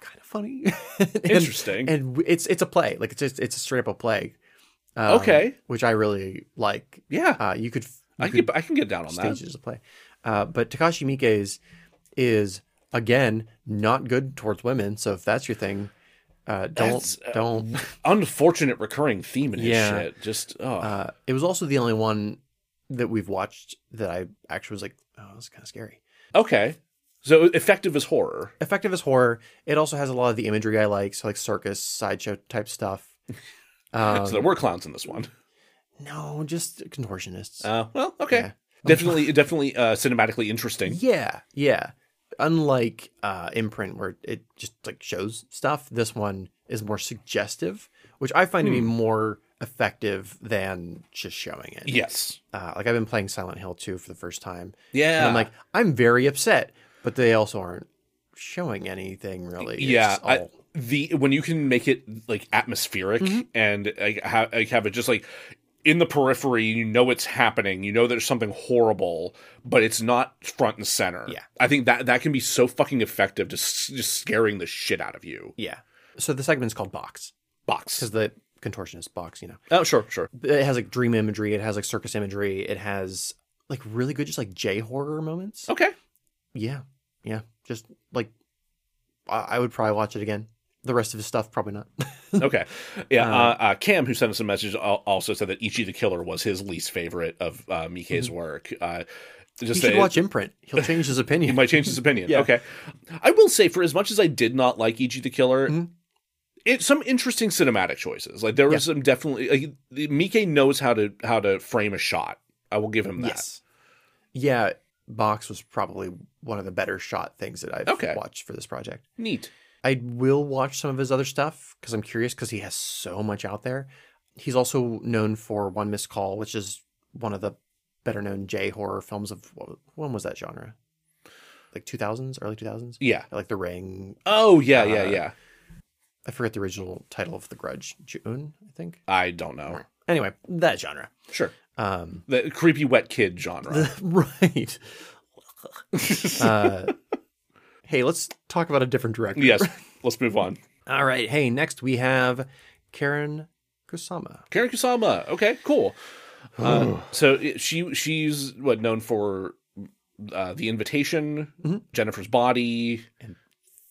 [SPEAKER 1] kind of funny. <laughs> And-
[SPEAKER 2] Interesting.
[SPEAKER 1] and w- it's it's a play like it's just it's a straight up a play um,
[SPEAKER 2] Okay.
[SPEAKER 1] which i really like
[SPEAKER 2] yeah.
[SPEAKER 1] uh you could f- you
[SPEAKER 2] I can get, I can get down on that.
[SPEAKER 1] stage it as a play uh but takashi miike's is again not good towards women so if that's your thing uh don't
[SPEAKER 2] That's, uh,
[SPEAKER 1] don't
[SPEAKER 2] unfortunate recurring theme in his
[SPEAKER 1] Yeah.
[SPEAKER 2] shit. Just oh,
[SPEAKER 1] uh it was also the only one that we've watched that i actually was like oh that's kind of scary
[SPEAKER 2] okay. So effective as horror.
[SPEAKER 1] effective as horror. It also has a lot of the imagery I like, so like circus, sideshow type
[SPEAKER 2] <laughs>
[SPEAKER 1] stuff. Um,
[SPEAKER 2] so there were clowns in
[SPEAKER 1] <laughs>
[SPEAKER 2] this one.
[SPEAKER 1] no, just contortionists.
[SPEAKER 2] Uh, well, okay.
[SPEAKER 1] Yeah. <laughs>
[SPEAKER 2] Definitely, definitely uh, cinematically interesting.
[SPEAKER 1] yeah, yeah. Unlike uh, imprint, where it just like shows stuff, this one is more suggestive, which I find
[SPEAKER 2] Hmm.
[SPEAKER 1] to be more effective than just showing it.
[SPEAKER 2] Yes.
[SPEAKER 1] Uh, like I've been playing Silent Hill 2 for the first time,
[SPEAKER 2] Yeah.
[SPEAKER 1] And I'm like, I'm very upset, but they also aren't showing anything really. It's
[SPEAKER 2] yeah.
[SPEAKER 1] just
[SPEAKER 2] I,
[SPEAKER 1] all- Mm-hmm.
[SPEAKER 2] the when you can make it like atmospheric and like, ha- like have it just like in the periphery, you know it's happening. You know there's something horrible, but it's not front and center.
[SPEAKER 1] Yeah.
[SPEAKER 2] I think that that can be so fucking effective, just just scaring the shit out of you.
[SPEAKER 1] yeah. So the segment's called Box
[SPEAKER 2] Box.
[SPEAKER 1] because the contortionist box, you know,
[SPEAKER 2] Oh, sure, sure.
[SPEAKER 1] it has like dream imagery, it has like circus imagery, it has like really good just like J horror moments.
[SPEAKER 2] Okay.
[SPEAKER 1] Yeah, yeah, just like I, I would probably watch it again. The rest of his stuff probably not. <laughs>
[SPEAKER 2] okay. Yeah.
[SPEAKER 1] Uh,
[SPEAKER 2] Uh, uh, Cam, who sent us a message, al- also said that Ichi the Killer was his least favorite of uh, Mike's work. Uh,
[SPEAKER 1] Mm-hmm. You
[SPEAKER 2] just
[SPEAKER 1] should
[SPEAKER 2] that
[SPEAKER 1] watch Imprint. He'll change
[SPEAKER 2] <laughs>
[SPEAKER 1] his
[SPEAKER 2] He
[SPEAKER 1] opinion.
[SPEAKER 2] might change his
[SPEAKER 1] <laughs>
[SPEAKER 2] opinion.
[SPEAKER 1] Yeah.
[SPEAKER 2] Okay. I will say, for as much as I did not like Ichi the Killer,
[SPEAKER 1] Mhm.
[SPEAKER 2] it some interesting cinematic choices. Like there was some definitely like the- Mike knows how to how to frame a shot. I will give him that.
[SPEAKER 1] Yes. Yeah, Box was probably one of the better shot things that I've
[SPEAKER 2] Okay.
[SPEAKER 1] watched for this project.
[SPEAKER 2] Neat.
[SPEAKER 1] I will watch some of his other stuff because I'm curious because he has so much out there. He's also known for One Missed Call, which is one of the better known J horror films of what, when was that genre? Like 2000s, early 2000s?
[SPEAKER 2] Yeah.
[SPEAKER 1] Like The Ring.
[SPEAKER 2] Oh yeah, yeah,
[SPEAKER 1] Uh,
[SPEAKER 2] yeah.
[SPEAKER 1] I forget the original title of The Grudge. June, I think.
[SPEAKER 2] I don't know.
[SPEAKER 1] Anyway, that genre.
[SPEAKER 2] Sure.
[SPEAKER 1] Um, <laughs>
[SPEAKER 2] The creepy wet kid genre.
[SPEAKER 1] right. Uh, hey, let's talk about a different director.
[SPEAKER 2] yes. Let's move on.
[SPEAKER 1] All right. Hey, next we have Karen Kusama.
[SPEAKER 2] Karen Kusama. Okay, cool. Uh, so it- she she's what known for uh, the Invitation,
[SPEAKER 1] Mm-hmm.
[SPEAKER 2] Jennifer's Body,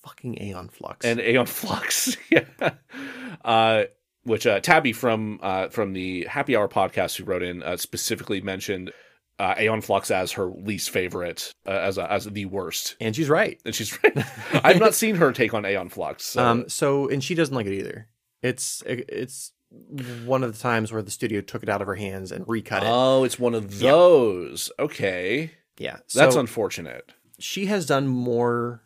[SPEAKER 1] Fucking Aeon Flux.
[SPEAKER 2] and Aeon <laughs> Flux. yeah. Uh, which uh, Tabby from uh, from the Happy Hour podcast who wrote in uh, specifically mentioned uh, Aeon Flux as her least favorite, uh, as a, as the worst.
[SPEAKER 1] And she's right.
[SPEAKER 2] And she's <laughs> right. I've not seen her take on Aeon Flux. So.
[SPEAKER 1] Um, so and she doesn't like it either. It's it's one of the times where the studio took it out of her hands and recut it.
[SPEAKER 2] oh, it's one of those. Okay,
[SPEAKER 1] yeah,
[SPEAKER 2] that's
[SPEAKER 1] so
[SPEAKER 2] unfortunate.
[SPEAKER 1] she has done more.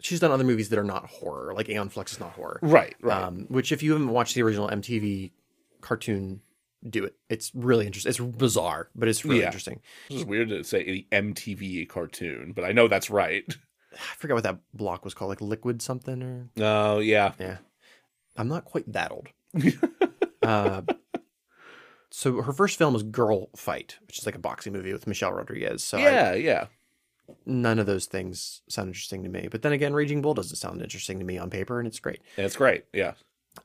[SPEAKER 1] She's done other movies that are not horror, like Aeon Flux is not horror.
[SPEAKER 2] Right, right.
[SPEAKER 1] Um, which if you haven't watched the original MTV cartoon, do it. It's really interesting. It's bizarre, but it's really
[SPEAKER 2] Yeah.
[SPEAKER 1] interesting.
[SPEAKER 2] This is weird to say the MTV cartoon, but I know
[SPEAKER 1] <laughs>
[SPEAKER 2] that's right.
[SPEAKER 1] I forgot what that block was called, like Liquid something or
[SPEAKER 2] Oh yeah,
[SPEAKER 1] I'm not quite that
[SPEAKER 2] <laughs>
[SPEAKER 1] old. uh, so her first film was Girl Fight, which is like a boxing movie with Michelle Rodriguez. So I-
[SPEAKER 2] yeah, yeah.
[SPEAKER 1] none of those things sound interesting to me. But then again, Raging Bull doesn't sound interesting to me on paper, and it's great.
[SPEAKER 2] That's great. Yeah,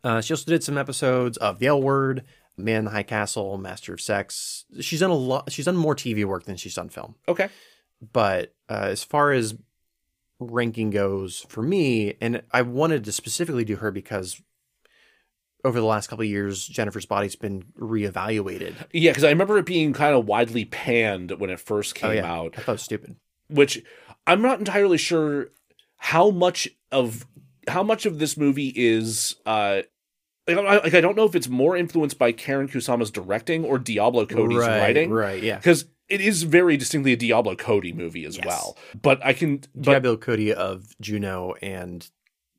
[SPEAKER 1] Uh, she also did some episodes of The L Word, Man in the High Castle, Master of Sex. She's done a lot. She's done more TV work than she's done film.
[SPEAKER 2] okay.
[SPEAKER 1] But uh, as far as ranking goes for me, and I wanted to specifically do her because over the last couple of years, Jennifer's body's been reevaluated.
[SPEAKER 2] Yeah, because I remember it being kind of widely panned when it first came
[SPEAKER 1] Oh, yeah.
[SPEAKER 2] out,
[SPEAKER 1] I thought it was stupid.
[SPEAKER 2] which I'm not entirely sure how much of how much of this movie is. uh like, I, like I don't know if it's more influenced by Karen Kusama's directing or Diablo Cody's writing,
[SPEAKER 1] right? Yeah.
[SPEAKER 2] because it is very distinctly a Diablo Cody movie as
[SPEAKER 1] Yes.
[SPEAKER 2] well. But I can, but
[SPEAKER 1] Diablo Cody of Juno and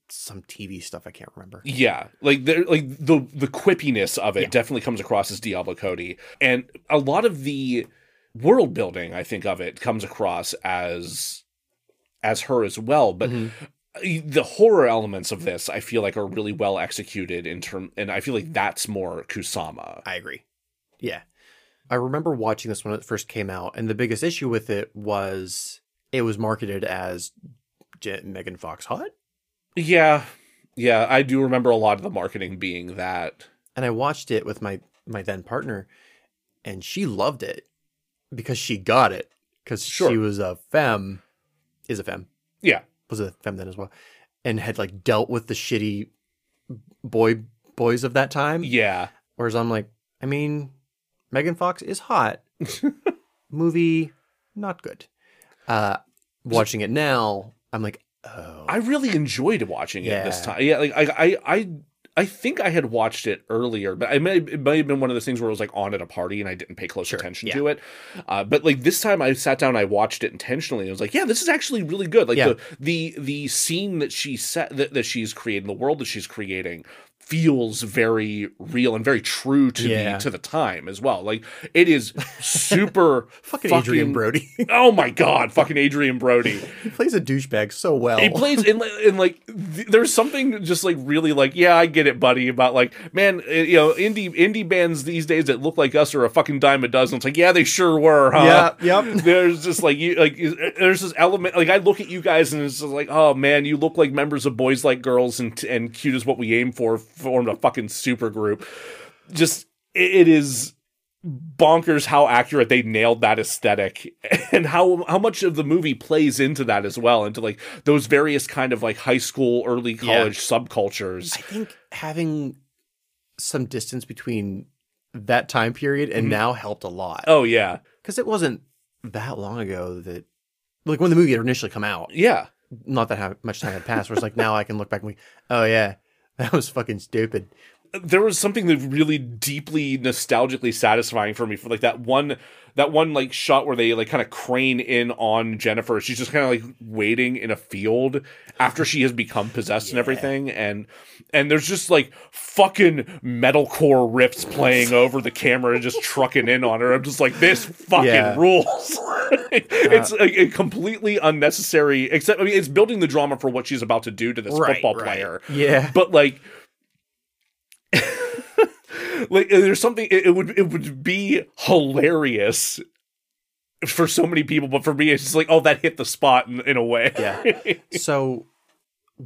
[SPEAKER 1] some TV stuff I can't remember.
[SPEAKER 2] Yeah, like there, like the the quippiness of it
[SPEAKER 1] Yeah.
[SPEAKER 2] definitely comes across as Diablo Cody, and a lot of the world building I think of it comes across as as her as well. But
[SPEAKER 1] Mhm.
[SPEAKER 2] the horror elements of this, I feel like, are really well executed in term, and I feel like that's more Kusama.
[SPEAKER 1] I agree. Yeah. I remember watching this when it first came out, and the biggest issue with it was it was marketed as Je- Megan Fox hot.
[SPEAKER 2] Yeah, yeah, I do remember a lot of the marketing being that.
[SPEAKER 1] And I watched it with my my then partner, and she loved it because she got it because she
[SPEAKER 2] Sure.
[SPEAKER 1] was a femme, is a femme,
[SPEAKER 2] Yeah,
[SPEAKER 1] was a femme then as well, and had like dealt with the shitty boy boys of that time.
[SPEAKER 2] yeah,
[SPEAKER 1] Whereas I'm like, I mean, Megan Fox is hot. Movie, not good. Uh, watching it now, I'm like, oh,
[SPEAKER 2] I really enjoyed watching it this
[SPEAKER 1] Yeah.
[SPEAKER 2] time. Yeah, like I, I, I, I think I had watched it earlier, but I may it may have been one of those things where it was like on at a party and I didn't pay close attention
[SPEAKER 1] yeah.
[SPEAKER 2] to it. Uh, but like this time, I sat down, I watched it intentionally, and I was like, yeah, this is actually really good. Like
[SPEAKER 1] Yeah.
[SPEAKER 2] the the the scene that she set that, that she's creating, the world that she's creating feels very real and very true to
[SPEAKER 1] Yeah.
[SPEAKER 2] the to the time as well. Like
[SPEAKER 1] <laughs>
[SPEAKER 2] it is super
[SPEAKER 1] fucking, Adrian Brody. <laughs>
[SPEAKER 2] Oh my god, fucking Adrian Brody.
[SPEAKER 1] he plays a douchebag so well.
[SPEAKER 2] He plays in, li- in like th- there's something just like really like yeah I get it buddy about like man uh, you know indie indie bands these days that look like us are a fucking dime a dozen. It's like yeah they sure were. Huh?
[SPEAKER 1] Yeah, yep.
[SPEAKER 2] <laughs> There's just like you like is- eh, there's this element like I look at you guys and it's just like oh man you look like members of Boys Like Girls and and Cute is What We Aim For formed a fucking super group. Just it, it is bonkers how accurate they nailed that aesthetic <laughs> and how how much of the movie plays into that as well into like those various kind of like high school early college subcultures
[SPEAKER 1] I think having some distance between that time period and now helped a lot
[SPEAKER 2] oh yeah
[SPEAKER 1] because it wasn't that long ago that like when the movie had initially come out
[SPEAKER 2] yeah
[SPEAKER 1] not that how much time had passed where it's like now i can look back and be oh yeah <laughs> that was fucking stupid
[SPEAKER 2] there was something that really deeply nostalgically satisfying for me for like that one that one like shot where they like kind of crane in on Jennifer. She's just kind of like waiting in a field after she has become possessed and everything and and there's just like fucking metalcore riffs
[SPEAKER 1] <laughs>
[SPEAKER 2] playing over the camera and just trucking in on her. I'm just like this fucking
[SPEAKER 1] Yeah. Uh,
[SPEAKER 2] rules. <laughs> it's like, a completely unnecessary except I mean it's building the drama for what she's about to do to this
[SPEAKER 1] Right,
[SPEAKER 2] football
[SPEAKER 1] right.
[SPEAKER 2] player
[SPEAKER 1] yeah
[SPEAKER 2] but like <laughs> like uh, there's something it, it would it would be hilarious for so many people but for me it's just like oh that hit the spot in, in a way
[SPEAKER 1] Yeah. so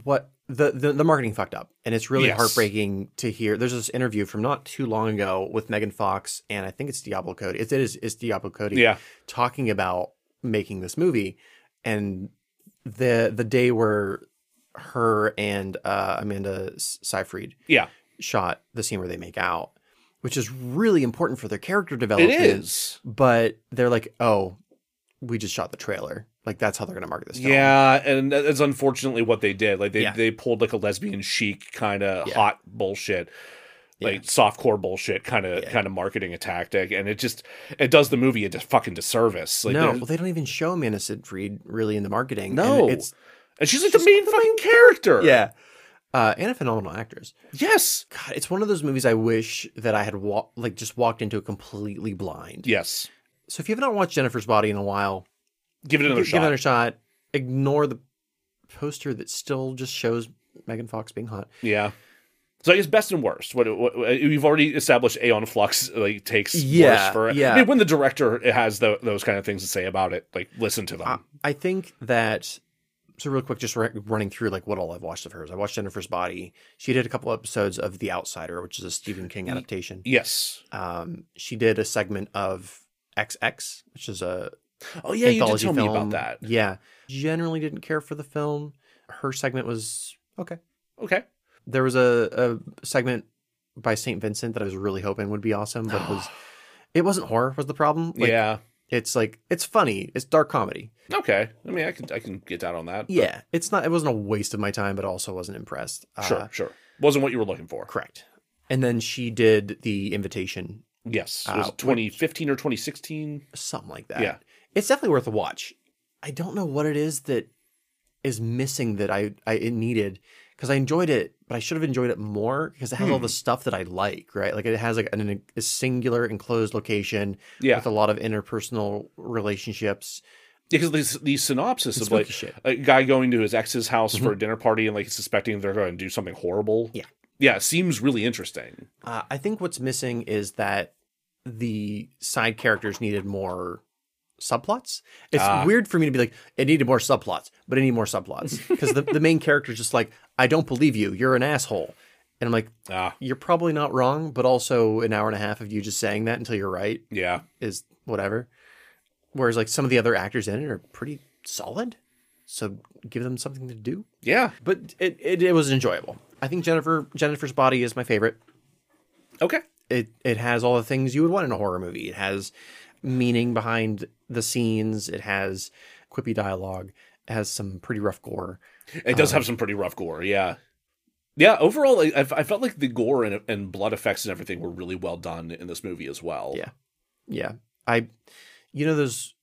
[SPEAKER 1] what the, the the marketing fucked up and it's really
[SPEAKER 2] Yes.
[SPEAKER 1] heartbreaking to hear there's this interview from not too long ago with megan fox and i think it's diablo cody it is it's diablo cody
[SPEAKER 2] Yeah.
[SPEAKER 1] talking about making this movie and the the day where her and uh, amanda S- seyfried
[SPEAKER 2] <laughs> yeah
[SPEAKER 1] shot the scene where they make out which is really important for their character
[SPEAKER 2] it
[SPEAKER 1] development
[SPEAKER 2] is
[SPEAKER 1] but they're like oh we just shot the trailer like that's how they're gonna market this film.
[SPEAKER 2] yeah and that- that's unfortunately what they did like they
[SPEAKER 1] Yeah.
[SPEAKER 2] they pulled like a lesbian chic kind of
[SPEAKER 1] Yeah.
[SPEAKER 2] hot bullshit like softcore bullshit kind of
[SPEAKER 1] Yeah.
[SPEAKER 2] kind of marketing a tactic and it just it does the movie a dis- fucking disservice like
[SPEAKER 1] no,
[SPEAKER 2] there's-
[SPEAKER 1] well, they don't even show Amanda Siegfried really in the marketing. and
[SPEAKER 2] No.
[SPEAKER 1] it's
[SPEAKER 2] and she's like the main fucking character
[SPEAKER 1] yeah, uh, and a phenomenal actress.
[SPEAKER 2] yes
[SPEAKER 1] God, it's one of those movies I wish that I had wa- like just walked into completely blind.
[SPEAKER 2] yes
[SPEAKER 1] So if you have not watched Jennifer's Body in a while,
[SPEAKER 2] give it another
[SPEAKER 1] give,
[SPEAKER 2] shot.
[SPEAKER 1] give it a shot. Ignore the poster that still just shows Megan Fox being hot.
[SPEAKER 2] yeah. So I guess best and worst. What, what, what- you've already established, Aeon Flux like takes
[SPEAKER 1] Yeah,
[SPEAKER 2] worst for it.
[SPEAKER 1] yeah.
[SPEAKER 2] I mean, when the director has tho- those kind of things to say about it, like listen to them.
[SPEAKER 1] I, I think that so real quick, just ru- running through like what all I've watched of hers. I watched Jennifer's Body. She did a couple episodes of The Outsider, which is a Stephen King adaptation.
[SPEAKER 2] yes.
[SPEAKER 1] um, she did a segment of XX, which is a
[SPEAKER 2] Oh yeah, you did
[SPEAKER 1] anthology
[SPEAKER 2] tell me
[SPEAKER 1] film.
[SPEAKER 2] about that.
[SPEAKER 1] Yeah, generally didn't care for the film. Her segment was okay.
[SPEAKER 2] Okay.
[SPEAKER 1] There was a, a segment by Saint Vincent that I was really hoping would be awesome, but it was
[SPEAKER 2] <gasps>
[SPEAKER 1] it wasn't horror was the problem. Like,
[SPEAKER 2] yeah.
[SPEAKER 1] it's like it's funny, it's dark comedy.
[SPEAKER 2] Okay. I mean, I can I can get down on that.
[SPEAKER 1] Yeah, it's not. It wasn't a waste of my time, but also wasn't impressed.
[SPEAKER 2] Sure.
[SPEAKER 1] Uh,
[SPEAKER 2] sure. Wasn't what you were looking for.
[SPEAKER 1] correct. And then she did the invitation,
[SPEAKER 2] Yes.
[SPEAKER 1] Uh,
[SPEAKER 2] Was it
[SPEAKER 1] which-
[SPEAKER 2] 2015 or 2016?
[SPEAKER 1] something like that.
[SPEAKER 2] Yeah.
[SPEAKER 1] it's definitely worth a watch. I don't know what it is that is missing that I, I it needed because I enjoyed it, but I should have enjoyed it more because it has
[SPEAKER 2] Hmm.
[SPEAKER 1] all the stuff that I like, right? Like it has like an, a singular enclosed location
[SPEAKER 2] Yeah.
[SPEAKER 1] with a lot of interpersonal relationships.
[SPEAKER 2] because the, the synopsis
[SPEAKER 1] It's
[SPEAKER 2] of like
[SPEAKER 1] spooky shit. Mm-hmm.
[SPEAKER 2] a guy going to his ex's house for a dinner party and like suspecting they're going to do something horrible.
[SPEAKER 1] Yeah.
[SPEAKER 2] Yeah. it Seems really interesting.
[SPEAKER 1] Uh, I think what's missing is that the side characters needed more subplots. It's
[SPEAKER 2] Ah.
[SPEAKER 1] weird for me to be like, it needed more subplots, but it needed more subplots because the, the main character's just like, I don't believe you. You're an asshole. And I'm like,
[SPEAKER 2] Ah.
[SPEAKER 1] you're probably not wrong, but also an hour and a half of you just saying that until you're right
[SPEAKER 2] Yeah.
[SPEAKER 1] is whatever. Whereas like some of the other actors in it are pretty solid, so give them something to do.
[SPEAKER 2] Yeah.
[SPEAKER 1] But it it, it was enjoyable. I think Jennifer Jennifer's Body is my favorite.
[SPEAKER 2] Okay.
[SPEAKER 1] It it has all the things you would want in a horror movie. It has meaning behind the scenes. It has quippy dialogue. has some pretty rough gore.
[SPEAKER 2] It does
[SPEAKER 1] Uh-huh.
[SPEAKER 2] have some pretty rough gore, yeah. Yeah, overall, I, I I felt like the gore and, and blood effects and everything were really well done in this movie as well.
[SPEAKER 1] Yeah. Yeah. I, you know, those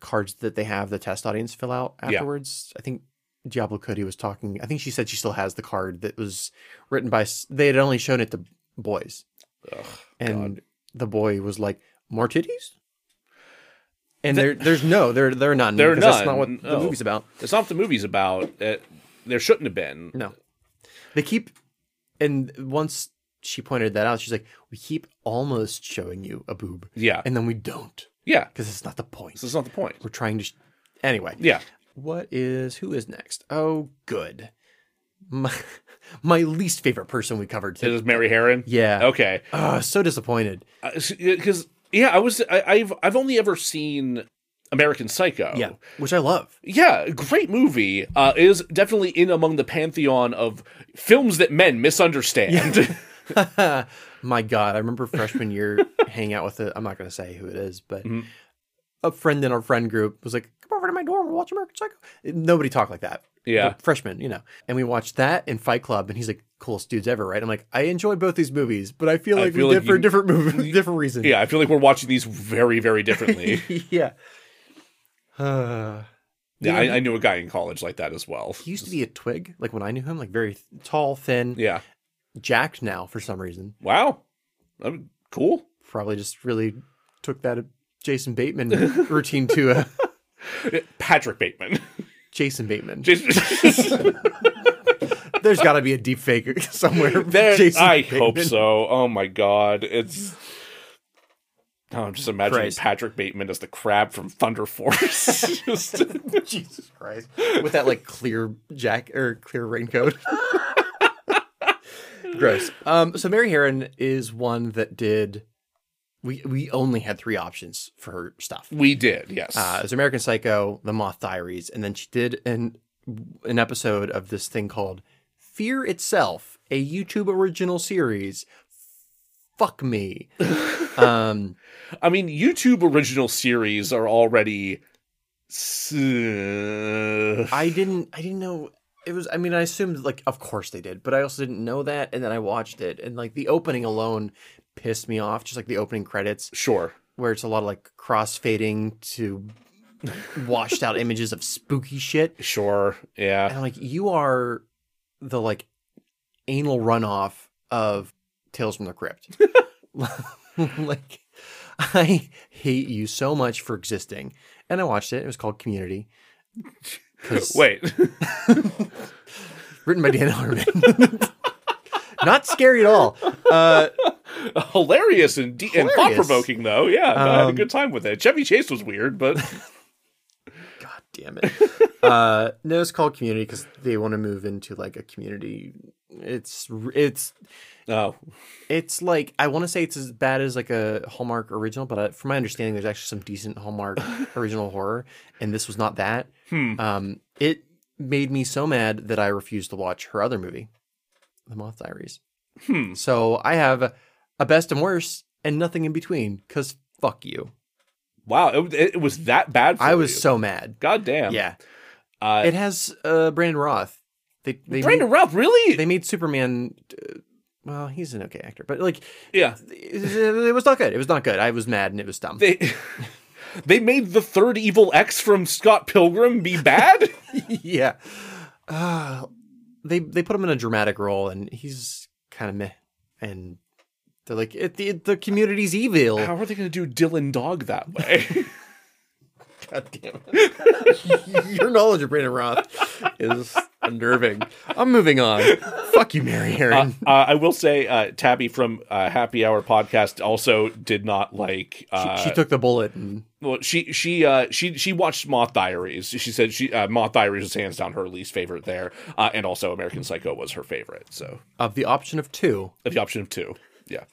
[SPEAKER 1] cards that they have the test audience fill out
[SPEAKER 2] Yeah.
[SPEAKER 1] afterwards. I think Diablo Cody was talking. I think she said she still has the card that was written by. s- They had only shown it to boys,
[SPEAKER 2] Ugh,
[SPEAKER 1] and the boy was like, "More titties." And there, there's no, there, there are none.
[SPEAKER 2] There are
[SPEAKER 1] because That's
[SPEAKER 2] none,
[SPEAKER 1] not what
[SPEAKER 2] no.
[SPEAKER 1] the movie's about.
[SPEAKER 2] It's not what the movie's about. It, there shouldn't have been.
[SPEAKER 1] No. They keep and once she pointed that out, she's like, We keep almost showing you a boob.
[SPEAKER 2] Yeah.
[SPEAKER 1] And then we don't.
[SPEAKER 2] Yeah.
[SPEAKER 1] Because it's not the point.
[SPEAKER 2] This is not the point.
[SPEAKER 1] We're trying to sh- anyway.
[SPEAKER 2] Yeah.
[SPEAKER 1] What is who is next? Oh good. My <laughs> my least favorite person we covered
[SPEAKER 2] It
[SPEAKER 1] today.
[SPEAKER 2] is Mary Heron.
[SPEAKER 1] Yeah.
[SPEAKER 2] Okay.
[SPEAKER 1] Ah, so disappointed.
[SPEAKER 2] Because yeah, I was I, I've I've only ever seen American Psycho.
[SPEAKER 1] Yeah. Which I love. <laughs>
[SPEAKER 2] Yeah, great movie. Uh, it is definitely in among the pantheon of films that men misunderstand.
[SPEAKER 1] My God, I remember freshman year hanging out with a, I'm not going to say who it is, but
[SPEAKER 2] Mm-hmm.
[SPEAKER 1] a friend in our friend group was like, come over to my dorm, we'll watch American Psycho. Nobody talked like that.
[SPEAKER 2] <laughs> Yeah.
[SPEAKER 1] We're Freshmen, you know. And we watched that and Fight Club, and he's like, coolest dudes ever, right? I'm like, I enjoy both these movies, but I feel like
[SPEAKER 2] feel
[SPEAKER 1] we
[SPEAKER 2] like
[SPEAKER 1] did for
[SPEAKER 2] you-
[SPEAKER 1] different movies, <laughs> different reasons.
[SPEAKER 2] yeah, I feel like we're watching these very
[SPEAKER 1] <laughs>
[SPEAKER 2] very differently.
[SPEAKER 1] yeah. <sighs> Uh,
[SPEAKER 2] yeah, I, I knew a guy in college like that as well.
[SPEAKER 1] he used to be a twig, like when I knew him, like very th- tall, thin,
[SPEAKER 2] Yeah.
[SPEAKER 1] jacked now for some reason.
[SPEAKER 2] Wow. Um, cool.
[SPEAKER 1] Probably just really took that uh, Jason
[SPEAKER 2] <laughs>
[SPEAKER 1] Bateman routine to a
[SPEAKER 2] Patrick Bateman. <laughs>
[SPEAKER 1] Jason Bateman. <laughs>
[SPEAKER 2] Jason-
[SPEAKER 1] There's got to be a deep fake <laughs> somewhere.
[SPEAKER 2] <laughs> There-
[SPEAKER 1] Jason
[SPEAKER 2] I
[SPEAKER 1] Bateman.
[SPEAKER 2] hope so. Oh my god, it's. Oh, I'm just imagining
[SPEAKER 1] Christ.
[SPEAKER 2] Patrick Bateman as the crab from Thunder
[SPEAKER 1] <laughs>
[SPEAKER 2] Force. Just-
[SPEAKER 1] <laughs> Jesus Christ, with that like clear jack or clear raincoat. Gross. Um, so Mary Heron is one that did. We we only had three options for her stuff.
[SPEAKER 2] we did, yes.
[SPEAKER 1] Uh, it was American Psycho, The Moth Diaries, and then she did an an episode of this thing called Fear Itself, a YouTube original series. Fuck me. um,
[SPEAKER 2] I mean, YouTube original series are already. s-
[SPEAKER 1] I didn't I didn't know it was I mean I assumed like of course they did, but I also didn't know that and then I watched it and like the opening alone pissed me off, just like the opening credits
[SPEAKER 2] sure.
[SPEAKER 1] where it's a lot of like cross fading to washed
[SPEAKER 2] <laughs>
[SPEAKER 1] out images of spooky shit.
[SPEAKER 2] Sure.
[SPEAKER 1] And
[SPEAKER 2] Yeah.
[SPEAKER 1] I'm like, you are the like anal runoff of Tales from the Crypt.
[SPEAKER 2] <laughs>
[SPEAKER 1] <laughs> like I hate you so much for existing. And I watched it. It was called
[SPEAKER 2] <laughs>
[SPEAKER 1] Community. 'Cause-
[SPEAKER 2] Wait.
[SPEAKER 1] written by
[SPEAKER 2] <laughs>
[SPEAKER 1] Dan Harmon. <laughs> Not scary at all. Uh,
[SPEAKER 2] Hilarious and, de- and
[SPEAKER 1] Hilarious.
[SPEAKER 2] thought provoking, though. Yeah. no, I had a
[SPEAKER 1] Um,
[SPEAKER 2] good time with it. Chevy Chase was weird,
[SPEAKER 1] <laughs>
[SPEAKER 2] but.
[SPEAKER 1] God damn it. Uh, no, it's called Community because they want to move into like a community. It's it's
[SPEAKER 2] Oh.
[SPEAKER 1] it's like I want to say it's as bad as like a Hallmark original, but uh, from my understanding, there's actually some decent Hallmark original horror, and this was not that.
[SPEAKER 2] Hmm.
[SPEAKER 1] Um, it made me so mad that I refused to watch her other movie, The Moth Diaries.
[SPEAKER 2] Hmm.
[SPEAKER 1] So I have a best and worst and nothing in between because fuck you.
[SPEAKER 2] Wow. It, it was that bad for
[SPEAKER 1] I was
[SPEAKER 2] you.
[SPEAKER 1] so mad.
[SPEAKER 2] God damn.
[SPEAKER 1] Yeah,
[SPEAKER 2] Uh,
[SPEAKER 1] it has uh, Brandon Roth. They they
[SPEAKER 2] Brandon
[SPEAKER 1] made,
[SPEAKER 2] Routh, really?
[SPEAKER 1] they made Superman. Uh, well, he's an okay actor, but like
[SPEAKER 2] yeah.
[SPEAKER 1] it, it was not good. It was not good. I was mad and it was dumb. <laughs>
[SPEAKER 2] They <laughs> they made the third evil X from Scott Pilgrim be bad?
[SPEAKER 1] <laughs> yeah, uh, they they put him in a dramatic role and he's kind of meh. And they're like, it, the the community's evil.
[SPEAKER 2] How are they going to do Dylan Dog that way?
[SPEAKER 1] <laughs> God damn it! <laughs> Your knowledge of Brandon Roth is unnerving. I'm moving on. Fuck you, Mary Heron.
[SPEAKER 2] uh, I will say, uh, Tabby from uh, Happy Hour podcast also did not like. Uh,
[SPEAKER 1] she took the bullet and
[SPEAKER 2] well, she she uh, she she watched Moth Diaries. She said she uh, Moth Diaries is hands down her least favorite there, uh, and also American Psycho was her favorite. So
[SPEAKER 1] of the option of two,
[SPEAKER 2] the option of two, yeah,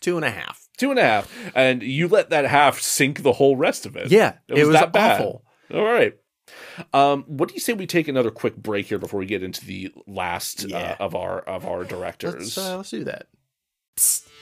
[SPEAKER 1] two and a half.
[SPEAKER 2] two and a half, and you let that half sink the whole rest of it.
[SPEAKER 1] Yeah, it was
[SPEAKER 2] that bad.
[SPEAKER 1] awful.
[SPEAKER 2] All right. Um, what do you say we take another quick break here before we get into the last
[SPEAKER 1] Yeah. uh,
[SPEAKER 2] uh, of our of our directors?
[SPEAKER 1] Let's, uh, let's do that.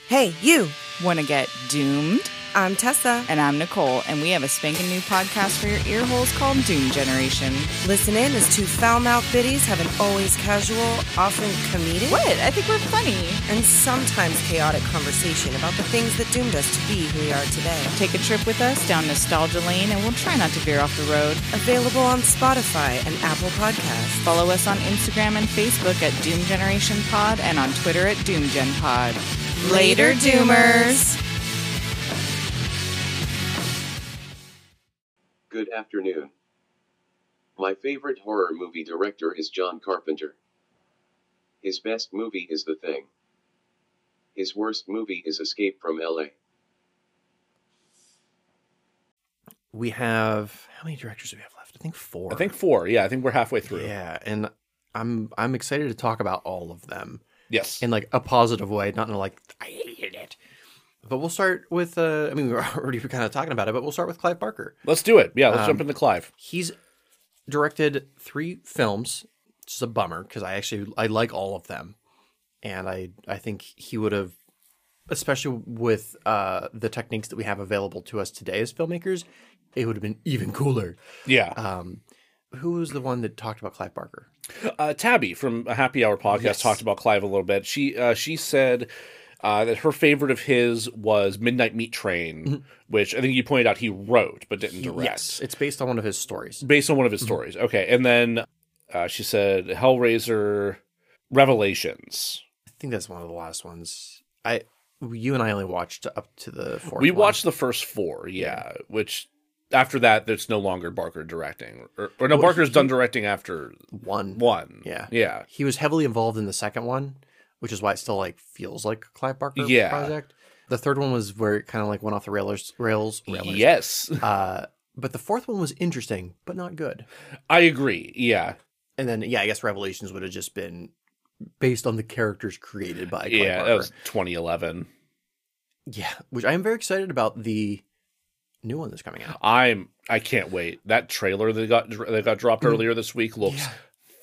[SPEAKER 3] Hey, you! Want to get doomed? I'm Tessa.
[SPEAKER 4] And I'm Nicole, and we have a spanking new podcast for your ear holes called Doom Generation.
[SPEAKER 3] Listen in as two foul mouthed biddies have an always casual, often comedic,
[SPEAKER 4] What? I think we're funny.
[SPEAKER 3] and sometimes chaotic conversation about the things that doomed us to be who we are today.
[SPEAKER 4] Take a trip with us down nostalgia lane, and we'll try not to veer off the road.
[SPEAKER 3] Available on Spotify and Apple Podcasts.
[SPEAKER 4] Follow us on Instagram and Facebook at Doom Generation Pod and on Twitter at Doom Gen Pod. Later, Doomers!
[SPEAKER 5] Good afternoon. My favorite horror movie director is John Carpenter. His best movie is The Thing. His worst movie is Escape from LA.
[SPEAKER 1] We have how many directors do we have left? I think four.
[SPEAKER 2] I think four. Yeah, I think we're halfway through.
[SPEAKER 1] Yeah, and I'm I'm excited to talk about all of them
[SPEAKER 2] Yes.
[SPEAKER 1] in like a positive way, not in a, like I hated it. But we'll start with uh, I mean <laughs> we were already kind of talking about it, but we'll start with Clive Barker.
[SPEAKER 2] Let's do it.
[SPEAKER 1] Um,
[SPEAKER 2] Yeah, let's jump into Clive.
[SPEAKER 1] He's directed three films, which is a bummer because I actually I like all of them, and I I think he would have, especially with uh, the techniques that we have available to us today as filmmakers, it would have been even cooler.
[SPEAKER 2] Yeah.
[SPEAKER 1] Who was the one that talked about Clive Barker?
[SPEAKER 2] uh, Tabby from a Happy Hour podcast talked about Clive a little bit. She uh, she said uh, that her favorite of his was Midnight Meat Train, which I think you pointed out he wrote but didn't direct.
[SPEAKER 1] Mm-hmm. Yes, Mm-hmm. it's based on one of his stories.
[SPEAKER 2] based on one of his stories. Okay, and then uh, she said Hellraiser Revelations.
[SPEAKER 1] I think that's one of the last ones. I you and I only watched up to the fourth.
[SPEAKER 2] we
[SPEAKER 1] one.
[SPEAKER 2] watched the first four, yeah, which. After that, that's no longer Barker directing, or, or no, Barker's done directing after
[SPEAKER 1] one.
[SPEAKER 2] one.
[SPEAKER 1] Yeah.
[SPEAKER 2] yeah.
[SPEAKER 1] He was heavily involved in the second one, which is why it still like feels like a Clive Barker
[SPEAKER 2] Yeah.
[SPEAKER 1] project. The third one was where it kind of like went off the railers, rails, railers.
[SPEAKER 2] Yes, <laughs>
[SPEAKER 1] Uh, but the fourth one was interesting, but not good.
[SPEAKER 2] I agree. Yeah,
[SPEAKER 1] And then yeah, I guess Revelations would have just been based on the characters created by Clive
[SPEAKER 2] yeah,
[SPEAKER 1] Barker.
[SPEAKER 2] that was 2011.
[SPEAKER 1] Yeah, which I am very excited about the new one that's coming out.
[SPEAKER 2] I'm I can't wait. That trailer that got that got dropped
[SPEAKER 1] Mm.
[SPEAKER 2] earlier this week looks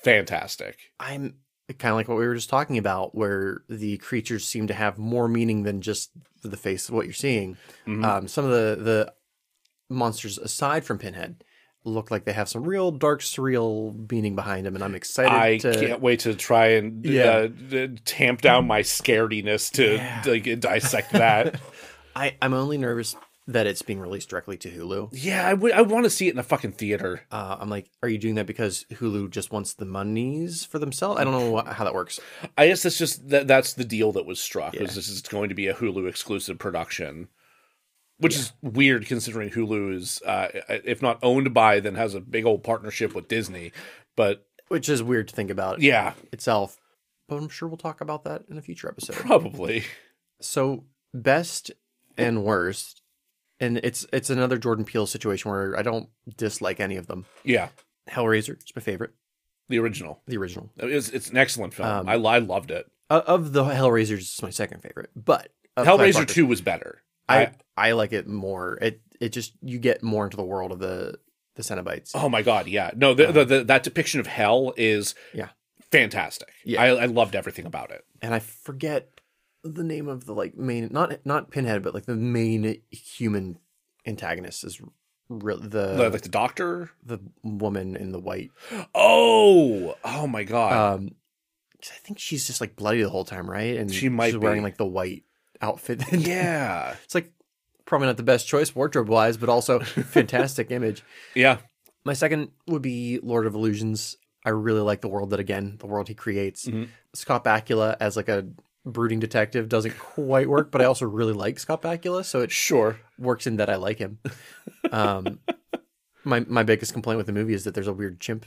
[SPEAKER 2] fantastic.
[SPEAKER 1] I'm kind of like what we were just talking about, where the creatures seem to have more meaning than just the face of what you're seeing.
[SPEAKER 2] Mm-hmm.
[SPEAKER 1] Um, some of the the monsters aside from Pinhead look like they have some real dark, surreal meaning behind them, and I'm excited.
[SPEAKER 2] I
[SPEAKER 1] to,
[SPEAKER 2] can't wait to try and
[SPEAKER 1] Yeah.
[SPEAKER 2] uh, d- tamp down my scarediness to like, uh,
[SPEAKER 1] <laughs>
[SPEAKER 2] dissect that.
[SPEAKER 1] I I'm only nervous that it's being released directly to Hulu.
[SPEAKER 2] yeah, I would. I want to see it in a fucking theater.
[SPEAKER 1] Uh, I'm like, are you doing that because Hulu just wants the monies for themselves? I don't know wha- how that works.
[SPEAKER 2] I guess that's just that, that's the deal that was struck. Is this is going to be a Hulu exclusive production, which is weird considering Hulu is, uh, if not owned by, then has a big old partnership with Disney. But
[SPEAKER 1] Which is weird to think about
[SPEAKER 2] yeah,
[SPEAKER 1] itself. But I'm sure we'll talk about that in a future episode.
[SPEAKER 2] probably.
[SPEAKER 1] So best and worst, and it's it's another Jordan Peele situation where I don't dislike any of them.
[SPEAKER 2] Yeah,
[SPEAKER 1] Hellraiser is my favorite,
[SPEAKER 2] the original.
[SPEAKER 1] the original.
[SPEAKER 2] It's it's an excellent film.
[SPEAKER 1] Um,
[SPEAKER 2] I, I loved it.
[SPEAKER 1] Uh, of the Hellraisers, it's my second favorite, but of Clive
[SPEAKER 2] Hellraiser
[SPEAKER 1] Barker,
[SPEAKER 2] Two was better.
[SPEAKER 1] I I like it more. It it just you get more into the world of the the Cenobites.
[SPEAKER 2] oh my god, yeah. No, the, the, the, that depiction of hell is
[SPEAKER 1] Uh, Yeah,
[SPEAKER 2] fantastic.
[SPEAKER 1] Yeah.
[SPEAKER 2] I, I loved everything about it.
[SPEAKER 1] and I forget the name of the like main not not Pinhead, but like the main human antagonist is re-
[SPEAKER 2] The-
[SPEAKER 1] the
[SPEAKER 2] like the doctor.
[SPEAKER 1] the woman in the white
[SPEAKER 2] Oh, oh my god.
[SPEAKER 1] Um, 'cause I think she's just like bloody the whole time, right? And
[SPEAKER 2] She might
[SPEAKER 1] she's wearing
[SPEAKER 2] be.
[SPEAKER 1] like the white
[SPEAKER 2] <laughs>
[SPEAKER 1] outfit. <laughs>
[SPEAKER 2] yeah,
[SPEAKER 1] it's like probably not the best choice wardrobe wise, but
[SPEAKER 2] <laughs>
[SPEAKER 1] also fantastic image.
[SPEAKER 2] yeah.
[SPEAKER 1] My second would be Lord of Illusions. I really like the world that again, the world he creates.
[SPEAKER 2] Mm-hmm.
[SPEAKER 1] Scott Bakula as like a brooding detective doesn't quite work, but I also really like Scott Bakula, so it
[SPEAKER 2] Sure.
[SPEAKER 1] works in that I like him.
[SPEAKER 2] <laughs>
[SPEAKER 1] Um, my my biggest complaint with the movie is that there's a weird chimp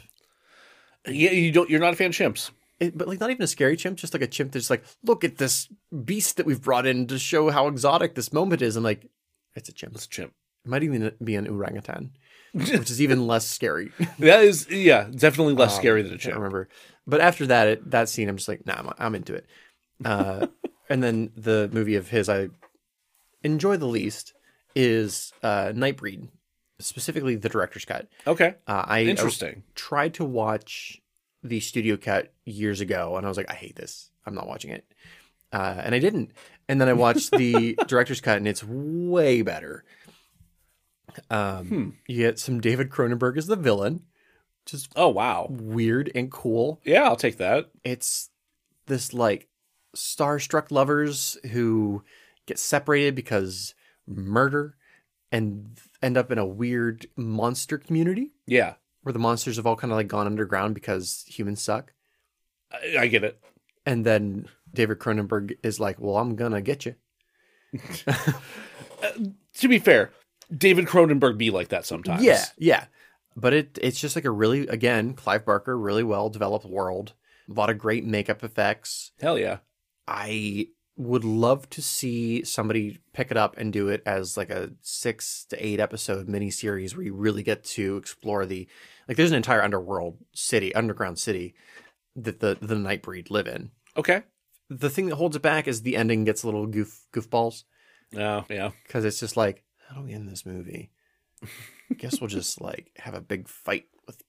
[SPEAKER 2] Yeah, you don't. You're not a fan of chimps.
[SPEAKER 1] it, but like not even a scary chimp, just like a chimp that's like, look at this beast that we've brought in to show how exotic this moment is. And like, it's a chimp. It
[SPEAKER 2] It's a chimp.
[SPEAKER 1] might even be an orangutan, which is even less scary. <laughs>
[SPEAKER 2] That is, yeah, definitely
[SPEAKER 1] Um,
[SPEAKER 2] less scary than a
[SPEAKER 1] I
[SPEAKER 2] chimp.
[SPEAKER 1] remember. But after that, it, that scene, I'm just like, nah, I'm, I'm into it. Uh, and then the movie of his I enjoy the least is uh, Nightbreed, specifically the director's cut.
[SPEAKER 2] Okay,
[SPEAKER 1] Uh, I
[SPEAKER 2] Interesting.
[SPEAKER 1] I tried to watch the studio cut years ago, and I was like, I hate this. I'm not watching it. uh, and I didn't. And then I watched the director's cut, and it's way better. Um, You get some David Cronenberg as the villain, just
[SPEAKER 2] Oh wow.
[SPEAKER 1] weird and cool.
[SPEAKER 2] Yeah, I'll take that.
[SPEAKER 1] It's this like starstruck lovers who get separated because murder and end up in a weird monster community
[SPEAKER 2] Yeah,
[SPEAKER 1] where the monsters have all kind of like gone underground because humans suck.
[SPEAKER 2] I, I get it.
[SPEAKER 1] And then David Cronenberg is like, "Well, I'm gonna get you."
[SPEAKER 2] To be fair, David Cronenberg be like that sometimes.
[SPEAKER 1] Yeah, yeah. But it it's just like a really again Clive Barker really well developed world. A lot of great makeup effects.
[SPEAKER 2] Hell yeah.
[SPEAKER 1] I would love to see somebody pick it up and do it as like a six to eight episode miniseries where you really get to explore the like. There's an entire underworld city, underground city that the the Nightbreed live in.
[SPEAKER 2] Okay.
[SPEAKER 1] The thing that holds it back is the ending gets a little goof goofballs
[SPEAKER 2] Oh yeah.
[SPEAKER 1] because it's just like how do we end this movie guess we'll just like have a big fight with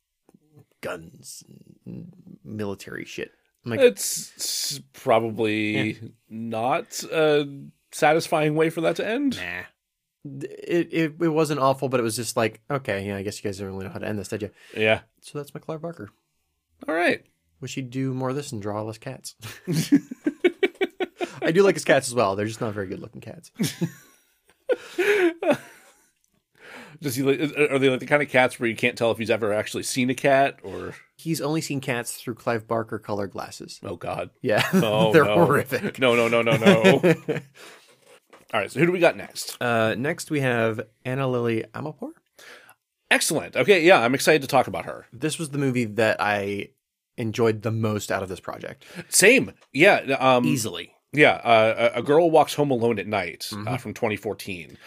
[SPEAKER 1] guns and military shit i'm like
[SPEAKER 2] It's s- probably not a satisfying way for that to end.
[SPEAKER 1] nah it, it, it wasn't awful but it was just like okay yeah i guess you guys didn't really know how to end this did you
[SPEAKER 2] Yeah.
[SPEAKER 1] so that's my clive barker
[SPEAKER 2] All right.
[SPEAKER 1] wish he'd do more of this and draw less
[SPEAKER 2] <laughs>
[SPEAKER 1] cats i do like his cats as well they're just not very good looking cats
[SPEAKER 2] Does he? li- Are they like the kind of cats where you can't tell if he's ever actually seen a cat or?
[SPEAKER 1] he's only seen cats through clive barker colored glasses
[SPEAKER 2] Oh God.
[SPEAKER 1] yeah
[SPEAKER 2] Oh,
[SPEAKER 1] <laughs> they're
[SPEAKER 2] no.
[SPEAKER 1] horrific
[SPEAKER 2] No, no, no,
[SPEAKER 1] <laughs>
[SPEAKER 2] no, no. All right. So who do we got next?
[SPEAKER 1] uh, next we have anna lily amapour
[SPEAKER 2] Excellent. Okay. Yeah, I'm excited to talk about her.
[SPEAKER 1] this was the movie that I enjoyed the most out of this project.
[SPEAKER 2] Same. Yeah. Um.
[SPEAKER 1] Easily.
[SPEAKER 2] Yeah, uh, a a girl walks home alone at night
[SPEAKER 1] Mm-hmm.
[SPEAKER 2] uh, from 2014.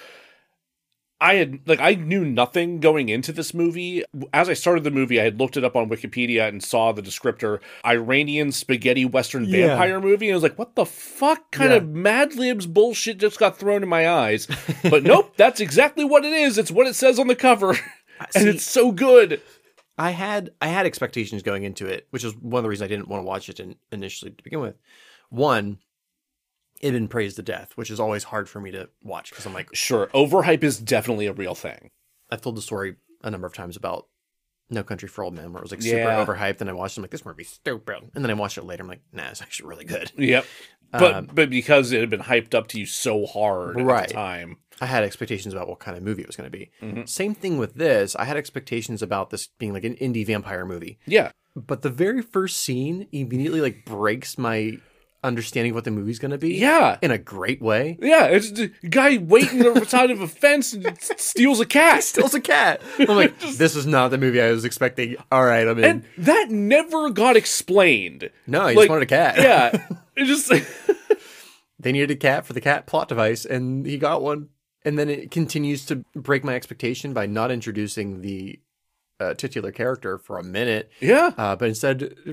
[SPEAKER 2] I had like I knew nothing going into this movie. As I started the movie, I had looked it up on Wikipedia and saw the descriptor Iranian spaghetti western
[SPEAKER 1] Yeah.
[SPEAKER 2] vampire movie. And I was like, "What the fuck kind
[SPEAKER 1] Yeah.
[SPEAKER 2] of Mad Libs bullshit just got thrown in my eyes?"
[SPEAKER 1] <laughs>
[SPEAKER 2] But nope, that's exactly what it is. It's what it says on the cover, <laughs> and
[SPEAKER 1] see-
[SPEAKER 2] it's so good.
[SPEAKER 1] I had I had expectations going into it, which is one of the reasons I didn't want to watch it in, initially to begin with. One, it had been praised to death, which is always hard for me to watch because I'm like
[SPEAKER 2] Sure, overhype is definitely a real thing.
[SPEAKER 1] I've told the story a number of times about No Country for Old Men, where it was like super
[SPEAKER 2] Yeah.
[SPEAKER 1] overhyped, and I watched it, I'm like this movie's stupid, and then I watched it later, I'm like nah, it's actually really good.
[SPEAKER 2] Yep. But but because it had been hyped up to you so hard at
[SPEAKER 1] Um, Right.
[SPEAKER 2] the time.
[SPEAKER 1] I had expectations about what kind of movie it was going to be.
[SPEAKER 2] Mm-hmm.
[SPEAKER 1] Same thing with this. I had expectations about this being like an indie vampire movie.
[SPEAKER 2] Yeah.
[SPEAKER 1] but the very first scene immediately like breaks my understanding of what the movie's gonna be.
[SPEAKER 2] Yeah.
[SPEAKER 1] in a great way.
[SPEAKER 2] Yeah. It's the guy waiting
[SPEAKER 1] <laughs>
[SPEAKER 2] on the side of a fence and s- steals a cat.
[SPEAKER 1] Steals a
[SPEAKER 2] <laughs>
[SPEAKER 1] cat. I'm like, this is not the movie I was expecting. All right, I'm in.
[SPEAKER 2] and that never
[SPEAKER 1] <laughs>
[SPEAKER 2] got explained.
[SPEAKER 1] no, he
[SPEAKER 2] Like,
[SPEAKER 1] just wanted a cat.
[SPEAKER 2] Yeah. It just <laughs>
[SPEAKER 1] they needed a cat for the cat plot device, and he got one. And then it continues to break my expectation by not introducing the uh, titular character for a minute,
[SPEAKER 2] Yeah.
[SPEAKER 1] uh, but instead uh,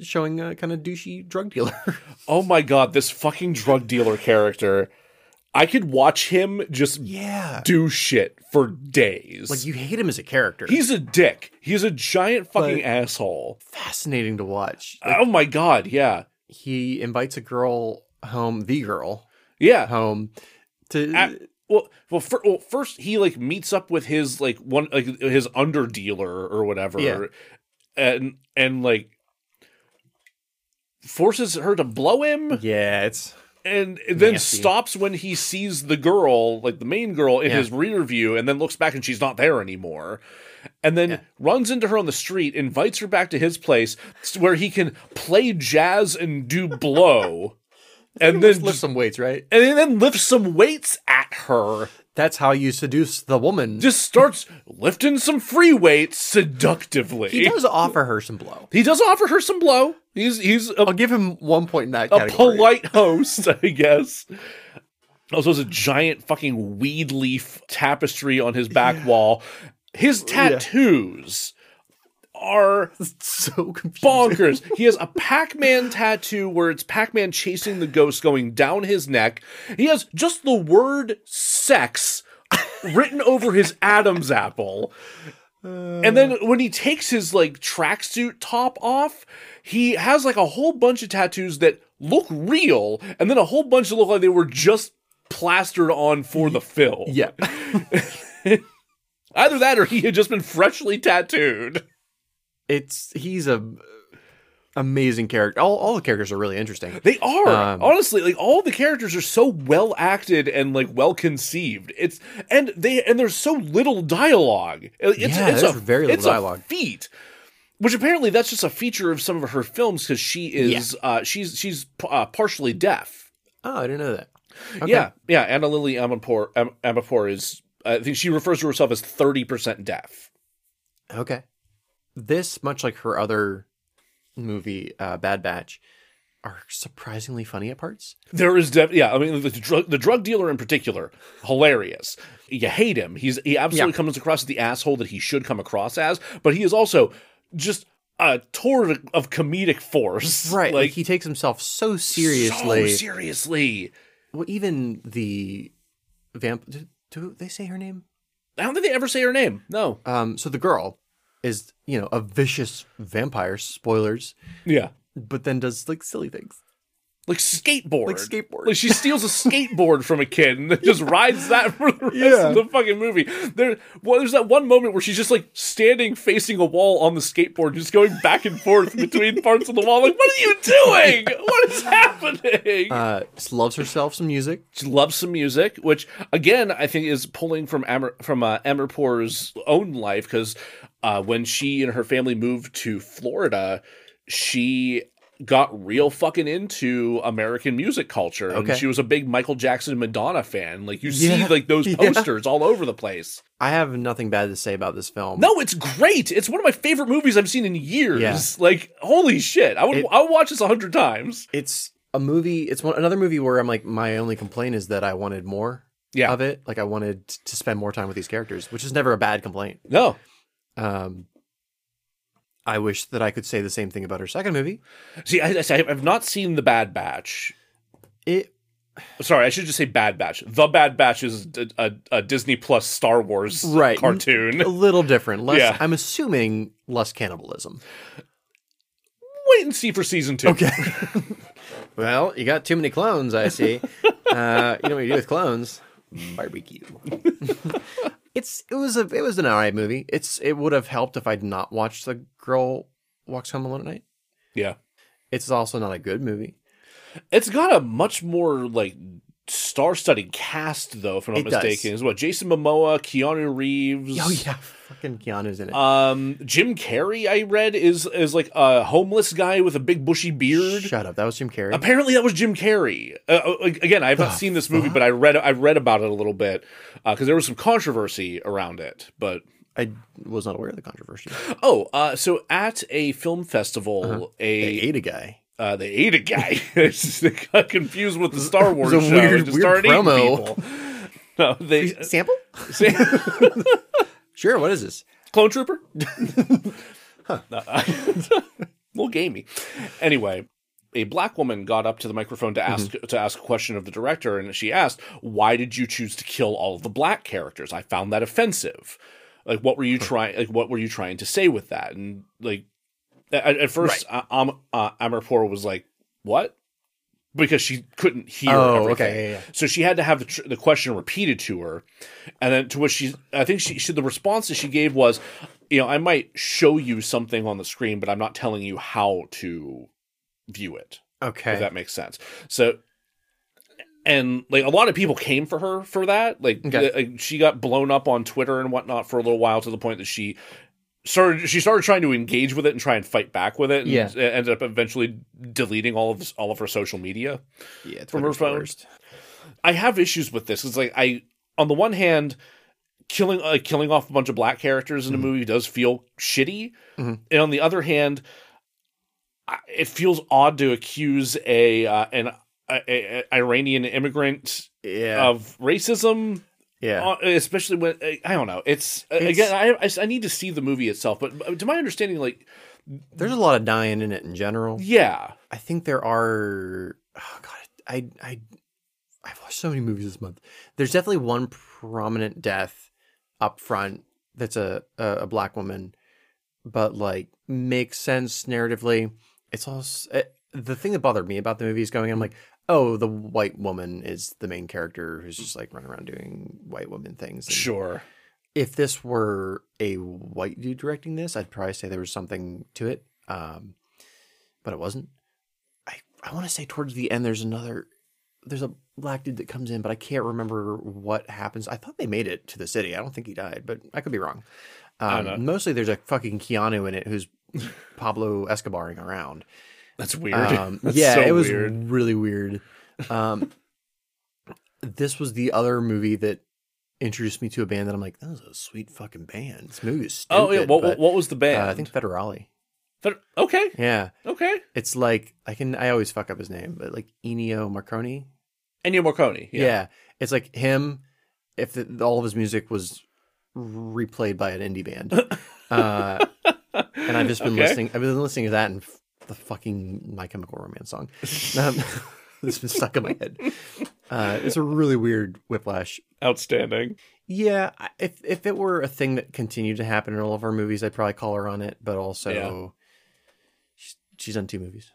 [SPEAKER 1] showing a kind of douchey drug dealer. <laughs>
[SPEAKER 2] Oh my god, this fucking drug dealer character. I could watch him just
[SPEAKER 1] yeah,
[SPEAKER 2] do shit for days.
[SPEAKER 1] like you hate him as a character.
[SPEAKER 2] He's a dick. He's a giant fucking
[SPEAKER 1] But-
[SPEAKER 2] asshole.
[SPEAKER 1] fascinating to watch.
[SPEAKER 2] Oh my god, yeah.
[SPEAKER 1] he invites a girl home, the girl
[SPEAKER 2] Yeah.
[SPEAKER 1] home, to
[SPEAKER 2] At- well, well, fir- well, first he like meets up with his like one like his under dealer or whatever,
[SPEAKER 1] Yeah.
[SPEAKER 2] and and like forces her to blow him,
[SPEAKER 1] yeah, it's
[SPEAKER 2] and then
[SPEAKER 1] Nasty.
[SPEAKER 2] stops when he sees the girl, like the main girl, in
[SPEAKER 1] Yeah.
[SPEAKER 2] his rear view, and then looks back and she's not there anymore, and then runs into her on the street, invites her back to his place s- where he can play jazz and do
[SPEAKER 1] <laughs>
[SPEAKER 2] blow, and then
[SPEAKER 1] lift some weights, right?
[SPEAKER 2] and then lifts some weights at her.
[SPEAKER 1] That's how you seduce the woman.
[SPEAKER 2] just starts lifting some free weights seductively.
[SPEAKER 1] he does offer her some blow.
[SPEAKER 2] He does offer her some blow. He's he's
[SPEAKER 1] I'll
[SPEAKER 2] a,
[SPEAKER 1] give him one point in that
[SPEAKER 2] a
[SPEAKER 1] category.
[SPEAKER 2] polite host, <laughs> I guess. Also, has a giant fucking weed leaf tapestry on his back wall. His tattoos are
[SPEAKER 1] so confusing.
[SPEAKER 2] bonkers. he has a Pac-Man tattoo where it's Pac-Man chasing the ghost going down his neck. He has just the word sex written over his Adam's apple. And then when he takes his like tracksuit top off, he has like a whole bunch of tattoos that look real, and then a whole bunch that look like they were just plastered on for the film.
[SPEAKER 1] Yeah.
[SPEAKER 2] Either that or he had just been freshly tattooed.
[SPEAKER 1] It's he's a amazing character. All all the characters are really interesting.
[SPEAKER 2] They are.
[SPEAKER 1] Um,
[SPEAKER 2] Honestly, like all the characters are so well acted and like well conceived. It's and they and there's so little dialogue. It's,
[SPEAKER 1] Yeah,
[SPEAKER 2] it's
[SPEAKER 1] there's
[SPEAKER 2] a,
[SPEAKER 1] very little
[SPEAKER 2] it's a
[SPEAKER 1] dialogue.
[SPEAKER 2] feat. Which apparently that's just a feature of some of her films because she is uh, she's she's uh, partially deaf.
[SPEAKER 1] Oh, I didn't know that.
[SPEAKER 2] Yeah, yeah. Anna Lily Amapour, Am- Amapour is I think she refers to herself as thirty percent deaf.
[SPEAKER 1] Okay. This, much like her other movie, uh, Bad Batch, are surprisingly funny at parts.
[SPEAKER 2] There is def- yeah. I mean, the drug the drug dealer in particular, hilarious. You hate him. He's he absolutely
[SPEAKER 1] Yeah.
[SPEAKER 2] comes across as the asshole that he should come across as, but he is also just a tour of- of comedic force.
[SPEAKER 1] Right. Like,
[SPEAKER 2] Like,
[SPEAKER 1] he takes himself so
[SPEAKER 2] seriously,
[SPEAKER 1] seriously.
[SPEAKER 2] so seriously.
[SPEAKER 1] well, even the vamp. Do, do they say her name?
[SPEAKER 2] I don't think they ever say her name. No.
[SPEAKER 1] Um, so the girl is, you know, a vicious vampire, spoilers,
[SPEAKER 2] Yeah.
[SPEAKER 1] but then does like silly things.
[SPEAKER 2] Like skateboard.
[SPEAKER 1] Like skateboard.
[SPEAKER 2] Like
[SPEAKER 1] <laughs>
[SPEAKER 2] she steals a skateboard from a kid and then just rides that for the rest of the fucking movie. There well, there's that one moment where she's just like standing facing a wall on the skateboard, just going back and forth <laughs> between parts of the wall. Like, what are you doing? What is happening?
[SPEAKER 1] Uh, just loves herself some music.
[SPEAKER 2] she loves some music, which again I think is pulling from Amr- from uh, Amirpour's own life because uh, when she and her family moved to Florida, she got real fucking into American music culture,
[SPEAKER 1] Okay.
[SPEAKER 2] and she was a big Michael Jackson, Madonna fan. Like you see
[SPEAKER 1] Yeah.
[SPEAKER 2] like
[SPEAKER 1] <laughs>
[SPEAKER 2] those
[SPEAKER 1] Yeah.
[SPEAKER 2] posters all over the place.
[SPEAKER 1] I have nothing bad to say about this film.
[SPEAKER 2] No, it's great. It's one of my favorite movies I've seen in years.
[SPEAKER 1] Yeah.
[SPEAKER 2] Like holy shit, I would
[SPEAKER 1] It-
[SPEAKER 2] I would watch this a hundred times.
[SPEAKER 1] It's a movie. It's one another movie where I'm like, my only complaint is that I wanted more.
[SPEAKER 2] Yeah,
[SPEAKER 1] of it. Like I wanted t- to spend more time with these characters, which is never a bad complaint.
[SPEAKER 2] no,
[SPEAKER 1] Um, I wish that I could say the same thing about her second movie.
[SPEAKER 2] see, I, I, I've not seen the Bad Batch.
[SPEAKER 1] It
[SPEAKER 2] Sorry, I should just say Bad Batch. The Bad Batch is a, a, a Disney Plus Star Wars
[SPEAKER 1] Right. uh, <laughs>
[SPEAKER 2] cartoon.
[SPEAKER 1] a little different. Less,
[SPEAKER 2] Yeah.
[SPEAKER 1] I'm assuming less cannibalism.
[SPEAKER 2] Wait and see for season two. Okay.
[SPEAKER 1] Well, you got too many clones, I <laughs> see. uh, you know what you do with clones? Barbecue. <laughs> it's it was a it was an alright movie. It's it would have helped if I'd not watched The Girl Walks Home Alone at Night.
[SPEAKER 2] Yeah,
[SPEAKER 1] It's also not a good movie.
[SPEAKER 2] it's got a much more like star-studded cast though, if I'm not
[SPEAKER 1] It does.
[SPEAKER 2] mistaken. Is what Jason Momoa, Keanu Reeves.
[SPEAKER 1] Oh yeah, fucking Keanu's in it.
[SPEAKER 2] Um, Jim Carrey, I read is is like a homeless guy with a big bushy beard.
[SPEAKER 1] Shut up. That was Jim Carrey.
[SPEAKER 2] Apparently that was Jim Carrey. Uh, uh, again, I've not seen this movie, but I read I read about it a little bit because there was some controversy around it. But
[SPEAKER 1] I was not aware of the controversy.
[SPEAKER 2] Oh, uh, so at a film festival,
[SPEAKER 1] Uh-huh. They
[SPEAKER 2] a
[SPEAKER 1] ate a guy.
[SPEAKER 2] uh, they ate a guy. <laughs> It's just- they got confused with the Star Wars
[SPEAKER 1] a
[SPEAKER 2] show.
[SPEAKER 1] weird-
[SPEAKER 2] and just
[SPEAKER 1] weird
[SPEAKER 2] started eating
[SPEAKER 1] promo. <laughs>
[SPEAKER 2] people. No, they uh,
[SPEAKER 1] Sample? Sure. What is this?
[SPEAKER 2] <laughs>
[SPEAKER 1] <laughs>
[SPEAKER 2] Clone Trooper. No, uh, <laughs> little gamey. Anyway, a black woman got up to the microphone to
[SPEAKER 1] Mm-hmm.
[SPEAKER 2] ask to ask a question of the director, and she asked, "Why did you choose to kill all of the black characters? I found that offensive. Like, what were
[SPEAKER 1] Hmm.
[SPEAKER 2] you trying? Like, what were you trying to say with that?" And like, at, at first, uh, Am- uh, Amarpour was like, "What?" Because she couldn't hear.
[SPEAKER 1] Oh,
[SPEAKER 2] everything.
[SPEAKER 1] okay, yeah, yeah.
[SPEAKER 2] So she had to have the, tr- the question repeated to her, and then to which she, I think she, she, the response that she gave was, you know, I might show you something on the screen, but I'm not telling you how to view it.
[SPEAKER 1] Okay.
[SPEAKER 2] If that makes sense. So, and like a lot of people came for her for that. Like,
[SPEAKER 1] Okay.
[SPEAKER 2] like, she got blown up on Twitter and whatnot for a little while to the point that she started she started trying to engage with it and try and fight back with it and
[SPEAKER 1] Yeah.
[SPEAKER 2] ended up eventually deleting all of all of her social media
[SPEAKER 1] yeah,
[SPEAKER 2] from her
[SPEAKER 1] Twitter's the
[SPEAKER 2] phone.
[SPEAKER 1] worst.
[SPEAKER 2] I have issues with this. It's like I, on the one hand, killing uh, killing off a bunch of black characters
[SPEAKER 1] Mm-hmm.
[SPEAKER 2] in a movie does feel shitty,
[SPEAKER 1] Mhm.
[SPEAKER 2] and on the other hand, I, it feels odd to accuse a uh, an a, a- a Iranian immigrant
[SPEAKER 1] Yeah.
[SPEAKER 2] of racism,
[SPEAKER 1] yeah.
[SPEAKER 2] uh, especially when I don't know. It's, uh,
[SPEAKER 1] It's-
[SPEAKER 2] again, I, I s- I need to see the movie itself, but but to my understanding, like
[SPEAKER 1] There's a lot of dying in it in general.
[SPEAKER 2] yeah,
[SPEAKER 1] I think there are. Oh God, I I I've watched so many movies this month. There's definitely one prominent death up front that's a a, a black woman, but like makes sense narratively. It's all s- it, the thing that bothered me about the movie is going. I'm like, oh, the white woman is the main character who's just like running around doing white woman things. and-
[SPEAKER 2] Sure.
[SPEAKER 1] if this were a white dude directing this, I'd probably say there was something to it. Um, but it wasn't. I, I want to say towards the end, there's another, there's a black dude that comes in, but I can't remember what happens. I thought they made it to the city. I don't think he died, but I could be wrong.
[SPEAKER 2] I don't
[SPEAKER 1] Um, mostly there's a fucking Keanu in it who's Pablo Escobaring around.
[SPEAKER 2] That's weird.
[SPEAKER 1] Um,
[SPEAKER 2] <laughs> That's
[SPEAKER 1] yeah,
[SPEAKER 2] so
[SPEAKER 1] it was
[SPEAKER 2] weird.
[SPEAKER 1] really weird. Um, <laughs> this was the other movie that introduced me to a band that I'm like, that was a sweet fucking band. This movie is stupid.
[SPEAKER 2] Oh yeah,
[SPEAKER 1] but,
[SPEAKER 2] what, what, what was the band?
[SPEAKER 1] uh, I think Federale.
[SPEAKER 2] They're- okay,
[SPEAKER 1] Yeah,
[SPEAKER 2] okay.
[SPEAKER 1] it's like I can I always fuck up his name, but like Ennio Marconi.
[SPEAKER 2] Ennio Morricone.
[SPEAKER 1] Yeah, it's like him. If the, all of his music was replayed by an indie
[SPEAKER 2] <laughs>
[SPEAKER 1] band, uh, and I've just been
[SPEAKER 2] Okay.
[SPEAKER 1] listening. I've been listening to that and f- the fucking My Chemical Romance song. Um, <laughs> it's been stuck in my head. Uh, it's a really weird whiplash.
[SPEAKER 2] outstanding.
[SPEAKER 1] Yeah, I- if if it were a thing that continued to happen in all of our movies, I'd probably call her on it. But also,
[SPEAKER 2] Yeah.
[SPEAKER 1] she's, she's done two movies.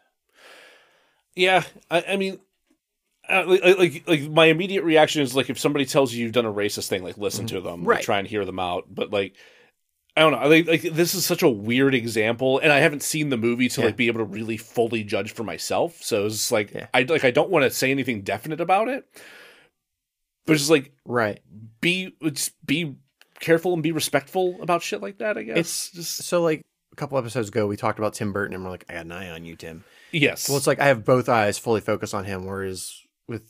[SPEAKER 2] Yeah, I, I mean, uh, li- li- like, like my immediate reaction is like if somebody tells you you've done a racist thing, like listen to them,
[SPEAKER 1] Mm-hmm. Right.
[SPEAKER 2] Like, try and hear them out. But like, I don't know, like, like this is such a weird example, and I haven't seen the movie to
[SPEAKER 1] Yeah.
[SPEAKER 2] like be able to really fully judge for myself. So it's just like
[SPEAKER 1] Yeah.
[SPEAKER 2] I like I don't want to say anything definite about it, but it's just like
[SPEAKER 1] Right.
[SPEAKER 2] be just be careful and be respectful about shit like that. I guess
[SPEAKER 1] It's-
[SPEAKER 2] just
[SPEAKER 1] So like a couple episodes ago, we talked about Tim Burton, and we're like, I got an eye on you, Tim.
[SPEAKER 2] yes,
[SPEAKER 1] Well, it's like I have both eyes fully focused on him, whereas with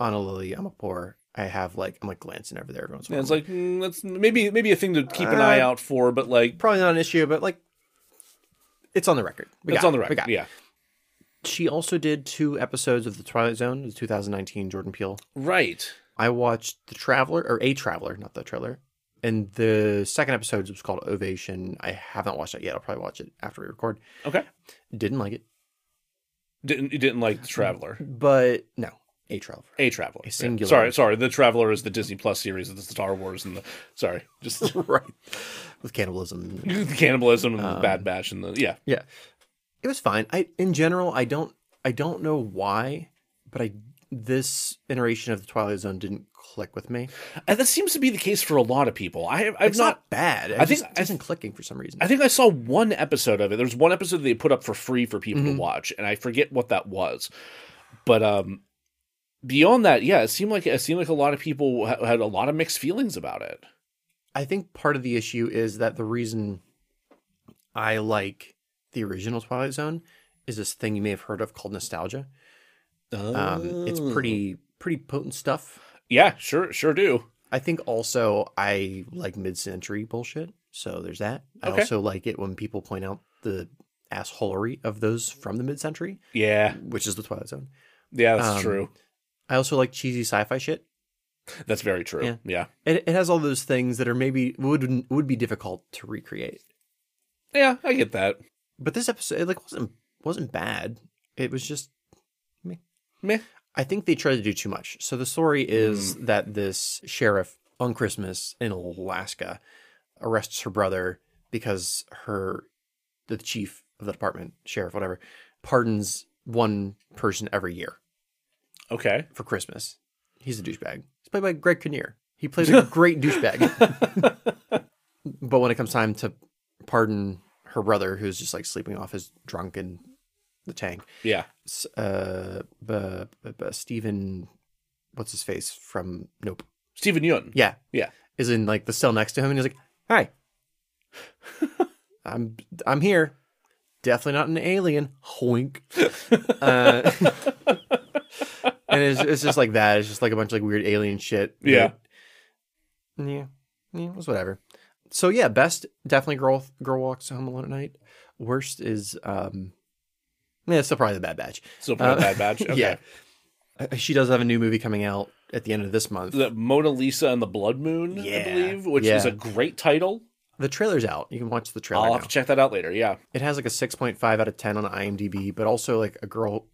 [SPEAKER 1] Anna Lily, I'm a poor. I have like I'm like glancing over there every once in a
[SPEAKER 2] Yeah,
[SPEAKER 1] while.
[SPEAKER 2] it's like mm, that's maybe maybe a thing to keep an eye
[SPEAKER 1] Uh,
[SPEAKER 2] out for, but like
[SPEAKER 1] probably not an issue, but like it's on the record. We
[SPEAKER 2] it's
[SPEAKER 1] got
[SPEAKER 2] on the
[SPEAKER 1] it. We
[SPEAKER 2] record.
[SPEAKER 1] got it.
[SPEAKER 2] Yeah,
[SPEAKER 1] She also did two episodes of The Twilight Zone, the 2019 Jordan Peele.
[SPEAKER 2] right.
[SPEAKER 1] I watched The Traveler or A Traveler, not the trailer. And the second episode was called Ovation. I haven't watched that yet. I'll probably watch it after we record.
[SPEAKER 2] Okay,
[SPEAKER 1] Didn't like it,
[SPEAKER 2] didn't you didn't like the Traveler?
[SPEAKER 1] but no, A Traveler. <laughs>
[SPEAKER 2] A Traveler. Yeah.
[SPEAKER 1] singular.
[SPEAKER 2] Sorry, sorry. The Traveler is the Disney Plus series. It's the Star Wars and the sorry, just <laughs>
[SPEAKER 1] right. With cannibalism
[SPEAKER 2] the cannibalism and
[SPEAKER 1] Um.
[SPEAKER 2] the Bad Batch and the yeah.
[SPEAKER 1] Yeah. It was fine. I in general I don't I don't know why, but I this iteration of the Twilight Zone didn't click with me.
[SPEAKER 2] And that seems to be the case for a lot of people. I have, I've
[SPEAKER 1] It's
[SPEAKER 2] not.
[SPEAKER 1] not, bad. I,
[SPEAKER 2] I
[SPEAKER 1] just
[SPEAKER 2] think-
[SPEAKER 1] it isn't clicking for some reason.
[SPEAKER 2] I think I saw one episode of it. There's one episode they put up for free for people
[SPEAKER 1] Mhm.
[SPEAKER 2] to watch, and I forget what that was. But um, beyond that, yeah, it seemed like it seemed like a lot of people ha- had a lot of mixed feelings about it.
[SPEAKER 1] I think part of the issue is that the reason I like the original Twilight Zone is this thing you may have heard of called nostalgia. Um, It's pretty
[SPEAKER 2] Oh.
[SPEAKER 1] pretty potent stuff.
[SPEAKER 2] Yeah, sure, sure do.
[SPEAKER 1] I think also I like mid-century bullshit. So there's that. I
[SPEAKER 2] Okay.
[SPEAKER 1] also like it when people point out the assholery of those from the mid-century,
[SPEAKER 2] Yeah,
[SPEAKER 1] which is the Twilight Zone.
[SPEAKER 2] yeah, that's
[SPEAKER 1] Um,
[SPEAKER 2] true.
[SPEAKER 1] I also like cheesy sci-fi shit.
[SPEAKER 2] That's very true.
[SPEAKER 1] yeah.
[SPEAKER 2] Yeah. yeah,
[SPEAKER 1] It, it has all those things that are maybe would would be difficult to recreate.
[SPEAKER 2] I get that.
[SPEAKER 1] But this episode it like wasn't wasn't bad. It was just
[SPEAKER 2] Meh.
[SPEAKER 1] I think they tried to do too much. So the story is that this sheriff on Christmas in Alaska arrests her brother because her the chief of the department, sheriff, whatever, pardons one person every year
[SPEAKER 2] Okay.
[SPEAKER 1] for Christmas. He's a douchebag. He's played by Greg Kinnear. He plays a great douchebag. but when it comes time to pardon her brother, who's just like sleeping off his drunk in the tank,
[SPEAKER 2] Yeah.
[SPEAKER 1] s- uh, b- b- b- Stephen, what's his face from Nope?
[SPEAKER 2] Stephen Yun.
[SPEAKER 1] Yeah,
[SPEAKER 2] Yeah.
[SPEAKER 1] is in like the cell next to him, and he's like, "Hi, <laughs> I'm I'm here. Definitely not an alien."
[SPEAKER 2] <laughs>
[SPEAKER 1] Hoink. Uh, <laughs> and it's, it's just like that. It's just like a bunch of like weird alien shit.
[SPEAKER 2] Yeah.
[SPEAKER 1] That- yeah, yeah, it was whatever. So yeah, best definitely girl girl walks home alone at night. Worst is um, yeah, still probably the Bad Batch.
[SPEAKER 2] Still pretty
[SPEAKER 1] Uh,
[SPEAKER 2] bad batch.
[SPEAKER 1] <laughs>
[SPEAKER 2] Okay.
[SPEAKER 1] Yeah. Uh, She does have a new movie coming out at the end of this month.
[SPEAKER 2] The Mona Lisa and the Blood Moon,
[SPEAKER 1] Yeah.
[SPEAKER 2] I believe, which
[SPEAKER 1] Yeah.
[SPEAKER 2] is a great title.
[SPEAKER 1] The trailer's out. You can watch the trailer.
[SPEAKER 2] I'll
[SPEAKER 1] now.
[SPEAKER 2] have to check that out later. Yeah.
[SPEAKER 1] It has like a 6.5 out of 10 on IMDb, but also like a girl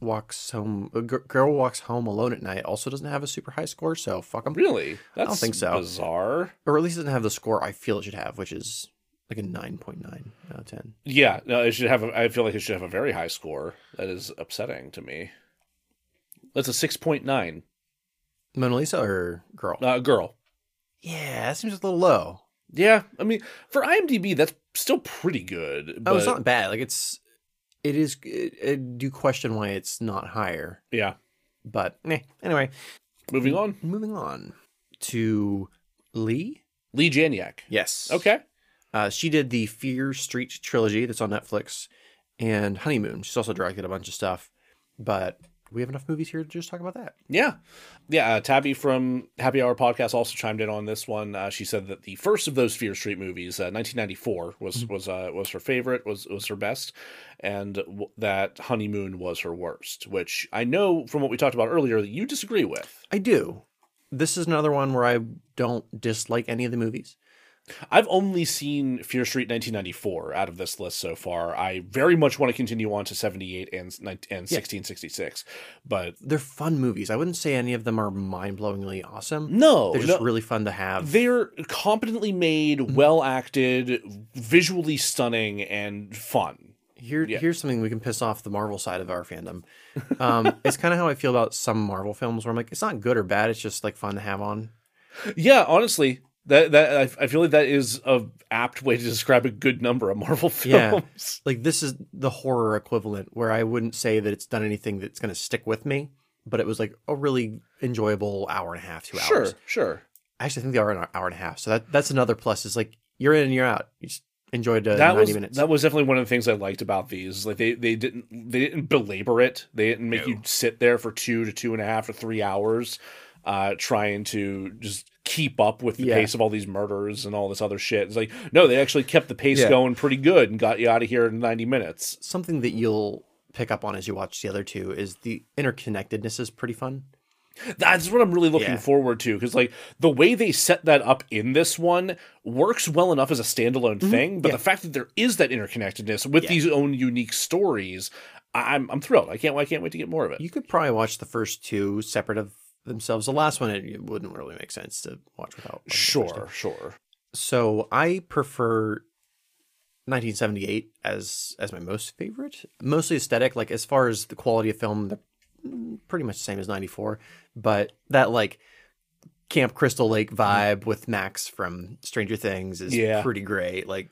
[SPEAKER 1] walks home. A g- girl walks home alone at night. Also doesn't have a super high score, so fuck them.
[SPEAKER 2] Really? That's
[SPEAKER 1] think so.
[SPEAKER 2] bizarre.
[SPEAKER 1] Or at least doesn't have the score I feel it should have, which is like a nine point nine out of ten.
[SPEAKER 2] Yeah, no, it should have. A, I feel like it should have a very high score. That is upsetting to me. That's a six point nine.
[SPEAKER 1] Mona Lisa or girl?
[SPEAKER 2] Uh, girl.
[SPEAKER 1] yeah, that seems a little low.
[SPEAKER 2] Yeah, I mean, for IMDb, that's still pretty good. But
[SPEAKER 1] oh, it's not bad. Like it's, it is. It, I do question why it's not higher,
[SPEAKER 2] yeah.
[SPEAKER 1] but eh. anyway,
[SPEAKER 2] Moving on,
[SPEAKER 1] moving on to Lee.
[SPEAKER 2] Lee Janiak.
[SPEAKER 1] Yes.
[SPEAKER 2] Okay.
[SPEAKER 1] Uh, she did the Fear Street trilogy that's on Netflix and Honeymoon. She's also directed a bunch of stuff, but we have enough movies here to just talk about that.
[SPEAKER 2] Yeah. Yeah. Uh, Tabby from Happy Hour Podcast also chimed in on this one. Uh, she said that the first of those Fear Street movies, uh, 1994, was
[SPEAKER 1] Mm-hmm.
[SPEAKER 2] was uh, was her favorite, was was her best, and w- that Honeymoon was her worst, which I know from what we talked about earlier that you disagree with.
[SPEAKER 1] I do. This is another one where I don't dislike any of the movies.
[SPEAKER 2] I've only seen Fear Street 1994 out of this list so far. I very much want to continue on to 78 and, nin- and 1666, but
[SPEAKER 1] They're fun movies. I wouldn't say any of them are mind blowingly awesome.
[SPEAKER 2] no.
[SPEAKER 1] They're
[SPEAKER 2] no.
[SPEAKER 1] just really Mm-hmm. fun to have.
[SPEAKER 2] they're competently made, well acted, visually stunning, and fun.
[SPEAKER 1] Here, here's something we can piss off the Marvel side of our
[SPEAKER 2] <laughs>
[SPEAKER 1] fandom. Um, it's kind of how I feel about some Marvel films, where I'm like, it's not good or bad. It's just like fun to have on.
[SPEAKER 2] Yeah, honestly, that that I, I feel like that is a apt way to describe a good number of Marvel
[SPEAKER 1] Yeah.
[SPEAKER 2] films.
[SPEAKER 1] Like this is the horror equivalent, where I wouldn't say that it's done anything that's going to stick with me, but it was like a really enjoyable hour and a half, two hours.
[SPEAKER 2] sure, sure.
[SPEAKER 1] I actually think they are an hour and a half. So that that's another plus. Is like you're in and you're out. You just enjoyed uh,
[SPEAKER 2] That
[SPEAKER 1] 90
[SPEAKER 2] was
[SPEAKER 1] minutes.
[SPEAKER 2] that was definitely one of the things I liked about these. Like they they didn't they didn't belabor it. They didn't make you sit there for two to two and a half or three hours, uh, trying to just keep up with the
[SPEAKER 1] Yeah.
[SPEAKER 2] pace of all these murders and all this other shit. It's like no, they actually kept the pace
[SPEAKER 1] Yeah.
[SPEAKER 2] going pretty good and got you out of here in ninety minutes.
[SPEAKER 1] Something that you'll pick up on as you watch the other two is the interconnectedness is pretty fun.
[SPEAKER 2] That's what I'm really looking
[SPEAKER 1] Yeah.
[SPEAKER 2] forward to because, like, the way they set that up in this one works well enough as a standalone
[SPEAKER 1] Mm-hmm.
[SPEAKER 2] thing. But the fact that there is that interconnectedness with these own unique stories, I- I'm I'm thrilled. I can't I can't wait to get more of it.
[SPEAKER 1] You could probably watch the first two separate of themselves. The last one it, it wouldn't really make sense to watch without. like, the first two.
[SPEAKER 2] sure, sure.
[SPEAKER 1] So I prefer 1978 as as my most favorite. Mostly aesthetic, like as far as the quality of film, they're mm, pretty much the same as 94. But that like Camp Crystal Lake vibe with Max from Stranger Things is
[SPEAKER 2] Mm-hmm. Yeah.
[SPEAKER 1] pretty great. Like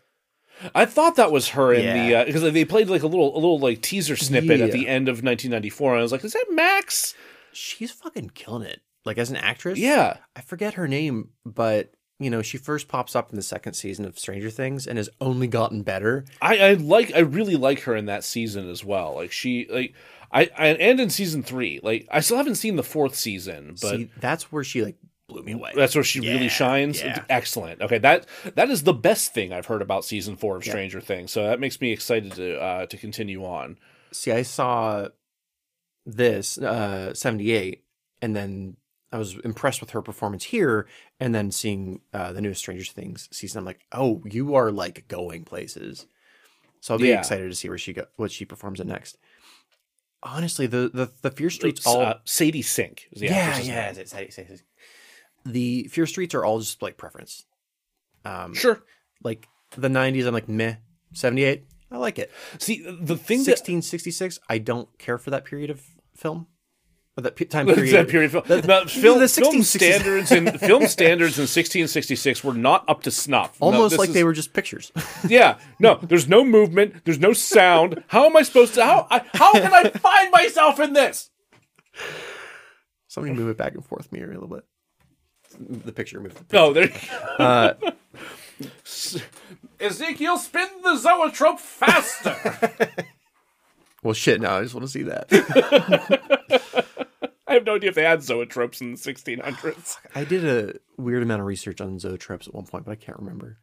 [SPEAKER 2] I thought that was her in
[SPEAKER 1] Yeah.
[SPEAKER 2] the because they played like a little a little like teaser snippet at
[SPEAKER 1] Yeah.
[SPEAKER 2] the end of 1994, and I was like, is that Max?
[SPEAKER 1] she's fucking killing it. Like as an actress,
[SPEAKER 2] Yeah,
[SPEAKER 1] I forget her name, but you know she first pops up in the second season of Stranger Things and has only gotten better.
[SPEAKER 2] I, I like I really like her in that season as well. Like she like I, I and in season three. Like I still haven't seen the fourth season, but
[SPEAKER 1] See, that's where she like blew me away.
[SPEAKER 2] that's where she
[SPEAKER 1] Yeah,
[SPEAKER 2] really shines.
[SPEAKER 1] yeah.
[SPEAKER 2] Excellent. Okay, that that is the best thing I've heard about season four of Stranger Things. So that makes me excited to uh, to continue on.
[SPEAKER 1] see i saw this uh 78 and then i was impressed with her performance here and then seeing uh the newest stranger things season i'm like oh you are like going places so i'll be
[SPEAKER 2] Yeah.
[SPEAKER 1] excited to see where she go what she performs in next honestly the the, the fear streets
[SPEAKER 2] It's
[SPEAKER 1] all
[SPEAKER 2] uh, Sadie Sink. is the
[SPEAKER 1] yeah
[SPEAKER 2] actress's name.
[SPEAKER 1] yeah, it's- it's- it's- the fear streets are all just like preference um
[SPEAKER 2] Sure.
[SPEAKER 1] like the 90s i'm like meh 78 i like it
[SPEAKER 2] See the thing that
[SPEAKER 1] 1666 i don't care for that period of film or
[SPEAKER 2] <laughs>
[SPEAKER 1] that pe- time
[SPEAKER 2] It's
[SPEAKER 1] period,
[SPEAKER 2] <laughs> that period of film. No, film, film standards and
[SPEAKER 1] <laughs>
[SPEAKER 2] film standards in 1666 were not up to snuff. No,
[SPEAKER 1] almost
[SPEAKER 2] this
[SPEAKER 1] like they
[SPEAKER 2] is-
[SPEAKER 1] were just pictures
[SPEAKER 2] <laughs>
[SPEAKER 1] <laughs>
[SPEAKER 2] Yeah, no. There's no movement. There's no sound. How am I supposed to? How I, how can I find myself in this?
[SPEAKER 1] somebody move it back and forth me a little bit the picture move
[SPEAKER 2] No, there.
[SPEAKER 1] Uh,
[SPEAKER 2] <laughs> Ezekiel, spin the zoetrope faster.
[SPEAKER 1] well shit now i just want to see that
[SPEAKER 2] <laughs> <laughs> I have no idea if they had zoetropes in the 1600s.
[SPEAKER 1] i did a weird amount of research on zoetropes at one point but i can't remember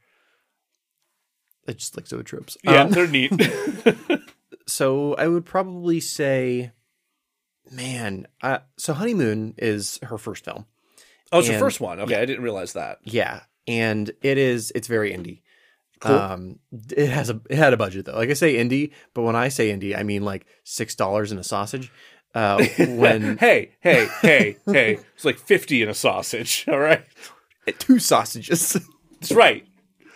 [SPEAKER 1] i just like zoetropes
[SPEAKER 2] Yeah,
[SPEAKER 1] Um, <laughs>
[SPEAKER 2] they're neat.
[SPEAKER 1] so I would probably say, man, uh, so Honeymoon is her first film.
[SPEAKER 2] oh, it's the
[SPEAKER 1] and-
[SPEAKER 2] first one. Okay, I didn't realize that.
[SPEAKER 1] Yeah, and it is it's very indie. Um, it has a it had a budget though. Like I say indie, but when I say indie, I mean like six dollars and a sausage. uh, when
[SPEAKER 2] <laughs> hey, hey, hey, hey. It's like 50 in a sausage, <laughs> all right?
[SPEAKER 1] two sausages.
[SPEAKER 2] That's right.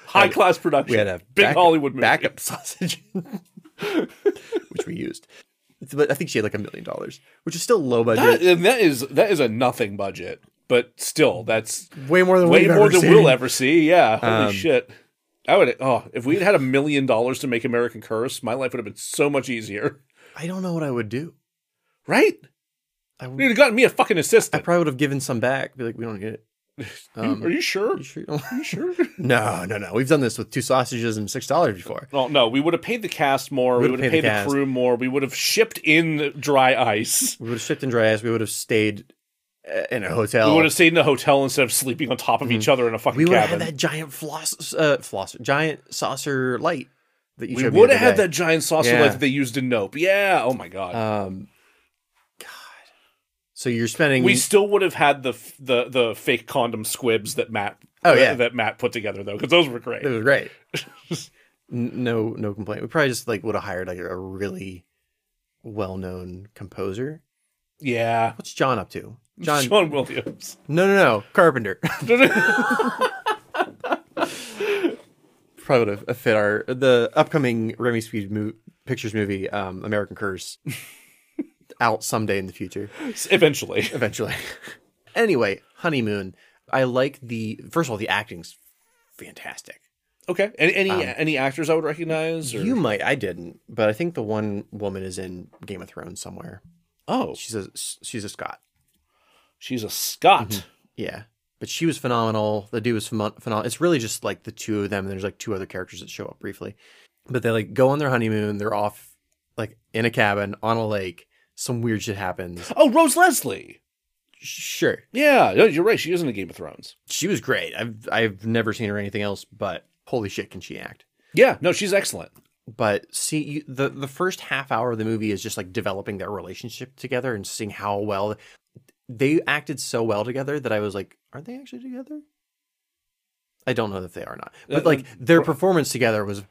[SPEAKER 2] High class
[SPEAKER 1] <laughs>
[SPEAKER 2] production.
[SPEAKER 1] We had a
[SPEAKER 2] big
[SPEAKER 1] back-
[SPEAKER 2] Hollywood movie.
[SPEAKER 1] backup sausage, <laughs> which we used. But I think she had like a million dollars, which is still low
[SPEAKER 2] That,
[SPEAKER 1] budget,
[SPEAKER 2] and that is that is a nothing budget, but still, that's
[SPEAKER 1] way more than
[SPEAKER 2] way
[SPEAKER 1] we've
[SPEAKER 2] more
[SPEAKER 1] ever
[SPEAKER 2] than
[SPEAKER 1] seen.
[SPEAKER 2] we'll ever see. Yeah, holy
[SPEAKER 1] Um,
[SPEAKER 2] shit. I would. Oh, if we'd had a million dollars to make American Curse, my life would have been so much easier. <laughs>
[SPEAKER 1] I don't know what I would do.
[SPEAKER 2] Right?
[SPEAKER 1] I,
[SPEAKER 2] You'd
[SPEAKER 1] would,
[SPEAKER 2] have gotten me a fucking
[SPEAKER 1] I
[SPEAKER 2] assistant.
[SPEAKER 1] probably would have given some back. Be like, we don't need it. <laughs> Um,
[SPEAKER 2] Are you sure?
[SPEAKER 1] you sure you don't-
[SPEAKER 2] Are you sure?
[SPEAKER 1] <laughs> no, no, no. We've done this with two sausages and six dollars before.
[SPEAKER 2] Well, Oh, no, we would have paid the cast more. We would have paid,
[SPEAKER 1] the
[SPEAKER 2] the,
[SPEAKER 1] cast.
[SPEAKER 2] crew more. We would have shipped in dry ice.
[SPEAKER 1] We would have shipped in dry ice. We would have stayed uh, in a hotel.
[SPEAKER 2] We would have stayed in a hotel instead of sleeping on top of each other in a fucking
[SPEAKER 1] mm. We would have
[SPEAKER 2] cabin.
[SPEAKER 1] had that giant floss, uh, floss, giant saucer light that you.
[SPEAKER 2] we
[SPEAKER 1] showed me
[SPEAKER 2] would
[SPEAKER 1] the
[SPEAKER 2] have had
[SPEAKER 1] other
[SPEAKER 2] that giant saucer
[SPEAKER 1] Yeah.
[SPEAKER 2] light that they used in Nope. Yeah. Oh my god.
[SPEAKER 1] day. Um, God. So you're spending.
[SPEAKER 2] we still would have had the f- the the fake condom squibs that Matt.
[SPEAKER 1] Oh, yeah.
[SPEAKER 2] That Matt put together though, because those were great.
[SPEAKER 1] it was great. N- no, no complaint. We probably just like would have hired like a really well-known composer.
[SPEAKER 2] Yeah.
[SPEAKER 1] What's John up to?
[SPEAKER 2] John,
[SPEAKER 1] John?
[SPEAKER 2] Williams.
[SPEAKER 1] No, no, no. Carpenter. probably would have- have fit our the upcoming Remy Speed mo- Pictures movie, um, American Curse, out someday in the future,
[SPEAKER 2] Eventually.
[SPEAKER 1] eventually. anyway, honeymoon. I like the first of all the acting's fantastic.
[SPEAKER 2] Okay. Any any, any actors I would recognize? Or?
[SPEAKER 1] Um, You might I didn't, but I think the one woman is in Game of Thrones somewhere.
[SPEAKER 2] oh,
[SPEAKER 1] She's a she's a Scot.
[SPEAKER 2] she's a Scot.
[SPEAKER 1] Yeah. But she was phenomenal. The dude was phenom- phenomenal. It's really just like the two of them. And there's like two other characters that show up briefly. But they like go on their honeymoon. They're off like in a cabin on a lake. Some weird shit happens.
[SPEAKER 2] Oh, Rose Leslie.
[SPEAKER 1] Sure.
[SPEAKER 2] Yeah, no, you're right. She is in the Game of Thrones.
[SPEAKER 1] She was great. I've, I've never seen her in anything else, but holy shit, can she act?
[SPEAKER 2] Yeah, no, she's excellent.
[SPEAKER 1] But see, you, the, the first half hour of the movie is just like developing their relationship together and seeing how well they acted so well together that I was like, are they actually together? I don't know if they are or not, but
[SPEAKER 2] Uh,
[SPEAKER 1] like their performance together was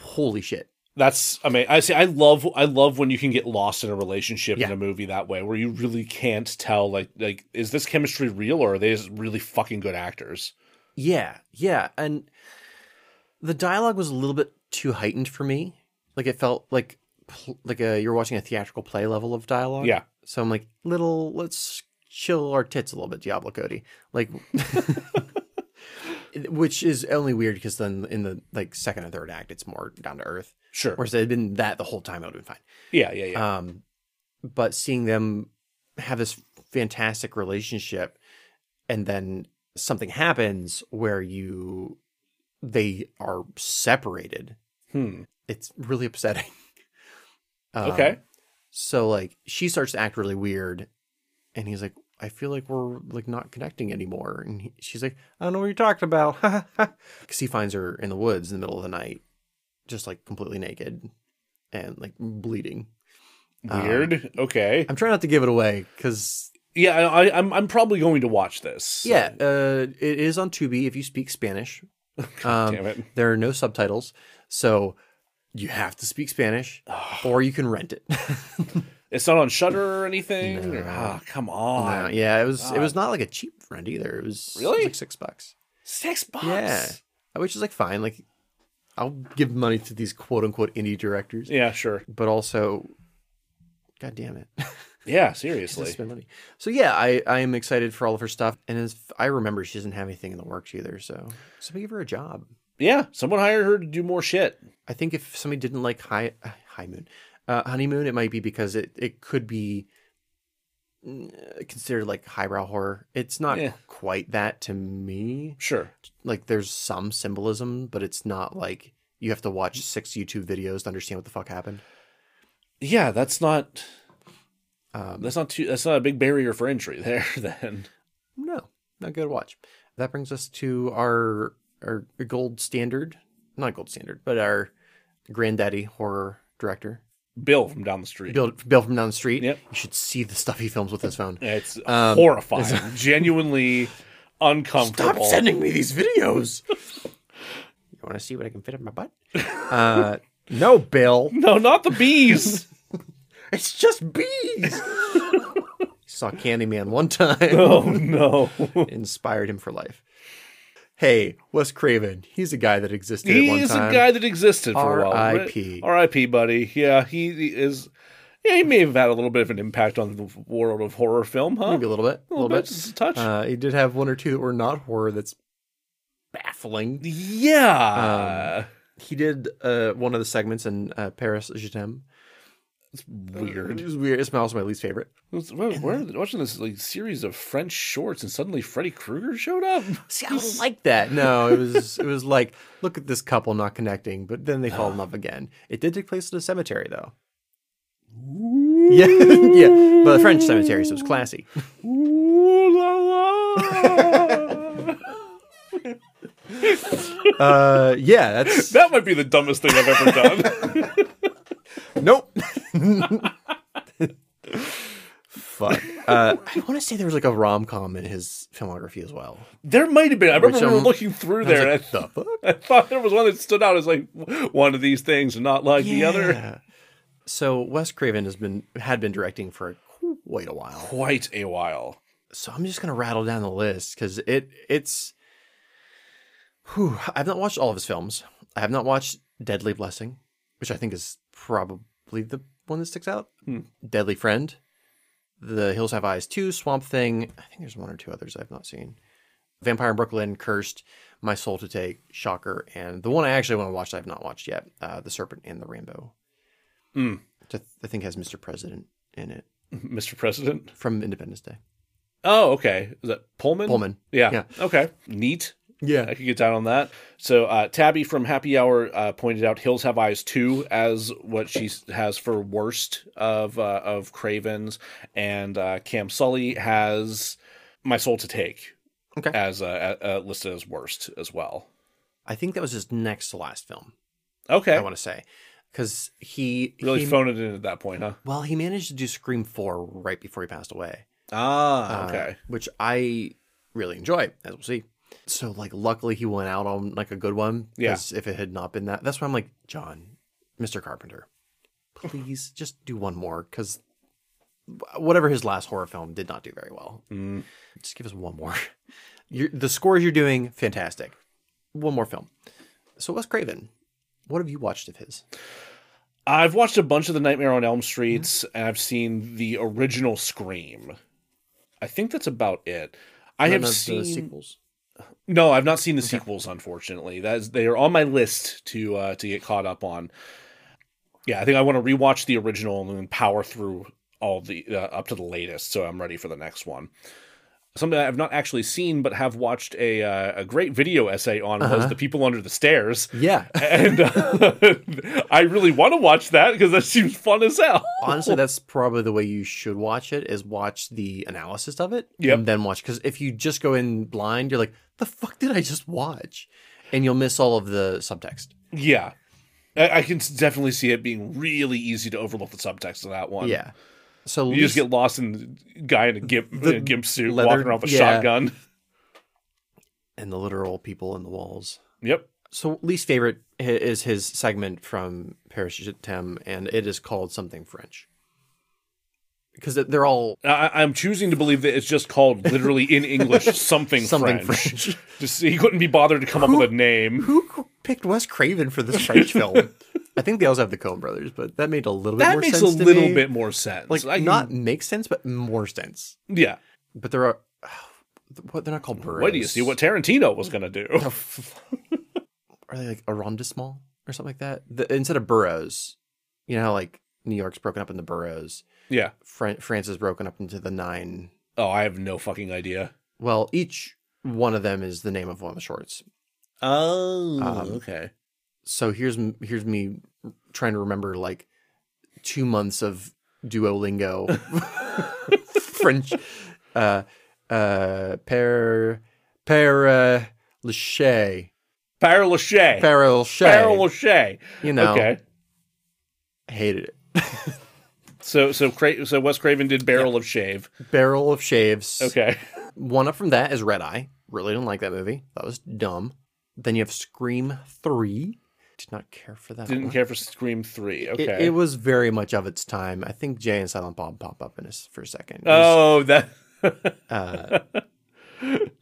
[SPEAKER 1] holy shit.
[SPEAKER 2] That's I mean, I see. I love, I love when you can get lost in a relationship in
[SPEAKER 1] Yeah.
[SPEAKER 2] a movie that way, where you really can't tell, like, like is this chemistry real or are they just really fucking good actors?
[SPEAKER 1] Yeah, yeah, and the dialogue was a little bit too heightened for me. Like it felt like pl- like a, you're watching a theatrical play level of dialogue.
[SPEAKER 2] Yeah.
[SPEAKER 1] So I'm like, little, let's chill our tits a little bit, Diablo Cody. Like, <laughs> which is only weird because then in the like second and third act, it's more down to earth.
[SPEAKER 2] Sure.
[SPEAKER 1] Whereas it had been that the whole time, I would have been fine.
[SPEAKER 2] Yeah, yeah, yeah.
[SPEAKER 1] Um, but seeing them have this fantastic relationship, and then something happens where you they are separated.
[SPEAKER 2] hmm.
[SPEAKER 1] It's really upsetting. <laughs> Um,
[SPEAKER 2] Okay.
[SPEAKER 1] So like she starts to act really weird, and he's like, "I feel like we're like not connecting anymore." And he, she's like, "I don't know what you're talking about," <laughs> because he finds her in the woods in the middle of the night, just like completely naked and like bleeding. um,
[SPEAKER 2] Weird. okay.
[SPEAKER 1] I'm trying not to give it away because
[SPEAKER 2] yeah, I, I, I'm, I'm probably going to watch this. so-
[SPEAKER 1] yeah, uh, it is on Tubi if you speak <laughs> Spanish. Um,
[SPEAKER 2] damn it.
[SPEAKER 1] There are no subtitles, so you have to speak Spanish, or you can rent it. <laughs>
[SPEAKER 2] It's not on Shutter or anything. or- ah, come on.
[SPEAKER 1] Uh, yeah, it was it was not like a cheap rent either. It was it was,
[SPEAKER 2] Really?
[SPEAKER 1] like six bucks.
[SPEAKER 2] Six bucks.
[SPEAKER 1] Yeah, which is like fine. Like I'll give money to these quote unquote indie directors,
[SPEAKER 2] Yeah. Sure.
[SPEAKER 1] but also, god damn it. <laughs>
[SPEAKER 2] Yeah.
[SPEAKER 1] Just
[SPEAKER 2] Seriously.
[SPEAKER 1] spend money. So yeah, I, I am excited for all of her stuff, and as I remember, she doesn't have anything in the works either. So somebody give her a job.
[SPEAKER 2] Yeah. Someone hired her to do more shit.
[SPEAKER 1] I think if somebody didn't like high uh, high moon, uh, honeymoon, it might be because it it could be mm, considered like highbrow horror. It's not
[SPEAKER 2] Yeah.
[SPEAKER 1] quite that to me.
[SPEAKER 2] Sure.
[SPEAKER 1] Like there's some symbolism, but it's not like you have to watch six YouTube videos to understand what the fuck happened.
[SPEAKER 2] Yeah. That's not.
[SPEAKER 1] Um,
[SPEAKER 2] That's not too. That's not a big barrier for entry <laughs> there. Then.
[SPEAKER 1] No, not good to watch. That brings us to our our gold standard, not gold standard, but our granddaddy horror director,
[SPEAKER 2] Bill from down the street.
[SPEAKER 1] Bill Bill from down the street.
[SPEAKER 2] Yep.
[SPEAKER 1] You should see the stuff he films with his
[SPEAKER 2] <laughs>
[SPEAKER 1] phone.
[SPEAKER 2] It's
[SPEAKER 1] Um,
[SPEAKER 2] horrifying.
[SPEAKER 1] <laughs>
[SPEAKER 2] genuinely uncomfortable.
[SPEAKER 1] Stop sending me these videos. you want to see <laughs> what I can fit in my butt? Uh, no, Bill. <laughs>
[SPEAKER 2] No, not the bees.
[SPEAKER 1] It's just bees. <laughs> Saw Candyman one time.
[SPEAKER 2] Oh no.
[SPEAKER 1] Inspired him for life. Hey, Wes Craven. He's a guy that existed at one
[SPEAKER 2] He is
[SPEAKER 1] time.
[SPEAKER 2] a guy that existed for a while.
[SPEAKER 1] R.I.P..
[SPEAKER 2] R.I.P. buddy. Yeah, he, he is. Yeah, he may have had a little bit of an impact on the world of horror film, huh?
[SPEAKER 1] Maybe a little bit. A little, bit.
[SPEAKER 2] just Oh, a touch.
[SPEAKER 1] Uh, he did have one or two that were not horror that's baffling. Um,
[SPEAKER 2] yeah.
[SPEAKER 1] He did uh, one of the segments in uh, Paris Jetem. It
[SPEAKER 2] weird.
[SPEAKER 1] was weird. It's also my least favorite.
[SPEAKER 2] What's- Where, where, watching this like series of French shorts, and suddenly Freddy Krueger showed
[SPEAKER 1] <laughs>
[SPEAKER 2] up.
[SPEAKER 1] See, I don't like that. No, it was it was like look at this couple not connecting, but then they fall in love again. It did take place at a cemetery though. <laughs> Yeah, yeah, but a French cemetery, so it was classy.
[SPEAKER 2] Ooh la la.
[SPEAKER 1] Uh, yeah, that's
[SPEAKER 2] <laughs> that might be the dumbest thing I've ever
[SPEAKER 1] <laughs>
[SPEAKER 2] done.
[SPEAKER 1] nope. <laughs> Fuck. Uh, I want to say there was like a rom com in his filmography as well.
[SPEAKER 2] there might have been. I
[SPEAKER 1] Which,
[SPEAKER 2] remember
[SPEAKER 1] um,
[SPEAKER 2] looking through
[SPEAKER 1] I was
[SPEAKER 2] there. and I,
[SPEAKER 1] like, the fuck?
[SPEAKER 2] I thought there was one that stood out as like one of these things, and not like the other.
[SPEAKER 1] Yeah. So Wes Craven has been had been directing for quite a while.
[SPEAKER 2] Quite a while.
[SPEAKER 1] so I'm just gonna rattle down the list because it it's. Whew, I've not watched all of his films. I have not watched Deadly Blessing, which I think is probably the one that sticks out. Deadly Friend, The Hills Have Eyes Two, Swamp Thing. I think there's one or two others I've not seen. Vampire in Brooklyn, Cursed, My Soul to Take, Shocker, and the one I actually want to watch that I've not watched yet, uh, The Serpent and the Rainbow, which I, th- I think has Mr. President in it
[SPEAKER 2] Mr. President.
[SPEAKER 1] from Independence Day.
[SPEAKER 2] Oh, okay. Is that Pullman?
[SPEAKER 1] Pullman.
[SPEAKER 2] Yeah.
[SPEAKER 1] Yeah.
[SPEAKER 2] Okay. Neat.
[SPEAKER 1] Yeah,
[SPEAKER 2] I could get down on that. So uh, Tabby from Happy Hour uh, pointed out Hills Have Eyes two as what she s- has for worst of uh, of Cravens, and uh, Cam Sully has My Soul to Take
[SPEAKER 1] Okay.
[SPEAKER 2] as uh, uh, uh, listed as worst as well.
[SPEAKER 1] I think that was his next to last film.
[SPEAKER 2] Okay,
[SPEAKER 1] I want to say because he
[SPEAKER 2] really
[SPEAKER 1] he,
[SPEAKER 2] phoned it in at that point, huh?
[SPEAKER 1] Well, he managed to do Scream Four right before he passed away,
[SPEAKER 2] Ah,
[SPEAKER 1] uh,
[SPEAKER 2] okay.
[SPEAKER 1] which I really enjoy, as we'll see. So, like, luckily he went out on like a good one.
[SPEAKER 2] Yeah.
[SPEAKER 1] 'cause If it had not been that, that's why I'm like John, Mr. Carpenter, please just do one more because whatever his last horror film did not do very well.
[SPEAKER 2] Hmm.
[SPEAKER 1] Just give us one more. <laughs> You're, the scores you're doing, fantastic. One more film. So, Wes Craven, what have you watched of his?
[SPEAKER 2] I've watched a bunch of the Nightmare on Elm Streets, and I've seen the original Scream. I think that's about it. I have
[SPEAKER 1] None of
[SPEAKER 2] seen
[SPEAKER 1] the sequels.
[SPEAKER 2] No, I've not seen the sequels, unfortunately. That is, they are on my list to uh, to get caught up on. Yeah, I think I want to rewatch the original and then power through all the uh, up to the latest, so I'm ready for the next one. Something I've not actually seen, but have watched a uh, a great video essay on
[SPEAKER 1] Uh-huh.
[SPEAKER 2] was the people under the stairs,
[SPEAKER 1] Yeah.
[SPEAKER 2] and uh, <laughs> I really want to watch that because that seems fun as hell.
[SPEAKER 1] <laughs> Honestly, that's probably the way you should watch it is watch the analysis of it
[SPEAKER 2] Yep.
[SPEAKER 1] and then watch because if you just go in blind, you're like, the fuck did I just watch? And you'll miss all of the subtext.
[SPEAKER 2] Yeah, I, I can definitely see it being really easy to overlook the subtext of that one.
[SPEAKER 1] Yeah. So
[SPEAKER 2] You just
[SPEAKER 1] least-
[SPEAKER 2] get lost in the guy in a gimp, in a gimp suit
[SPEAKER 1] leather-
[SPEAKER 2] walking around with a
[SPEAKER 1] yeah.
[SPEAKER 2] shotgun.
[SPEAKER 1] and the literal people in the walls.
[SPEAKER 2] Yep.
[SPEAKER 1] So least favorite i- is his segment from Paris Tem, and it is called something French because they're all
[SPEAKER 2] I, I'm choosing to believe that it's just called literally
[SPEAKER 1] <laughs>
[SPEAKER 2] in English something,
[SPEAKER 1] something
[SPEAKER 2] French.
[SPEAKER 1] French.
[SPEAKER 2] <laughs>
[SPEAKER 1] <laughs>
[SPEAKER 2] Just he couldn't be bothered to come up with a name.
[SPEAKER 1] Who c- picked Wes Craven for this French film? I think they also have the Coen Brothers, but that made a little bit
[SPEAKER 2] That
[SPEAKER 1] more
[SPEAKER 2] makes
[SPEAKER 1] sense.
[SPEAKER 2] a
[SPEAKER 1] to
[SPEAKER 2] little
[SPEAKER 1] me.
[SPEAKER 2] bit more sense.
[SPEAKER 1] like
[SPEAKER 2] I can-
[SPEAKER 1] not make sense, but more sense.
[SPEAKER 2] yeah.
[SPEAKER 1] But there are <sighs> what they're not called burros.
[SPEAKER 2] Wait, do you see what Tarantino was gonna do?
[SPEAKER 1] Oh. <laughs> are they like arrondissement or something like that? The, instead of boroughs, you know how like New York's broken up into boroughs.
[SPEAKER 2] <laughs> yeah.
[SPEAKER 1] Fran- France is broken up into the nine.
[SPEAKER 2] Oh, I have no fucking idea.
[SPEAKER 1] Well, each one of them is the name of one of the shorts.
[SPEAKER 2] Oh, okay.
[SPEAKER 1] So here's m- here's me trying to remember like two months of Duolingo <laughs> French. Uh, uh, per per uh, Lachey.
[SPEAKER 2] Père Lachaise.
[SPEAKER 1] Farrell Shay.
[SPEAKER 2] Père Lachaise.
[SPEAKER 1] you know,
[SPEAKER 2] Okay.
[SPEAKER 1] hated it.
[SPEAKER 2] So so Cra- so Wes Craven did Barrel of Shave.
[SPEAKER 1] Barrel of Shaves.
[SPEAKER 2] Okay.
[SPEAKER 1] <laughs> One up from that is Red Eye. Really didn't like that movie. That was dumb. Then you have Scream 3, did not care for that.
[SPEAKER 2] Didn't
[SPEAKER 1] one.
[SPEAKER 2] care for Scream Three. Okay.
[SPEAKER 1] It, it was very much of its time. I think Jay and Silent Bob pop up in us for a second. It was,
[SPEAKER 2] oh, that.
[SPEAKER 1] uh,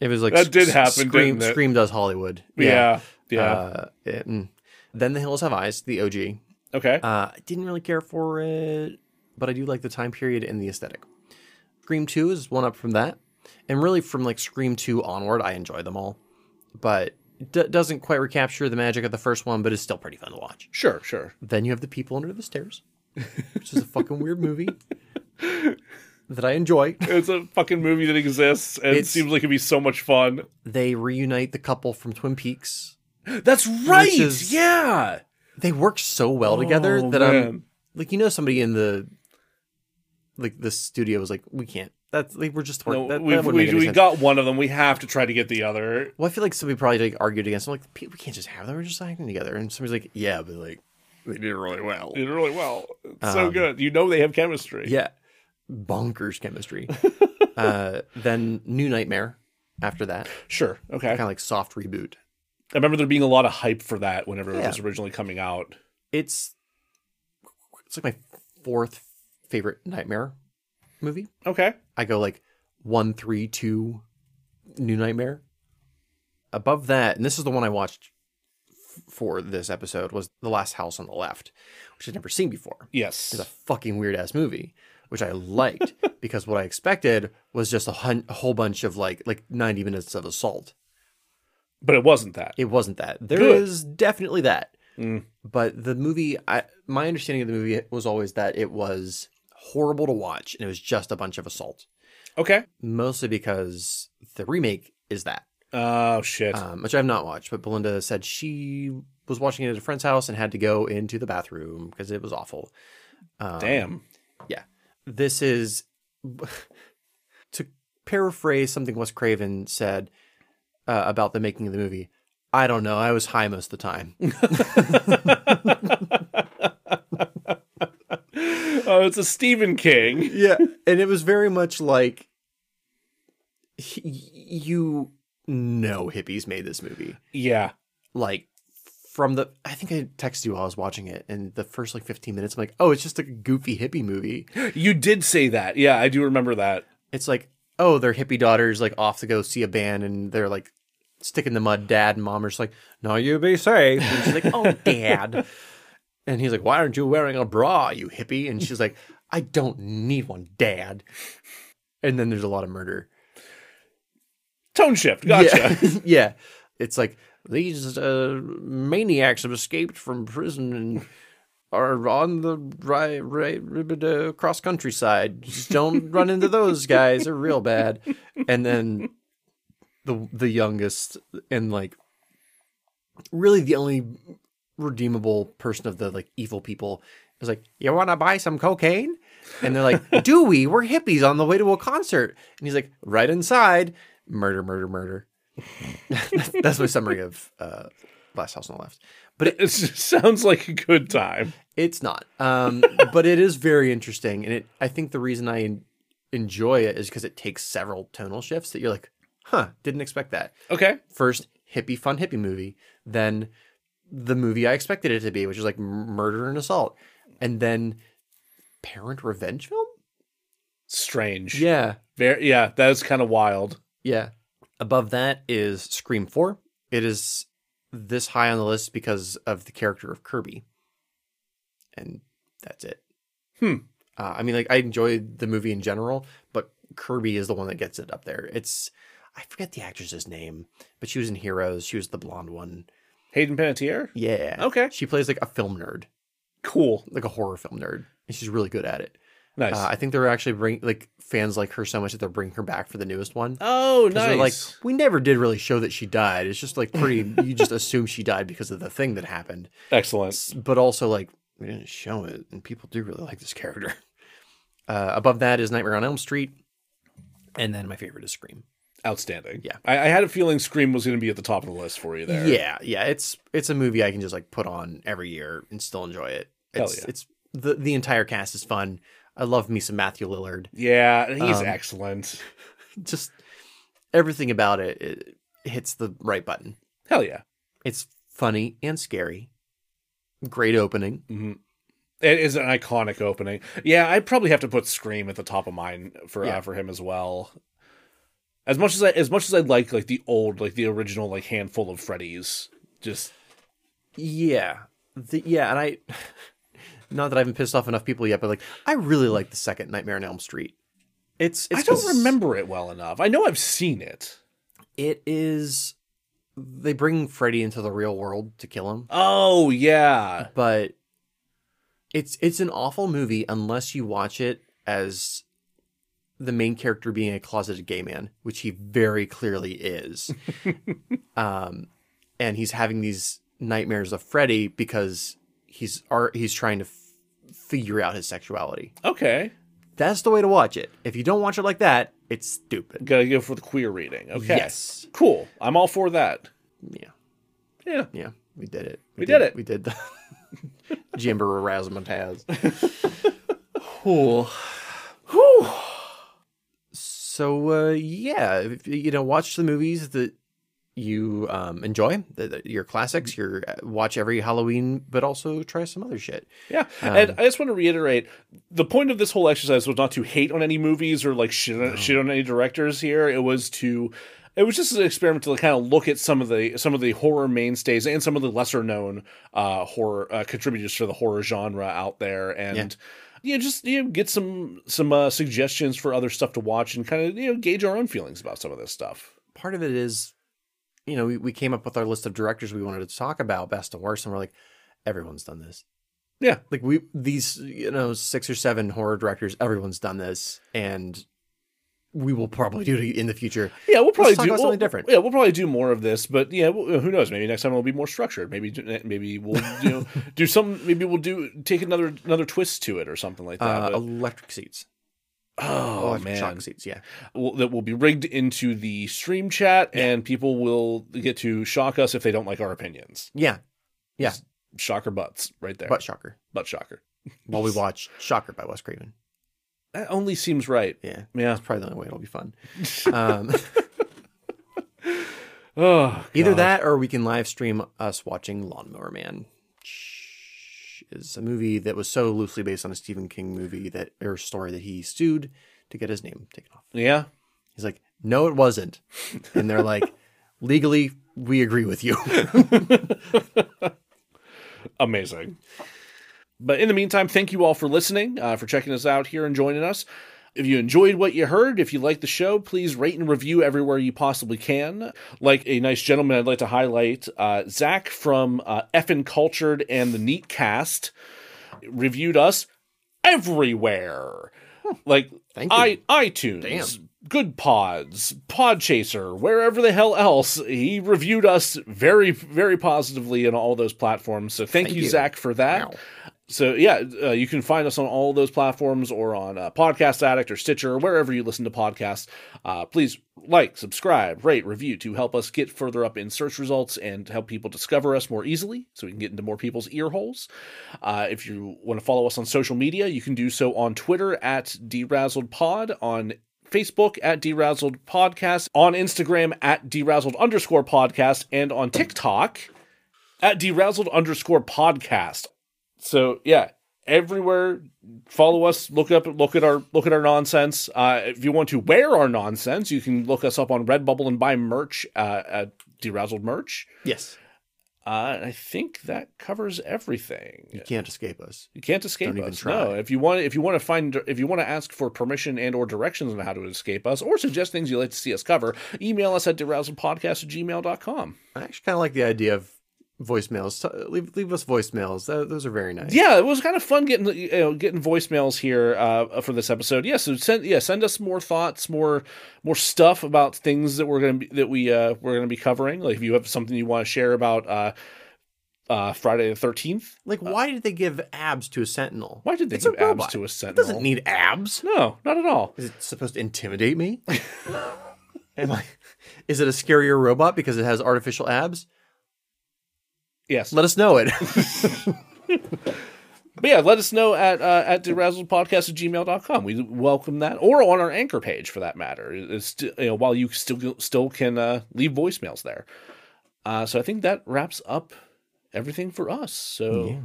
[SPEAKER 1] it was like
[SPEAKER 2] That did
[SPEAKER 1] s-
[SPEAKER 2] happen,
[SPEAKER 1] Scream,
[SPEAKER 2] didn't it?
[SPEAKER 1] Scream does Hollywood.
[SPEAKER 2] Yeah. Yeah.
[SPEAKER 1] Uh, it- mm. then the Hills Have Eyes, the OG.
[SPEAKER 2] okay.
[SPEAKER 1] Uh, I didn't really care for it, but I do like the time period and the aesthetic. Scream 2 is one up from that. And really, from like Scream 2 onward, I enjoy them all. But it d- doesn't quite recapture the magic of the first one, but it's still pretty fun to watch.
[SPEAKER 2] sure. Sure.
[SPEAKER 1] Then you have The People Under the Stairs, which is a fucking weird
[SPEAKER 2] <laughs>
[SPEAKER 1] movie that I enjoy.
[SPEAKER 2] It's a fucking movie that exists and
[SPEAKER 1] It's-
[SPEAKER 2] seems like it'd be so much fun.
[SPEAKER 1] They reunite the couple from Twin Peaks.
[SPEAKER 2] That's right.
[SPEAKER 1] is-
[SPEAKER 2] yeah.
[SPEAKER 1] They work so well together
[SPEAKER 2] Oh,
[SPEAKER 1] that
[SPEAKER 2] man.
[SPEAKER 1] I'm like, you know, somebody in the like the studio was like, we can't. That's like we're just
[SPEAKER 2] No,
[SPEAKER 1] working. that,
[SPEAKER 2] we
[SPEAKER 1] that wouldn't make
[SPEAKER 2] we,
[SPEAKER 1] any
[SPEAKER 2] we
[SPEAKER 1] sense.
[SPEAKER 2] got one of them. We have to try to get the other.
[SPEAKER 1] Well, I feel like somebody probably like argued against. I'm like, "P- we can't just have them. We're just acting together. And somebody's like, yeah, but like, they did it really well.
[SPEAKER 2] Did really well. It's so good. You know they have chemistry.
[SPEAKER 1] Um, Yeah, bonkers
[SPEAKER 2] <laughs>
[SPEAKER 1] chemistry. uh, then New Nightmare. After that,
[SPEAKER 2] Sure. Okay.
[SPEAKER 1] kind of like soft reboot.
[SPEAKER 2] I remember there being a lot of hype for that whenever it
[SPEAKER 1] Yeah.
[SPEAKER 2] was originally coming out.
[SPEAKER 1] It's it's like my fourth favorite Nightmare movie.
[SPEAKER 2] Okay.
[SPEAKER 1] I go like one, three, two, New Nightmare. Above that, and this is the one I watched f- for this episode was The Last House on the Left, which I'd never seen before.
[SPEAKER 2] Yes.
[SPEAKER 1] is a fucking weird ass movie, which I liked because what I expected was just a, hun- a whole bunch of like like ninety minutes of assault.
[SPEAKER 2] But it wasn't that.
[SPEAKER 1] It wasn't that. There is
[SPEAKER 2] Good.
[SPEAKER 1] definitely that, but the movie. I my understanding of the movie was always that it was horrible to watch and it was just a bunch of assault,
[SPEAKER 2] Okay.
[SPEAKER 1] mostly because the remake is that,
[SPEAKER 2] Oh shit.
[SPEAKER 1] um, which I have not watched. But Belinda said she was watching it at a friend's house and had to go into the bathroom because it was awful.
[SPEAKER 2] Damn.
[SPEAKER 1] Yeah. This is <laughs> to paraphrase something Wes Craven said uh, about the making of the movie. I don't know. I was high most of the time.
[SPEAKER 2] Oh, it's a Stephen King.
[SPEAKER 1] yeah. And it was very much like he- you know hippies made this movie.
[SPEAKER 2] Yeah.
[SPEAKER 1] Like from the I think I texted you while I was watching it and the first like 15 minutes I'm like, "Oh, it's just a goofy hippie movie."
[SPEAKER 2] You did say that. Yeah, I do remember that.
[SPEAKER 1] it's like, oh, their hippie daughter's like off to go see a band and they're like stick in the mud. Dad and mom are just like, no, you be safe. And she's like, oh, dad. And he's like, why aren't you wearing a bra, you hippie? And she's like, I don't need one, dad. And then there's a lot of murder.
[SPEAKER 2] Tone shift. Gotcha. <laughs>
[SPEAKER 1] Yeah. <laughs> yeah. It's like these uh, maniacs have escaped from prison and are on the ri- ri- ri- uh, cross countryside. Just don't run into those guys; they're real bad. And then the the youngest and like really the only redeemable person of the like evil people is like, "You want to buy some cocaine?" And they're like, "Do we? We're hippies on the way to a concert." And he's like, "Right inside." Murder, murder, murder. <laughs> That's my summary of uh, Last House on the Left. But it,
[SPEAKER 2] It sounds like a good time.
[SPEAKER 1] it's not. Um, but it is very interesting, and it. I think the reason I en- enjoy it is because it takes several tonal shifts that you're like, "Huh, didn't expect that."
[SPEAKER 2] Okay.
[SPEAKER 1] First, hippie fun hippie movie, then the movie I expected it to be, which is like m- murder and assault, and then parent revenge film.
[SPEAKER 2] Strange.
[SPEAKER 1] Yeah,
[SPEAKER 2] Very, yeah, that is kind of wild.
[SPEAKER 1] Yeah. Above that is Scream 4. It is this high on the list because of the character of Kirby. And that's it.
[SPEAKER 2] Hmm.
[SPEAKER 1] Uh, I mean, like, I enjoyed the movie in general, but Kirby is the one that gets it up there. It's, I forget the actress's name, but she was in Heroes. She was the blonde one.
[SPEAKER 2] Hayden Panettiere?
[SPEAKER 1] Yeah.
[SPEAKER 2] Okay.
[SPEAKER 1] She plays like a film nerd,
[SPEAKER 2] Cool.
[SPEAKER 1] like a horror film nerd. And she's really good at it.
[SPEAKER 2] Nice.
[SPEAKER 1] Uh, I think they're actually bring like fans like her so much that they're bringing her back for the newest one.
[SPEAKER 2] oh,
[SPEAKER 1] Because
[SPEAKER 2] nice.
[SPEAKER 1] they're like, we never did really show that she died. It's just like pretty, you just <laughs> assume she died because of the thing that happened.
[SPEAKER 2] Excellent.
[SPEAKER 1] But also, like, we didn't show it, and people do really like this character. <laughs> Uh, above that is Nightmare on Elm Street. And then my favorite is Scream.
[SPEAKER 2] Outstanding.
[SPEAKER 1] Yeah.
[SPEAKER 2] I, I had a feeling Scream was going to be at the top of the list for you there.
[SPEAKER 1] Yeah, yeah. It's it's a movie I can just like put on every year and still enjoy it.
[SPEAKER 2] Hell
[SPEAKER 1] It's
[SPEAKER 2] yeah.
[SPEAKER 1] it's the the entire cast is fun. I love me some Matthew Lillard.
[SPEAKER 2] Yeah, he's
[SPEAKER 1] Um,
[SPEAKER 2] excellent.
[SPEAKER 1] Just everything about it, it hits the right button.
[SPEAKER 2] Hell yeah.
[SPEAKER 1] It's funny and scary. Great opening.
[SPEAKER 2] It is an iconic opening. Yeah, I probably have to put Scream at the top of mine for uh, for him as well. As much as I as much as I like like the old like the original like handful of Freddy's, just
[SPEAKER 1] Yeah. The, yeah, and I <laughs> not that I haven't pissed off enough people yet, but like I really like the second Nightmare on Elm Street. It's, it's
[SPEAKER 2] I don't
[SPEAKER 1] bizar-
[SPEAKER 2] remember it well enough. I know I've seen it.
[SPEAKER 1] It is they bring Freddy into the real world to kill him,
[SPEAKER 2] Oh yeah,
[SPEAKER 1] but it's it's an awful movie unless you watch it as the main character being a closeted gay man, which he very clearly
[SPEAKER 2] <laughs>
[SPEAKER 1] is. um and he's having these nightmares of Freddy because he's are he's trying to f- figure out his sexuality.
[SPEAKER 2] okay.
[SPEAKER 1] That's the way to watch it. If you don't watch it like that, it's stupid.
[SPEAKER 2] Gotta go for the queer reading. Okay.
[SPEAKER 1] Yes.
[SPEAKER 2] Cool. I'm all for that.
[SPEAKER 1] Yeah.
[SPEAKER 2] Yeah.
[SPEAKER 1] Yeah, we did it.
[SPEAKER 2] We did it.
[SPEAKER 1] We did the <laughs> Jimber Erasmataz. Cool. Whew. So uh, yeah, if- you know, watch the movies that you um, enjoy, the, the-
[SPEAKER 2] Mm-hmm.
[SPEAKER 1] your classics. Your uh, watch every Halloween, but also try some other shit.
[SPEAKER 2] Yeah. and I just want to reiterate the point of this whole exercise was not to hate on any movies or like shit on, shit on any directors here. It was to it was just an experiment to kind of look at some of the some of the horror mainstays and some of the lesser known uh horror uh, contributors to the horror genre out there and You know, just you know, get some some uh, suggestions for other stuff to watch, and kind of you know gauge our own feelings about some of this stuff.
[SPEAKER 1] Part of it is, you know, we, we came up with our list of directors we wanted to talk about, best and worst, and we're like, everyone's done this.
[SPEAKER 2] Yeah,
[SPEAKER 1] like we these you know six or seven horror directors everyone's done this and we will probably do it in the future
[SPEAKER 2] Yeah, we'll probably
[SPEAKER 1] talk
[SPEAKER 2] do
[SPEAKER 1] about
[SPEAKER 2] we'll-
[SPEAKER 1] something different.
[SPEAKER 2] Yeah, we'll probably do more of this, but yeah, well, who knows? Maybe next time it'll be more structured. Maybe do- maybe we'll
[SPEAKER 1] <laughs>
[SPEAKER 2] you know, do some. Maybe we'll do take another another twist to it or something like
[SPEAKER 1] uh,
[SPEAKER 2] <laughs> that. but-
[SPEAKER 1] electric seats
[SPEAKER 2] oh
[SPEAKER 1] electric
[SPEAKER 2] man,
[SPEAKER 1] shock seats yeah
[SPEAKER 2] Will- that will be rigged into the stream chat, and people will get to shock us if they don't like our opinions.
[SPEAKER 1] yeah yeah
[SPEAKER 2] Shocker butts, right there.
[SPEAKER 1] butt shocker
[SPEAKER 2] Butt shocker.
[SPEAKER 1] while we watch shocker by wes craven
[SPEAKER 2] That only seems right.
[SPEAKER 1] yeah
[SPEAKER 2] Yeah.
[SPEAKER 1] that's probably the only way it'll be
[SPEAKER 2] <laughs>
[SPEAKER 1] fun um,
[SPEAKER 2] Oh,
[SPEAKER 1] either that or we can live stream us watching lawnmower man which is a movie that was so loosely based on a stephen king movie that or story that he sued to get his name taken off
[SPEAKER 2] yeah.
[SPEAKER 1] He's like, no, it wasn't. And they're
[SPEAKER 2] <laughs>
[SPEAKER 1] like, legally, we agree with you.
[SPEAKER 2] amazing. But in the meantime, thank you all for listening, uh, for checking us out here and joining us. If you enjoyed what you heard, if you like the show, please rate and review everywhere you possibly can. Like a nice gentleman, I'd like to highlight uh, Zach from uh, Effin Cultured and the Neat Cast reviewed us everywhere. Like
[SPEAKER 1] Thank you.
[SPEAKER 2] I iTunes,
[SPEAKER 1] Damn.
[SPEAKER 2] Good Pods, Podchaser, wherever the hell else. He reviewed us very, very positively on all those platforms. So thank, you,
[SPEAKER 1] you.
[SPEAKER 2] Zach, for that.
[SPEAKER 1] Wow.
[SPEAKER 2] So yeah, uh, you can find us on all those platforms or on uh, Podcast Addict or Stitcher or wherever you listen to podcasts. Uh, please like, subscribe, rate, review to help us get further up in search results and help people discover us more easily, so we can get into more people's ear holes. Uh, if you want to follow us on social media, you can do so on Twitter at DerazzledPod, on Facebook at Derazzled Podcast, on Instagram at Derazzled underscore podcast, and on TikTok at Derazzled underscore podcast. So yeah, everywhere follow us, look up look at our look at our nonsense. Uh, if you want to wear our nonsense, you can look us up on Redbubble and buy merch uh, at Derazzled merch.
[SPEAKER 1] yes.
[SPEAKER 2] Uh, and I think that covers everything.
[SPEAKER 1] You can't escape us.
[SPEAKER 2] You can't escape
[SPEAKER 1] Don't even
[SPEAKER 2] us.
[SPEAKER 1] try.
[SPEAKER 2] No, if you want, if you want to find, if you want to ask for permission and or directions on how to escape us, or suggest things you'd like to see us cover, email us at derassalpodcast at gmail.com.
[SPEAKER 1] I actually kind of like the idea of voicemails. So leave, leave us voicemails. Tho- those are very nice.
[SPEAKER 2] Yeah, it was kind of fun getting you know, getting voicemails here uh, for this episode. Yeah, so send yeah send us more thoughts, more more stuff about things that we're gonna be, that we uh, we're gonna be covering. Like if you have something you want to share about uh, uh, Friday the Thirteenth,
[SPEAKER 1] Like, why did they give abs to a sentinel?
[SPEAKER 2] why did they
[SPEAKER 1] It's a
[SPEAKER 2] give abs
[SPEAKER 1] robot.
[SPEAKER 2] to a
[SPEAKER 1] It
[SPEAKER 2] sentinel?
[SPEAKER 1] doesn't need abs.
[SPEAKER 2] no, not at all.
[SPEAKER 1] Is it supposed to intimidate
[SPEAKER 2] <laughs>
[SPEAKER 1] me? Am I? Is it a scarier robot because it has artificial abs?
[SPEAKER 2] Yes,
[SPEAKER 1] Let us know it. <laughs>
[SPEAKER 2] But yeah, let us know at uh, at derazzledpodcast at gmail.com. We welcome that, or on our anchor page for that matter. It's st- you know, while you still still can uh, leave voicemails there. Uh, so I think that wraps up everything for us. So
[SPEAKER 1] Yeah.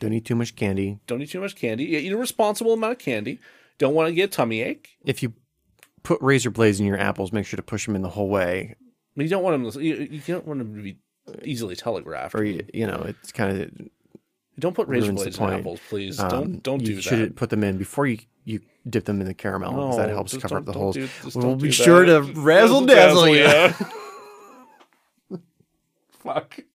[SPEAKER 1] Don't eat too much candy.
[SPEAKER 2] don't eat too much candy. Yeah, Eat a responsible amount of candy. Don't want to get a tummy ache.
[SPEAKER 1] If you put razor blades in your apples, make sure to push them in the whole way.
[SPEAKER 2] But you don't want them. You, you don't want them to be easily telegraphed.
[SPEAKER 1] Or, you, you know, it's kind of.
[SPEAKER 2] don't put razor
[SPEAKER 1] ruins the
[SPEAKER 2] blades in
[SPEAKER 1] point.
[SPEAKER 2] apples, please.
[SPEAKER 1] um,
[SPEAKER 2] don't don't
[SPEAKER 1] you
[SPEAKER 2] do
[SPEAKER 1] should
[SPEAKER 2] that.
[SPEAKER 1] put them in before you, you dip them in the caramel because Oh, that
[SPEAKER 2] No,
[SPEAKER 1] helps
[SPEAKER 2] just
[SPEAKER 1] cover up
[SPEAKER 2] don't-
[SPEAKER 1] the
[SPEAKER 2] don't
[SPEAKER 1] holes.
[SPEAKER 2] do- just
[SPEAKER 1] we'll
[SPEAKER 2] don't
[SPEAKER 1] be
[SPEAKER 2] do
[SPEAKER 1] sure
[SPEAKER 2] that.
[SPEAKER 1] <laughs> to razzle dazzle you.
[SPEAKER 2] yeah. Fuck.